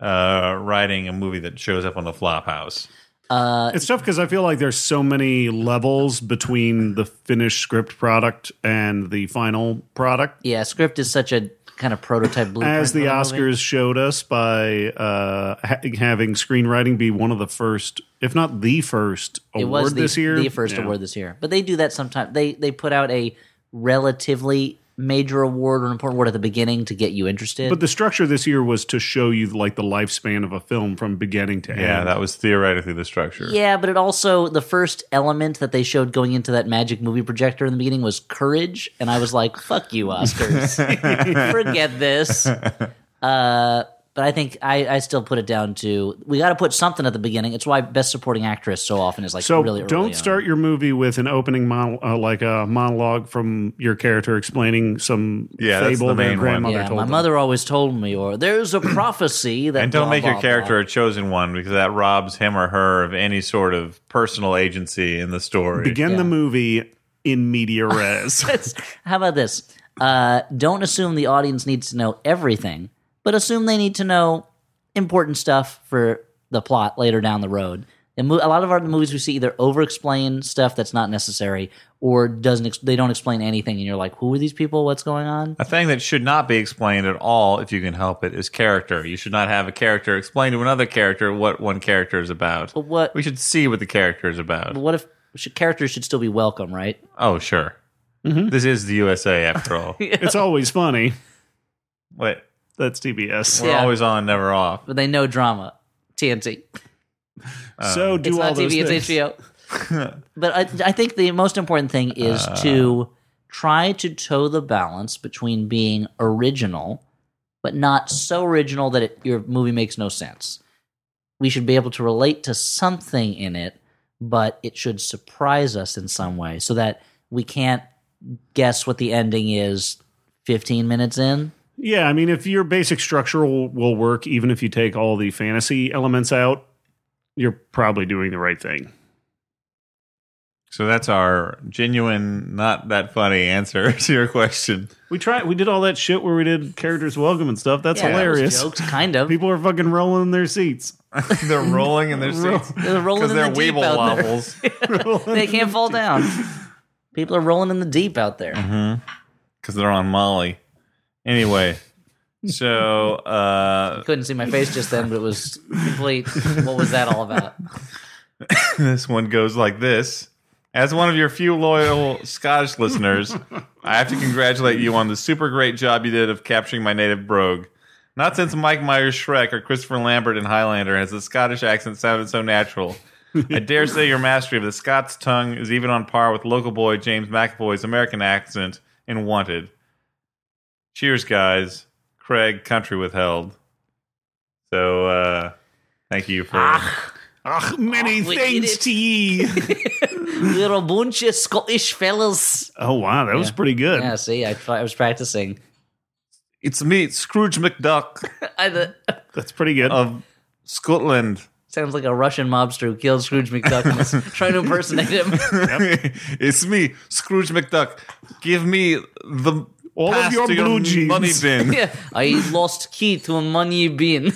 [SPEAKER 1] uh, writing a movie that shows up on the flop house?
[SPEAKER 2] Uh,
[SPEAKER 3] It's tough because I feel like there's so many levels between the finished script product and the final product.
[SPEAKER 2] yeah, script is such a kind of prototype blueprint.
[SPEAKER 3] As the
[SPEAKER 2] for a
[SPEAKER 3] Oscars
[SPEAKER 2] movie.
[SPEAKER 3] showed us by uh, ha- having screenwriting be one of the first, if not the first,
[SPEAKER 2] it
[SPEAKER 3] award
[SPEAKER 2] was the,
[SPEAKER 3] this year.
[SPEAKER 2] the first
[SPEAKER 3] Yeah.
[SPEAKER 2] award this year. But they do that sometimes. They they put out a relatively major award or an important award at the beginning to get you interested.
[SPEAKER 3] But the structure this year was to show you like the lifespan of a film from beginning to
[SPEAKER 1] Yeah,
[SPEAKER 2] Mm-hmm.
[SPEAKER 3] end.
[SPEAKER 1] that was theoretically the structure.
[SPEAKER 2] yeah, but it also the first element that they showed going into that magic movie projector in the beginning was courage, and I was like, "Fuck you, Oscars, forget this." Uh, but I think I, I still put it down to we got to put something at the beginning. It's why Best Supporting Actress so often is like
[SPEAKER 3] so
[SPEAKER 2] really early
[SPEAKER 3] don't
[SPEAKER 2] on.
[SPEAKER 3] start your movie with an opening mon- uh, like a monologue from your character explaining some
[SPEAKER 1] Yeah, that's
[SPEAKER 3] fable
[SPEAKER 1] the main
[SPEAKER 3] their
[SPEAKER 1] one.
[SPEAKER 3] grandmother
[SPEAKER 2] Yeah,
[SPEAKER 3] told
[SPEAKER 2] my
[SPEAKER 3] them.
[SPEAKER 2] mother always told me, or there's a prophecy that
[SPEAKER 1] And don't
[SPEAKER 2] blah,
[SPEAKER 1] make your
[SPEAKER 2] blah,
[SPEAKER 1] character a chosen one because that robs him or her of any sort of personal agency in the story.
[SPEAKER 3] Begin the movie in media res.
[SPEAKER 2] blah. How about this? Uh, don't assume the audience needs to know everything, but assume they need to know important stuff for the plot later down the road. And mo- a lot of our movies we see either over-explain stuff that's not necessary, or doesn't ex- they don't explain anything, and you're like, who are these people? What's going on?
[SPEAKER 1] A thing that should not be explained at all, if you can help it, is character. You should not have a character explain to another character what one character is about.
[SPEAKER 2] But what?
[SPEAKER 1] We should see what the character is about.
[SPEAKER 2] What if should, characters should still be welcome, right?
[SPEAKER 1] Oh, sure.
[SPEAKER 2] Mm-hmm.
[SPEAKER 1] This is the USA after all.
[SPEAKER 3] It's always funny.
[SPEAKER 1] Wait,
[SPEAKER 3] That's TBS.
[SPEAKER 1] we're
[SPEAKER 2] Yeah.
[SPEAKER 1] always on, never off.
[SPEAKER 2] But they know drama. TNT.
[SPEAKER 1] uh,
[SPEAKER 3] so do
[SPEAKER 2] it's
[SPEAKER 3] all
[SPEAKER 2] not
[SPEAKER 3] those
[SPEAKER 2] TV.
[SPEAKER 3] things.
[SPEAKER 2] It's HBO. but I, I think the most important thing is
[SPEAKER 3] Uh.
[SPEAKER 2] to try to toe the balance between being original, but not so original that it, your movie makes no sense. We should be able to relate to something in it, but it should surprise us in some way, so that we can't guess what the ending is. Fifteen minutes in,
[SPEAKER 3] Yeah, I mean, if your basic structure will, will work, even if you take all the fantasy elements out, you're probably doing the right thing.
[SPEAKER 1] So that's our genuine, not that funny answer to your question.
[SPEAKER 3] We tried. We did all that shit where we did characters welcome and stuff. That's
[SPEAKER 2] Yeah, that was
[SPEAKER 3] hilarious.
[SPEAKER 2] Jokes, kind of.
[SPEAKER 3] People are fucking rolling in their seats.
[SPEAKER 1] they're rolling in their seats
[SPEAKER 2] They're rolling
[SPEAKER 1] because
[SPEAKER 2] in
[SPEAKER 1] they're
[SPEAKER 2] the deep
[SPEAKER 1] weeble
[SPEAKER 2] out there.
[SPEAKER 1] wobbles.
[SPEAKER 2] they can't fall down. People are rolling in the deep out there.
[SPEAKER 1] because they're on Molly. Anyway, so uh,
[SPEAKER 2] Couldn't see my face just then, but it was complete. What was that all about?
[SPEAKER 1] this one goes like this. As one of your few loyal Scottish listeners, I have to congratulate you on the super great job you did of capturing my native brogue. Not since Mike Myers Shrek or Christopher Lambert in Highlander has the Scottish accent sounded so natural. I dare say your mastery of the Scots tongue is even on par with local boy James McAvoy's American accent in Wanted. Cheers, guys. Craig, country withheld. So, uh, thank you for.
[SPEAKER 3] Ach, many
[SPEAKER 2] Oh, we did
[SPEAKER 3] thanks
[SPEAKER 2] it.
[SPEAKER 3] to ye.
[SPEAKER 2] We're a bunch of Scottish fellas.
[SPEAKER 3] oh wow, that was pretty good.
[SPEAKER 2] Yeah, see, I, I was practicing.
[SPEAKER 1] It's me, Scrooge McDuck
[SPEAKER 2] I, the,
[SPEAKER 3] That's pretty good.
[SPEAKER 1] of Scotland.
[SPEAKER 2] sounds like a Russian mobster who killed Scrooge McDuck and was trying to impersonate him.
[SPEAKER 1] it's me, Scrooge McDuck. Give me the
[SPEAKER 3] All of
[SPEAKER 1] pass
[SPEAKER 3] your
[SPEAKER 1] to
[SPEAKER 3] blue jeans.
[SPEAKER 1] money bin.
[SPEAKER 2] Yeah, I lost key to a money bin.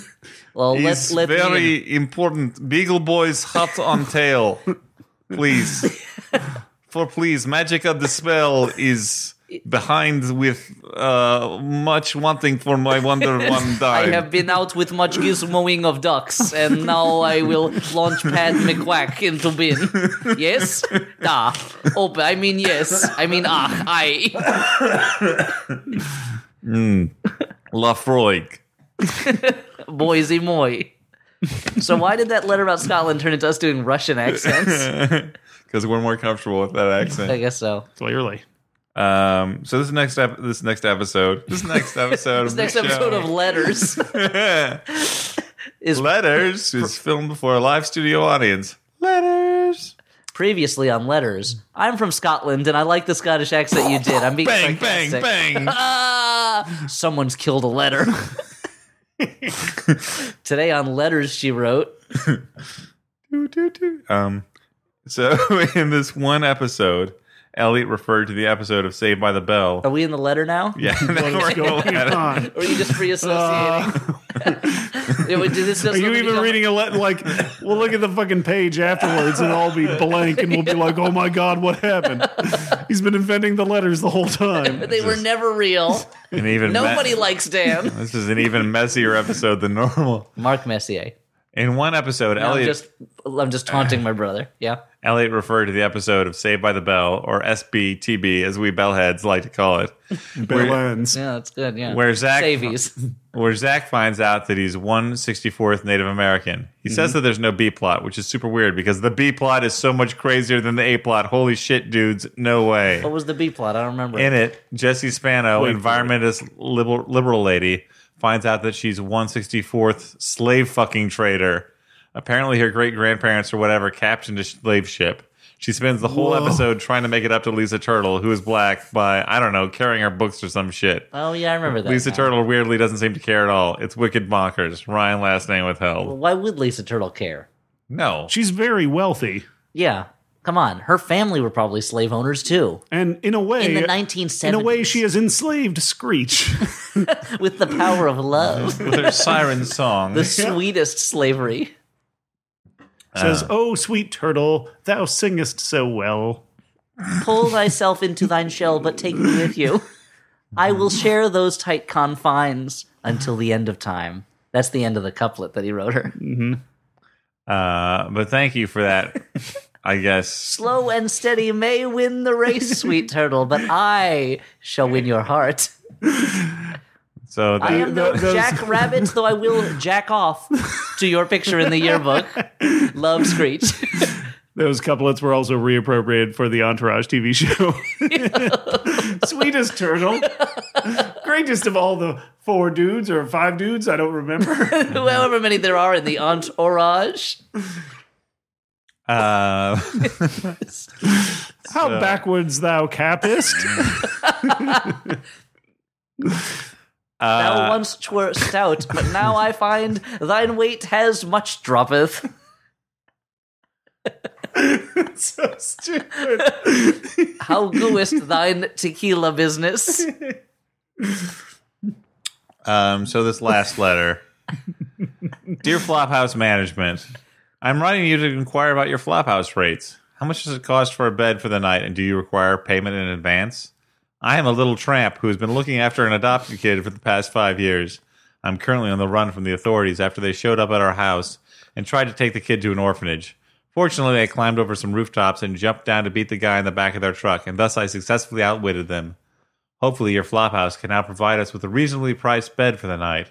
[SPEAKER 2] Well,
[SPEAKER 1] It's
[SPEAKER 2] let let me. in.
[SPEAKER 1] very important. Beagle Boy's hot on tail, please. For please, magic of the spell is behind with uh, much wanting for my wonder one
[SPEAKER 2] I
[SPEAKER 1] dime.
[SPEAKER 2] have been out with much gizmoing of ducks, and now I will launch Pat McQuack into bin. Yes? Ah. Oh, I mean yes. I mean ah, I.
[SPEAKER 1] Lafroig.
[SPEAKER 2] Boise moi. So why did that letter about Scotland turn into us doing Russian accents?
[SPEAKER 1] Because we're more comfortable with that accent.
[SPEAKER 2] I guess so.
[SPEAKER 3] Clearly,
[SPEAKER 1] Um, so this next ep- this next episode, this next episode,
[SPEAKER 2] This next episode of Letters. is
[SPEAKER 1] Letters is filmed before a live studio audience. Letters,
[SPEAKER 2] previously on Letters. I'm from Scotland, and I like the Scottish accent you did. I'm being
[SPEAKER 1] bang, bang,
[SPEAKER 2] sarcastic.
[SPEAKER 1] bang.
[SPEAKER 2] Ah, someone's killed a letter. Today on letters she wrote.
[SPEAKER 1] Doo, doo, doo. um, so in this one episode, Elliot referred to the episode of Saved by the Bell.
[SPEAKER 2] Are we in the letter now?
[SPEAKER 1] Yeah, now we're going at it.
[SPEAKER 3] God.
[SPEAKER 2] Or are you just free associating? Yeah, wait, did this
[SPEAKER 3] Are you even reading a letter? Like, we'll look at the fucking page afterwards, and I'll be blank, and we'll be like, "Oh my god, what happened?" He's been inventing the letters the whole time.
[SPEAKER 2] They were never real.
[SPEAKER 1] And even me-
[SPEAKER 2] Nobody likes Dan.
[SPEAKER 1] this is an even messier episode than normal.
[SPEAKER 2] Mark Messier.
[SPEAKER 1] In one episode,
[SPEAKER 2] No, I'm
[SPEAKER 1] Elliot
[SPEAKER 2] just I'm just taunting my brother. Yeah.
[SPEAKER 1] Elliot referred to the episode of Saved by the Bell, or SBTB, as we bellheads like to call it.
[SPEAKER 3] Bill ends.
[SPEAKER 2] Yeah, that's good. Yeah.
[SPEAKER 1] Where Zach-
[SPEAKER 2] Savies.
[SPEAKER 1] where Zach finds out that he's one sixty fourth Native American. He says that there's no B plot, which is super weird because the B plot is so much crazier than the A plot. Holy shit, dudes! No way.
[SPEAKER 2] What was the B plot? I don't remember.
[SPEAKER 1] In it, Jesse Spano,
[SPEAKER 3] Wait,
[SPEAKER 1] environmentalist liberal, liberal lady, finds out that she's one sixty fourth slave fucking trader. Apparently, her great grandparents or whatever captained a slave ship. She spends the whole episode trying to make it up to Lisa Turtle, who is black, by I don't know carrying her books or some shit.
[SPEAKER 2] oh yeah, I remember that.
[SPEAKER 1] Lisa
[SPEAKER 2] now.
[SPEAKER 1] Turtle weirdly doesn't seem to care at all. It's wicked bonkers. Ryan last name withheld.
[SPEAKER 2] Why would Lisa Turtle care?
[SPEAKER 1] No.
[SPEAKER 3] She's very wealthy,
[SPEAKER 2] Yeah. Come on. Her family were probably slave owners too.
[SPEAKER 3] and in a way,
[SPEAKER 2] In the 1970s.
[SPEAKER 3] in a way, she has enslaved Screech.
[SPEAKER 2] with the power of love.
[SPEAKER 1] With her siren song.
[SPEAKER 2] the sweetest slavery.
[SPEAKER 3] says, "Oh, sweet turtle, thou singest so well."
[SPEAKER 2] Pull thyself into thine shell, but take me with you. I will share those tight confines until the end of time. That's the end of the couplet that he wrote her.
[SPEAKER 1] Uh, but thank you for that. I guess
[SPEAKER 2] Slow and steady may win the race, sweet turtle, but I shall win your heart.
[SPEAKER 1] so.
[SPEAKER 2] I
[SPEAKER 1] That,
[SPEAKER 2] am no
[SPEAKER 3] Th- those-
[SPEAKER 2] jack rabbit, though I will jack off to your picture in the yearbook. Love Screech.
[SPEAKER 3] Those couplets were also reappropriated for the Entourage TV show. Sweetest turtle, greatest of all the four dudes or five dudes, I don't remember.
[SPEAKER 2] However many there are in the entourage.
[SPEAKER 1] uh,
[SPEAKER 3] How backwards thou capest.
[SPEAKER 1] Uh,
[SPEAKER 2] Thou once twere stout, but now I find thine weight has much droppeth.
[SPEAKER 3] so stupid.
[SPEAKER 2] How goest thine tequila business?
[SPEAKER 1] Um, so this last letter, dear Flophouse Management, I'm writing you to inquire about your Flophouse rates. How much does it cost for a bed for the night, and do you require payment in advance? I am a little tramp who has been looking after an adopted kid for the past five years. I'm currently on the run from the authorities after they showed up at our house and tried to take the kid to an orphanage. Fortunately, I climbed over some rooftops and jumped down to beat the guy in the back of their truck, and thus I successfully outwitted them. Hopefully, your flophouse can now provide us with a reasonably priced bed for the night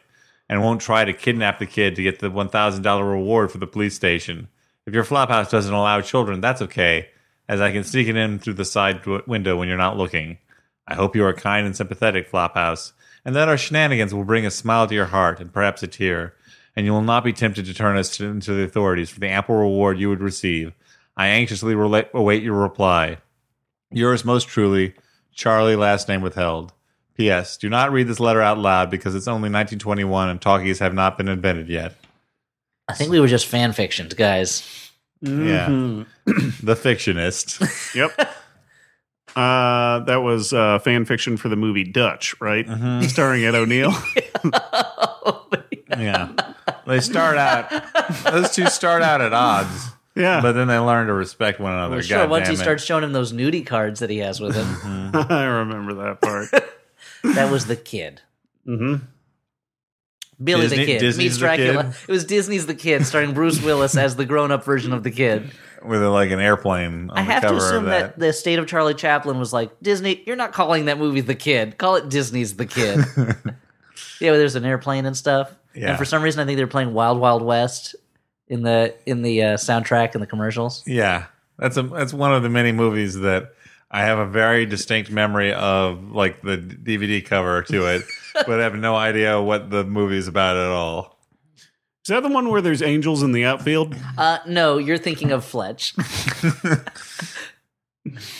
[SPEAKER 1] and won't try to kidnap the kid to get the $1,000 reward for the police station. If your flophouse doesn't allow children, that's okay, as I can sneak it in through the side w- window when you're not looking. I hope you are kind and sympathetic, Flophouse, and that our shenanigans will bring a smile to your heart and perhaps a tear, and you will not be tempted to turn us to- into the authorities for the ample reward you would receive. I anxiously rela- await your reply. Yours most truly, Charlie, last name withheld. P.S. Do not read this letter out loud because it's only 1921 and talkies have not been invented yet.
[SPEAKER 2] I think we were just fan fictioned, guys.
[SPEAKER 1] Yeah.
[SPEAKER 2] Mm-hmm.
[SPEAKER 1] the fictionist.
[SPEAKER 3] Yep. Uh, that was uh, fan fiction for the movie Dutch, right?
[SPEAKER 2] Uh-huh.
[SPEAKER 3] Starring Ed O'Neill.
[SPEAKER 1] Yeah. They start out, those two start out at odds,
[SPEAKER 3] yeah.
[SPEAKER 1] but then they learn to respect one another.
[SPEAKER 2] Well, sure,
[SPEAKER 1] God
[SPEAKER 2] once
[SPEAKER 1] damn
[SPEAKER 2] he
[SPEAKER 1] it.
[SPEAKER 2] starts showing him those nudie cards that he has with
[SPEAKER 1] Mm-hmm.
[SPEAKER 2] him,
[SPEAKER 3] I remember that part.
[SPEAKER 2] that was the kid. Mm-hmm. Billy
[SPEAKER 1] Disney-
[SPEAKER 2] the Kid
[SPEAKER 1] Disney's
[SPEAKER 2] meets
[SPEAKER 1] the
[SPEAKER 2] Dracula.
[SPEAKER 1] Kid?
[SPEAKER 2] It was Disney's The Kid, starring Bruce Willis as the grown up version of the kid.
[SPEAKER 1] with like an airplane on
[SPEAKER 2] I
[SPEAKER 1] the
[SPEAKER 2] have to
[SPEAKER 1] cover
[SPEAKER 2] assume
[SPEAKER 1] of
[SPEAKER 2] that. the state of Charlie Chaplin was like, Disney, you're not calling that movie The Kid. Call it Disney's The Kid. yeah, where there's an airplane and stuff.
[SPEAKER 1] Yeah.
[SPEAKER 2] And for some reason, I think they were playing Wild Wild West in the in the uh, soundtrack and the commercials.
[SPEAKER 1] Yeah, that's a that's one of the many movies that I have a very distinct memory of, like the DVD cover to it, but I have no idea what the movie is about at all.
[SPEAKER 3] Is that the one where there's angels in the outfield?
[SPEAKER 2] Uh, no, you're thinking of Fletch.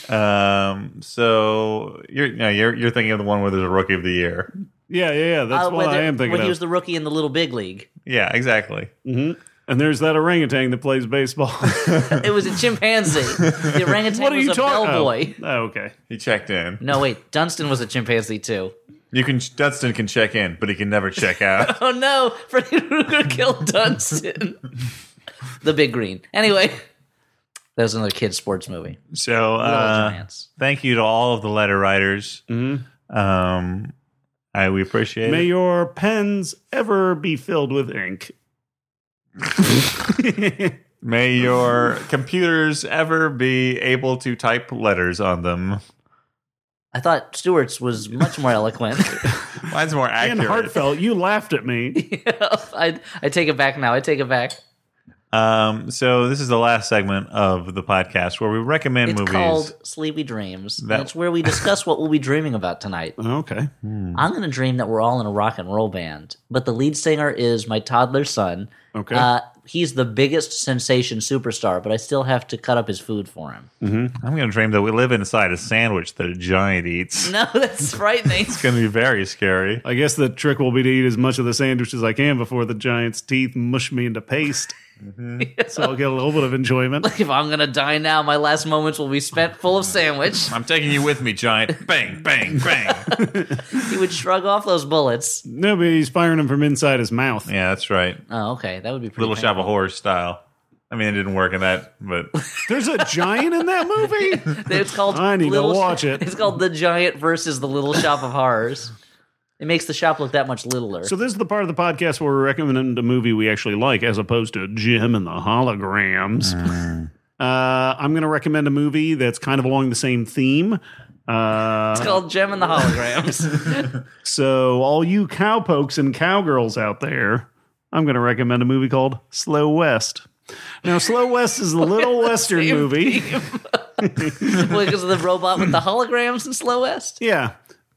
[SPEAKER 1] Um, so you're no, you're you're thinking of the one where there's a Rookie of the Year.
[SPEAKER 3] Yeah, yeah, yeah. That's
[SPEAKER 2] Uh,
[SPEAKER 3] what
[SPEAKER 2] whether-
[SPEAKER 3] I am thinking
[SPEAKER 2] when
[SPEAKER 3] of.
[SPEAKER 2] he was the rookie in the Little Big League.
[SPEAKER 1] Yeah, exactly.
[SPEAKER 3] and there's that orangutan that plays baseball.
[SPEAKER 2] It was a chimpanzee. The orangutan
[SPEAKER 3] what are
[SPEAKER 2] was
[SPEAKER 3] you
[SPEAKER 2] a
[SPEAKER 3] talking
[SPEAKER 2] bellboy.
[SPEAKER 3] Oh. oh, okay.
[SPEAKER 1] He checked in.
[SPEAKER 2] No, wait, Dunstan was a chimpanzee too.
[SPEAKER 1] You can Dunstan can check in, but he can never check out.
[SPEAKER 2] Oh no, Freddy Krueger killed Dunstan. the Big Green. Anyway, that was another kids' sports movie.
[SPEAKER 1] So
[SPEAKER 2] Little
[SPEAKER 1] uh,
[SPEAKER 2] Giants.
[SPEAKER 1] thank you to all of the letter writers. Um, I we appreciate
[SPEAKER 3] May
[SPEAKER 1] it.
[SPEAKER 3] your pens ever be filled with ink.
[SPEAKER 1] May your computers ever be able to type letters on them.
[SPEAKER 2] I thought Stewart's was much more eloquent.
[SPEAKER 1] Mine's more
[SPEAKER 3] And
[SPEAKER 1] accurate.
[SPEAKER 3] heartfelt, you laughed at me.
[SPEAKER 2] I I take it back now. I take it back.
[SPEAKER 1] Um, so this is the last segment of the podcast where we recommend
[SPEAKER 2] It's
[SPEAKER 1] movies.
[SPEAKER 2] called Sleepy Dreams.
[SPEAKER 1] That-
[SPEAKER 2] and it's where we discuss what we'll be dreaming about tonight.
[SPEAKER 3] okay.
[SPEAKER 1] Mm.
[SPEAKER 2] I'm going to dream that we're all in a rock and roll band, but the lead singer is my toddler son.
[SPEAKER 3] Okay.
[SPEAKER 2] Uh, he's the biggest sensation superstar, but I still have to cut up his food for him.
[SPEAKER 1] I'm going to dream that we live inside a sandwich that a giant eats.
[SPEAKER 2] No, that's frightening.
[SPEAKER 1] It's going to be very scary.
[SPEAKER 3] I guess the trick will be to eat as much of the sandwich as I can before the giant's teeth mush me into paste.
[SPEAKER 1] Mm-hmm.
[SPEAKER 3] so I'll get a little bit of enjoyment.
[SPEAKER 2] if I'm going to die now, my last moments will be spent full of sandwich.
[SPEAKER 1] I'm taking you with me, giant. Bang, bang, bang.
[SPEAKER 2] He would shrug off those bullets.
[SPEAKER 3] No, but he's firing him from inside his mouth.
[SPEAKER 1] yeah, that's right.
[SPEAKER 2] Oh, okay. That would be pretty
[SPEAKER 1] Little Shop of
[SPEAKER 2] painful.
[SPEAKER 1] Horror style. I mean, it didn't work in that, but
[SPEAKER 3] There's a giant in that movie.
[SPEAKER 2] It's called.
[SPEAKER 3] I need to
[SPEAKER 2] Little
[SPEAKER 3] watch it.
[SPEAKER 2] It's called the Giant versus the Little Shop of Horrors. It makes the shop look that much littler.
[SPEAKER 3] So this is the part of the podcast where we recommend a movie we actually like, as opposed to Jim and the Holograms. Uh, I'm going to recommend a movie that's kind of along the same theme. Uh,
[SPEAKER 2] it's called Gem and the Holograms.
[SPEAKER 3] so all you cowpokes and cowgirls out there, I'm going to recommend a movie called Slow West. Now, Slow West is a little western movie.
[SPEAKER 2] because of the robot with the holograms in Slow West.
[SPEAKER 3] Yeah.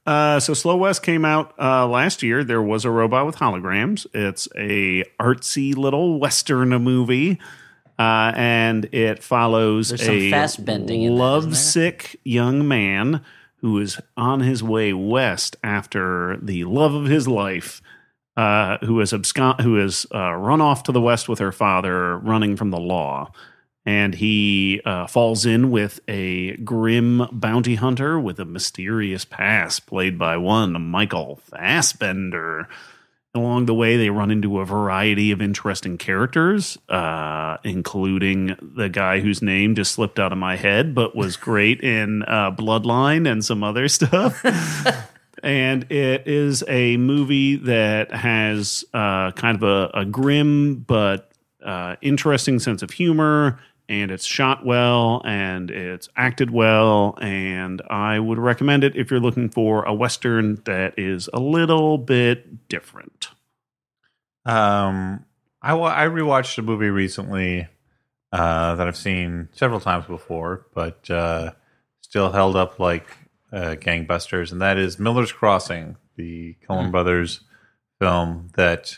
[SPEAKER 3] Uh, so Slow West came out uh, last year. There was a robot with holograms. It's a artsy little western movie, uh, and it follows
[SPEAKER 2] There's some
[SPEAKER 3] a
[SPEAKER 2] fast bending in that,
[SPEAKER 3] lovesick young man who is on his way west after the love of his life, uh, who has abscond, who has uh, run off to the west with her father, running from the law and he uh, falls in with a grim bounty hunter with a mysterious past, played by one Michael Fassbender. Along the way, they run into a variety of interesting characters, uh, including the guy whose name just slipped out of my head, but was great in uh, Bloodline and some other stuff. and it is a movie that has uh, kind of a, a grim but uh, interesting sense of humor and it's shot well and it's acted well and i would recommend it if you're looking for a western that is a little bit different
[SPEAKER 1] Um, I wa- I rewatched a movie recently uh, that I've seen several times before, but uh, still held up like uh, gangbusters, and that is Miller's Crossing, the Coen Brothers film that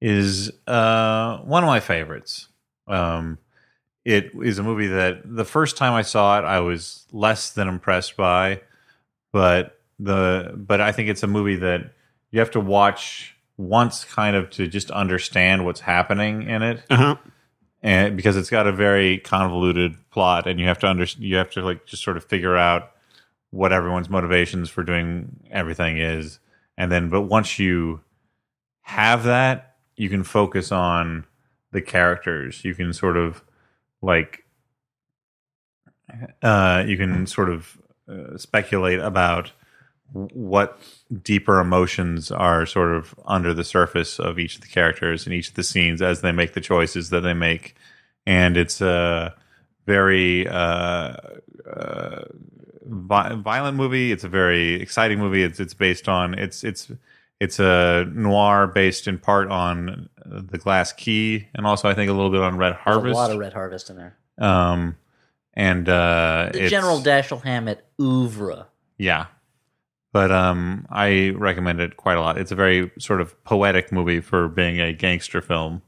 [SPEAKER 1] is uh, one of my favorites. Um, it is a movie that the first time I saw it, I was less than impressed by, but the but I think it's a movie that you have to watch once, kind of to just understand what's happening in it,
[SPEAKER 3] uh-huh
[SPEAKER 1] and because it's got a very convoluted plot, and you have to under you have to like just sort of figure out what everyone's motivations for doing everything is, and then but once you have that, you can focus on the characters. You can sort of like uh, you can sort of uh, speculate about w- what deeper emotions are sort of under the surface of each of the characters and each of the scenes as they make the choices that they make and it's a very uh, uh, vi- violent movie it's a very exciting movie it's it's based on it's it's it's a noir based in part on uh, the glass key and also i think a little bit on red
[SPEAKER 2] There's
[SPEAKER 1] harvest
[SPEAKER 2] a lot of Red Harvest in there.
[SPEAKER 1] um, and uh,
[SPEAKER 2] The
[SPEAKER 1] it's-
[SPEAKER 2] General Dashiell Hammett oeuvre.
[SPEAKER 1] yeah. But um, I recommend it quite a lot. It's a very sort of poetic movie for being a gangster film,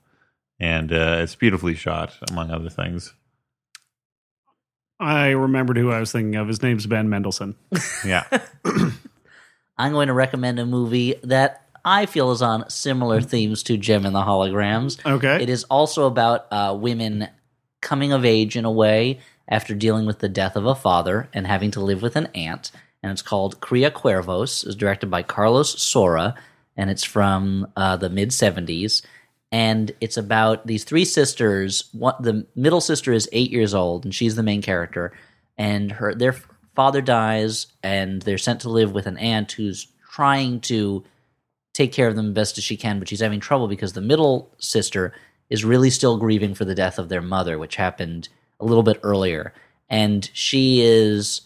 [SPEAKER 1] and uh, it's beautifully shot, among other things.
[SPEAKER 3] i remembered who i was thinking of his name's ben mendelsohn
[SPEAKER 1] Yeah,
[SPEAKER 2] I'm going to recommend a movie that I feel is on similar themes to Gem and the Holograms.
[SPEAKER 3] okay
[SPEAKER 2] It is also about uh, women coming of age in a way after dealing with the death of a father and having to live with an aunt. And it's called Cria Cuervos. It's directed by Carlos Sora, and it's from uh, the mid 70s. And it's about these three sisters. One, the middle sister is eight years old, and she's the main character. And her their father dies, and they're sent to live with an aunt who's trying to take care of them best as she can, but she's having trouble because the middle sister is really still grieving for the death of their mother, which happened a little bit earlier. And she is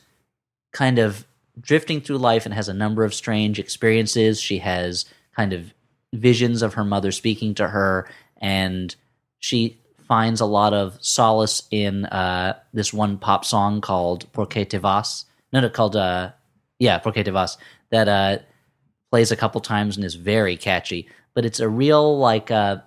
[SPEAKER 2] kind of drifting through life and has a number of strange experiences. She has kind of visions of her mother speaking to her, and she finds a lot of solace in uh, this one pop song called Porque Te Vas. No, no, called, uh, yeah, Porque Te Vas, that uh, plays a couple times and is very catchy. But it's a real, like, uh,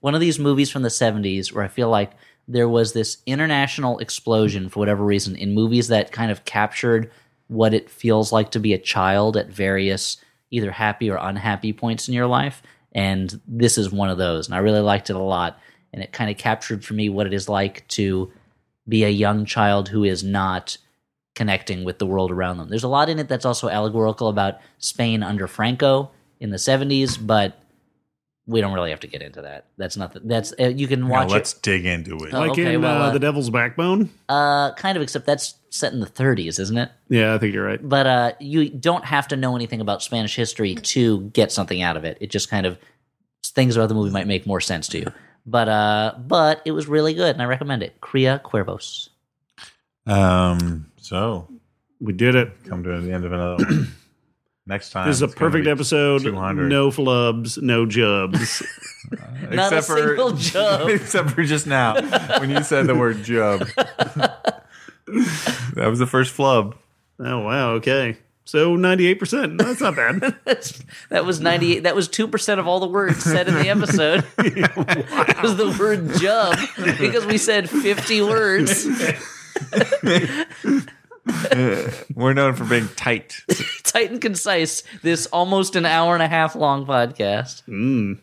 [SPEAKER 2] one of these movies from the 70s where I feel like there was this international explosion for whatever reason in movies that kind of captured what it feels like to be a child at various either happy or unhappy points in your life. And this is one of those. And I really liked it a lot. And it kind of captured for me what it is like to be a young child who is not connecting with the world around them. There's a lot in it that's also allegorical about Spain under Franco in the 70s, but we don't really have to get into that. That's not the, that's uh, you can
[SPEAKER 1] Now
[SPEAKER 2] watch
[SPEAKER 1] let's dig into it.
[SPEAKER 3] Like
[SPEAKER 2] okay,
[SPEAKER 3] in
[SPEAKER 2] well,
[SPEAKER 3] uh,
[SPEAKER 2] uh,
[SPEAKER 3] The Devil's Backbone?
[SPEAKER 2] it. Uh, kind of, except that's set in the 30s, isn't it?
[SPEAKER 3] Yeah, I think you're right.
[SPEAKER 2] But uh, you don't have to know anything about Spanish history to get something out of it. It just kind of things about the movie might make more sense to you. But uh, but it was really good, and I recommend it. Cria Cuervos.
[SPEAKER 1] Um, so
[SPEAKER 3] We did it.
[SPEAKER 1] come to the end of another. one. Next time,
[SPEAKER 3] This is a
[SPEAKER 1] it's gonna
[SPEAKER 3] perfect
[SPEAKER 1] be
[SPEAKER 3] episode.
[SPEAKER 1] 200.
[SPEAKER 3] No flubs, no jubs.
[SPEAKER 2] Not a single jub.
[SPEAKER 1] except for just now when you said the word jub. that was the first flub.
[SPEAKER 3] oh, wow. Okay. So 98%. That's not bad.
[SPEAKER 2] That's, that was ninety. That was two percent of all the words said in the episode. That was the word "jub" because we said fifty words.
[SPEAKER 1] We're known for being tight.
[SPEAKER 2] Tight and concise. This almost an hour and a half long podcast.
[SPEAKER 1] Um,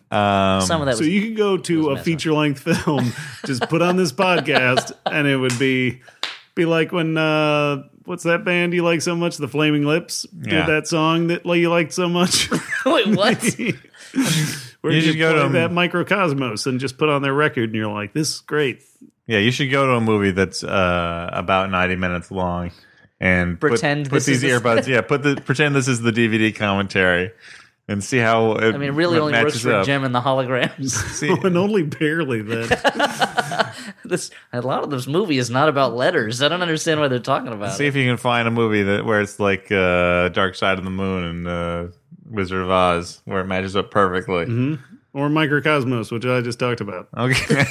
[SPEAKER 2] Some of that
[SPEAKER 3] so
[SPEAKER 2] was
[SPEAKER 3] you could go to a
[SPEAKER 2] messed up.
[SPEAKER 3] feature length film, just put on this podcast, and it would be be like when uh what's that band you like so much? The Flaming Lips
[SPEAKER 1] Yeah.
[SPEAKER 3] did that song that you liked so much.
[SPEAKER 2] wait. What?
[SPEAKER 3] Where
[SPEAKER 1] You
[SPEAKER 3] you,
[SPEAKER 1] should go
[SPEAKER 3] play
[SPEAKER 1] to-
[SPEAKER 3] that microcosmos and just put on their record, and you're like, this is great.
[SPEAKER 1] yeah, you should go to a movie that's uh, about ninety minutes long and put-
[SPEAKER 2] Pretend
[SPEAKER 1] put,
[SPEAKER 2] this
[SPEAKER 1] these
[SPEAKER 2] is the-
[SPEAKER 1] earbuds. yeah, put the pretend this is the DVD commentary and see how. It
[SPEAKER 2] I mean, it really only works
[SPEAKER 1] matches
[SPEAKER 2] for
[SPEAKER 1] up.
[SPEAKER 2] Jim and the holograms.
[SPEAKER 1] See,
[SPEAKER 3] and only barely that.
[SPEAKER 2] This a lot of this movie is not about letters. I don't understand why they're talking about
[SPEAKER 1] see
[SPEAKER 2] it.
[SPEAKER 1] if you can find a movie that where it's like uh, Dark Side of the Moon and uh, Wizard of Oz, where it matches up perfectly.
[SPEAKER 3] or microcosmos, which I just talked about.
[SPEAKER 1] Okay.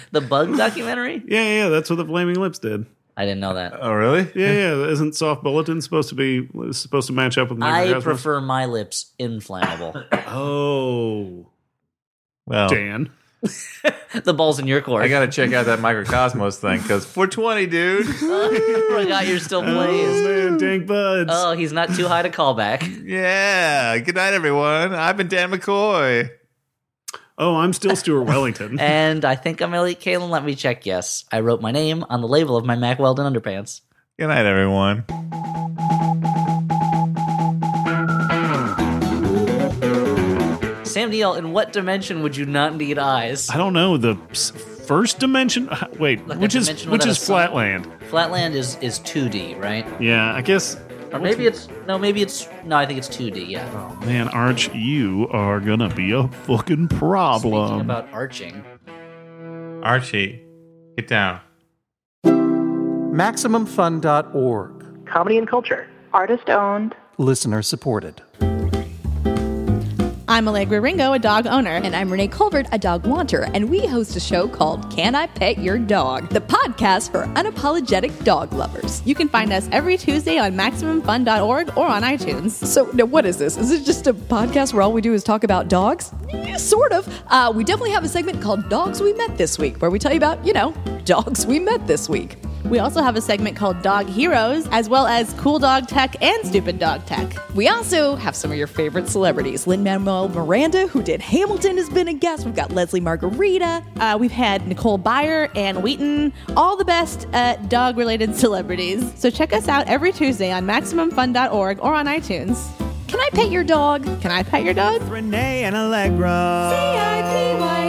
[SPEAKER 2] The bug documentary?
[SPEAKER 3] Yeah, yeah, that's what the Flaming Lips did.
[SPEAKER 2] I didn't know that.
[SPEAKER 1] oh, really?
[SPEAKER 3] Yeah, yeah. Isn't soft bulletin supposed to be supposed to match up with microcosmos?
[SPEAKER 2] I prefer my lips inflammable.
[SPEAKER 3] Oh,
[SPEAKER 1] Well,
[SPEAKER 3] Dan.
[SPEAKER 2] the ball's in your court.
[SPEAKER 1] I gotta check out that microcosmos thing because 420, dude.
[SPEAKER 2] forgot you're still
[SPEAKER 3] Oh
[SPEAKER 2] blazed.
[SPEAKER 3] man, dank buds.
[SPEAKER 2] Oh, he's not too high to call back.
[SPEAKER 1] Yeah. Good night, everyone. I've been Dan McCoy.
[SPEAKER 3] Oh, I'm still Stuart Wellington.
[SPEAKER 2] And I think I'm Elliot Kalen. Let me check. Yes, I wrote my name on the label of my Mac Weldon underpants.
[SPEAKER 1] Good night, everyone.
[SPEAKER 2] Sam Neill, in what dimension would you not need eyes?
[SPEAKER 3] I don't know the s- first dimension. uh, Wait,
[SPEAKER 2] Like a
[SPEAKER 3] which is
[SPEAKER 2] dimension
[SPEAKER 3] which
[SPEAKER 2] without
[SPEAKER 3] is
[SPEAKER 2] a sun?
[SPEAKER 3] flatland?
[SPEAKER 2] Flatland is is 2D, right?
[SPEAKER 3] Yeah, I guess.
[SPEAKER 2] Or maybe it's no, maybe it's no. I think it's 2D. Yeah.
[SPEAKER 3] Oh man, Arch, you are gonna be a fucking
[SPEAKER 2] Speaking
[SPEAKER 3] problem.
[SPEAKER 2] about arching,
[SPEAKER 1] Archie, get down.
[SPEAKER 7] MaximumFun.org.
[SPEAKER 8] comedy and culture. Artist owned.
[SPEAKER 7] Listener supported.
[SPEAKER 9] I'm Allegra Ringo, a dog owner.
[SPEAKER 10] And I'm Renee Colbert, a dog wanter, and we host a show called Can I Pet Your Dog? The podcast for unapologetic dog lovers.
[SPEAKER 9] You can find us every Tuesday on MaximumFun.org or on iTunes.
[SPEAKER 10] So, now what is this? Is it just a podcast where all we do is talk about dogs? Yeah, sort of. Uh, we definitely have a segment called Dogs We Met This Week, where we tell you about, you know, dogs we met this week.
[SPEAKER 9] We also have a segment called Dog Heroes, as well as Cool Dog Tech and Stupid Dog Tech.
[SPEAKER 10] We also have some of your favorite celebrities. Lynn Manuel Miranda, who did Hamilton, has been a guest. We've got Leslie Margarita.
[SPEAKER 9] Uh, we've had Nicole Byer, Ann Wheaton, all the best uh, dog related celebrities. So check us out every Tuesday on MaximumFun.org or on iTunes.
[SPEAKER 10] Can I pet your dog?
[SPEAKER 9] Can I pet your dog?
[SPEAKER 3] Renee and Allegra.
[SPEAKER 10] C-I-P-Y.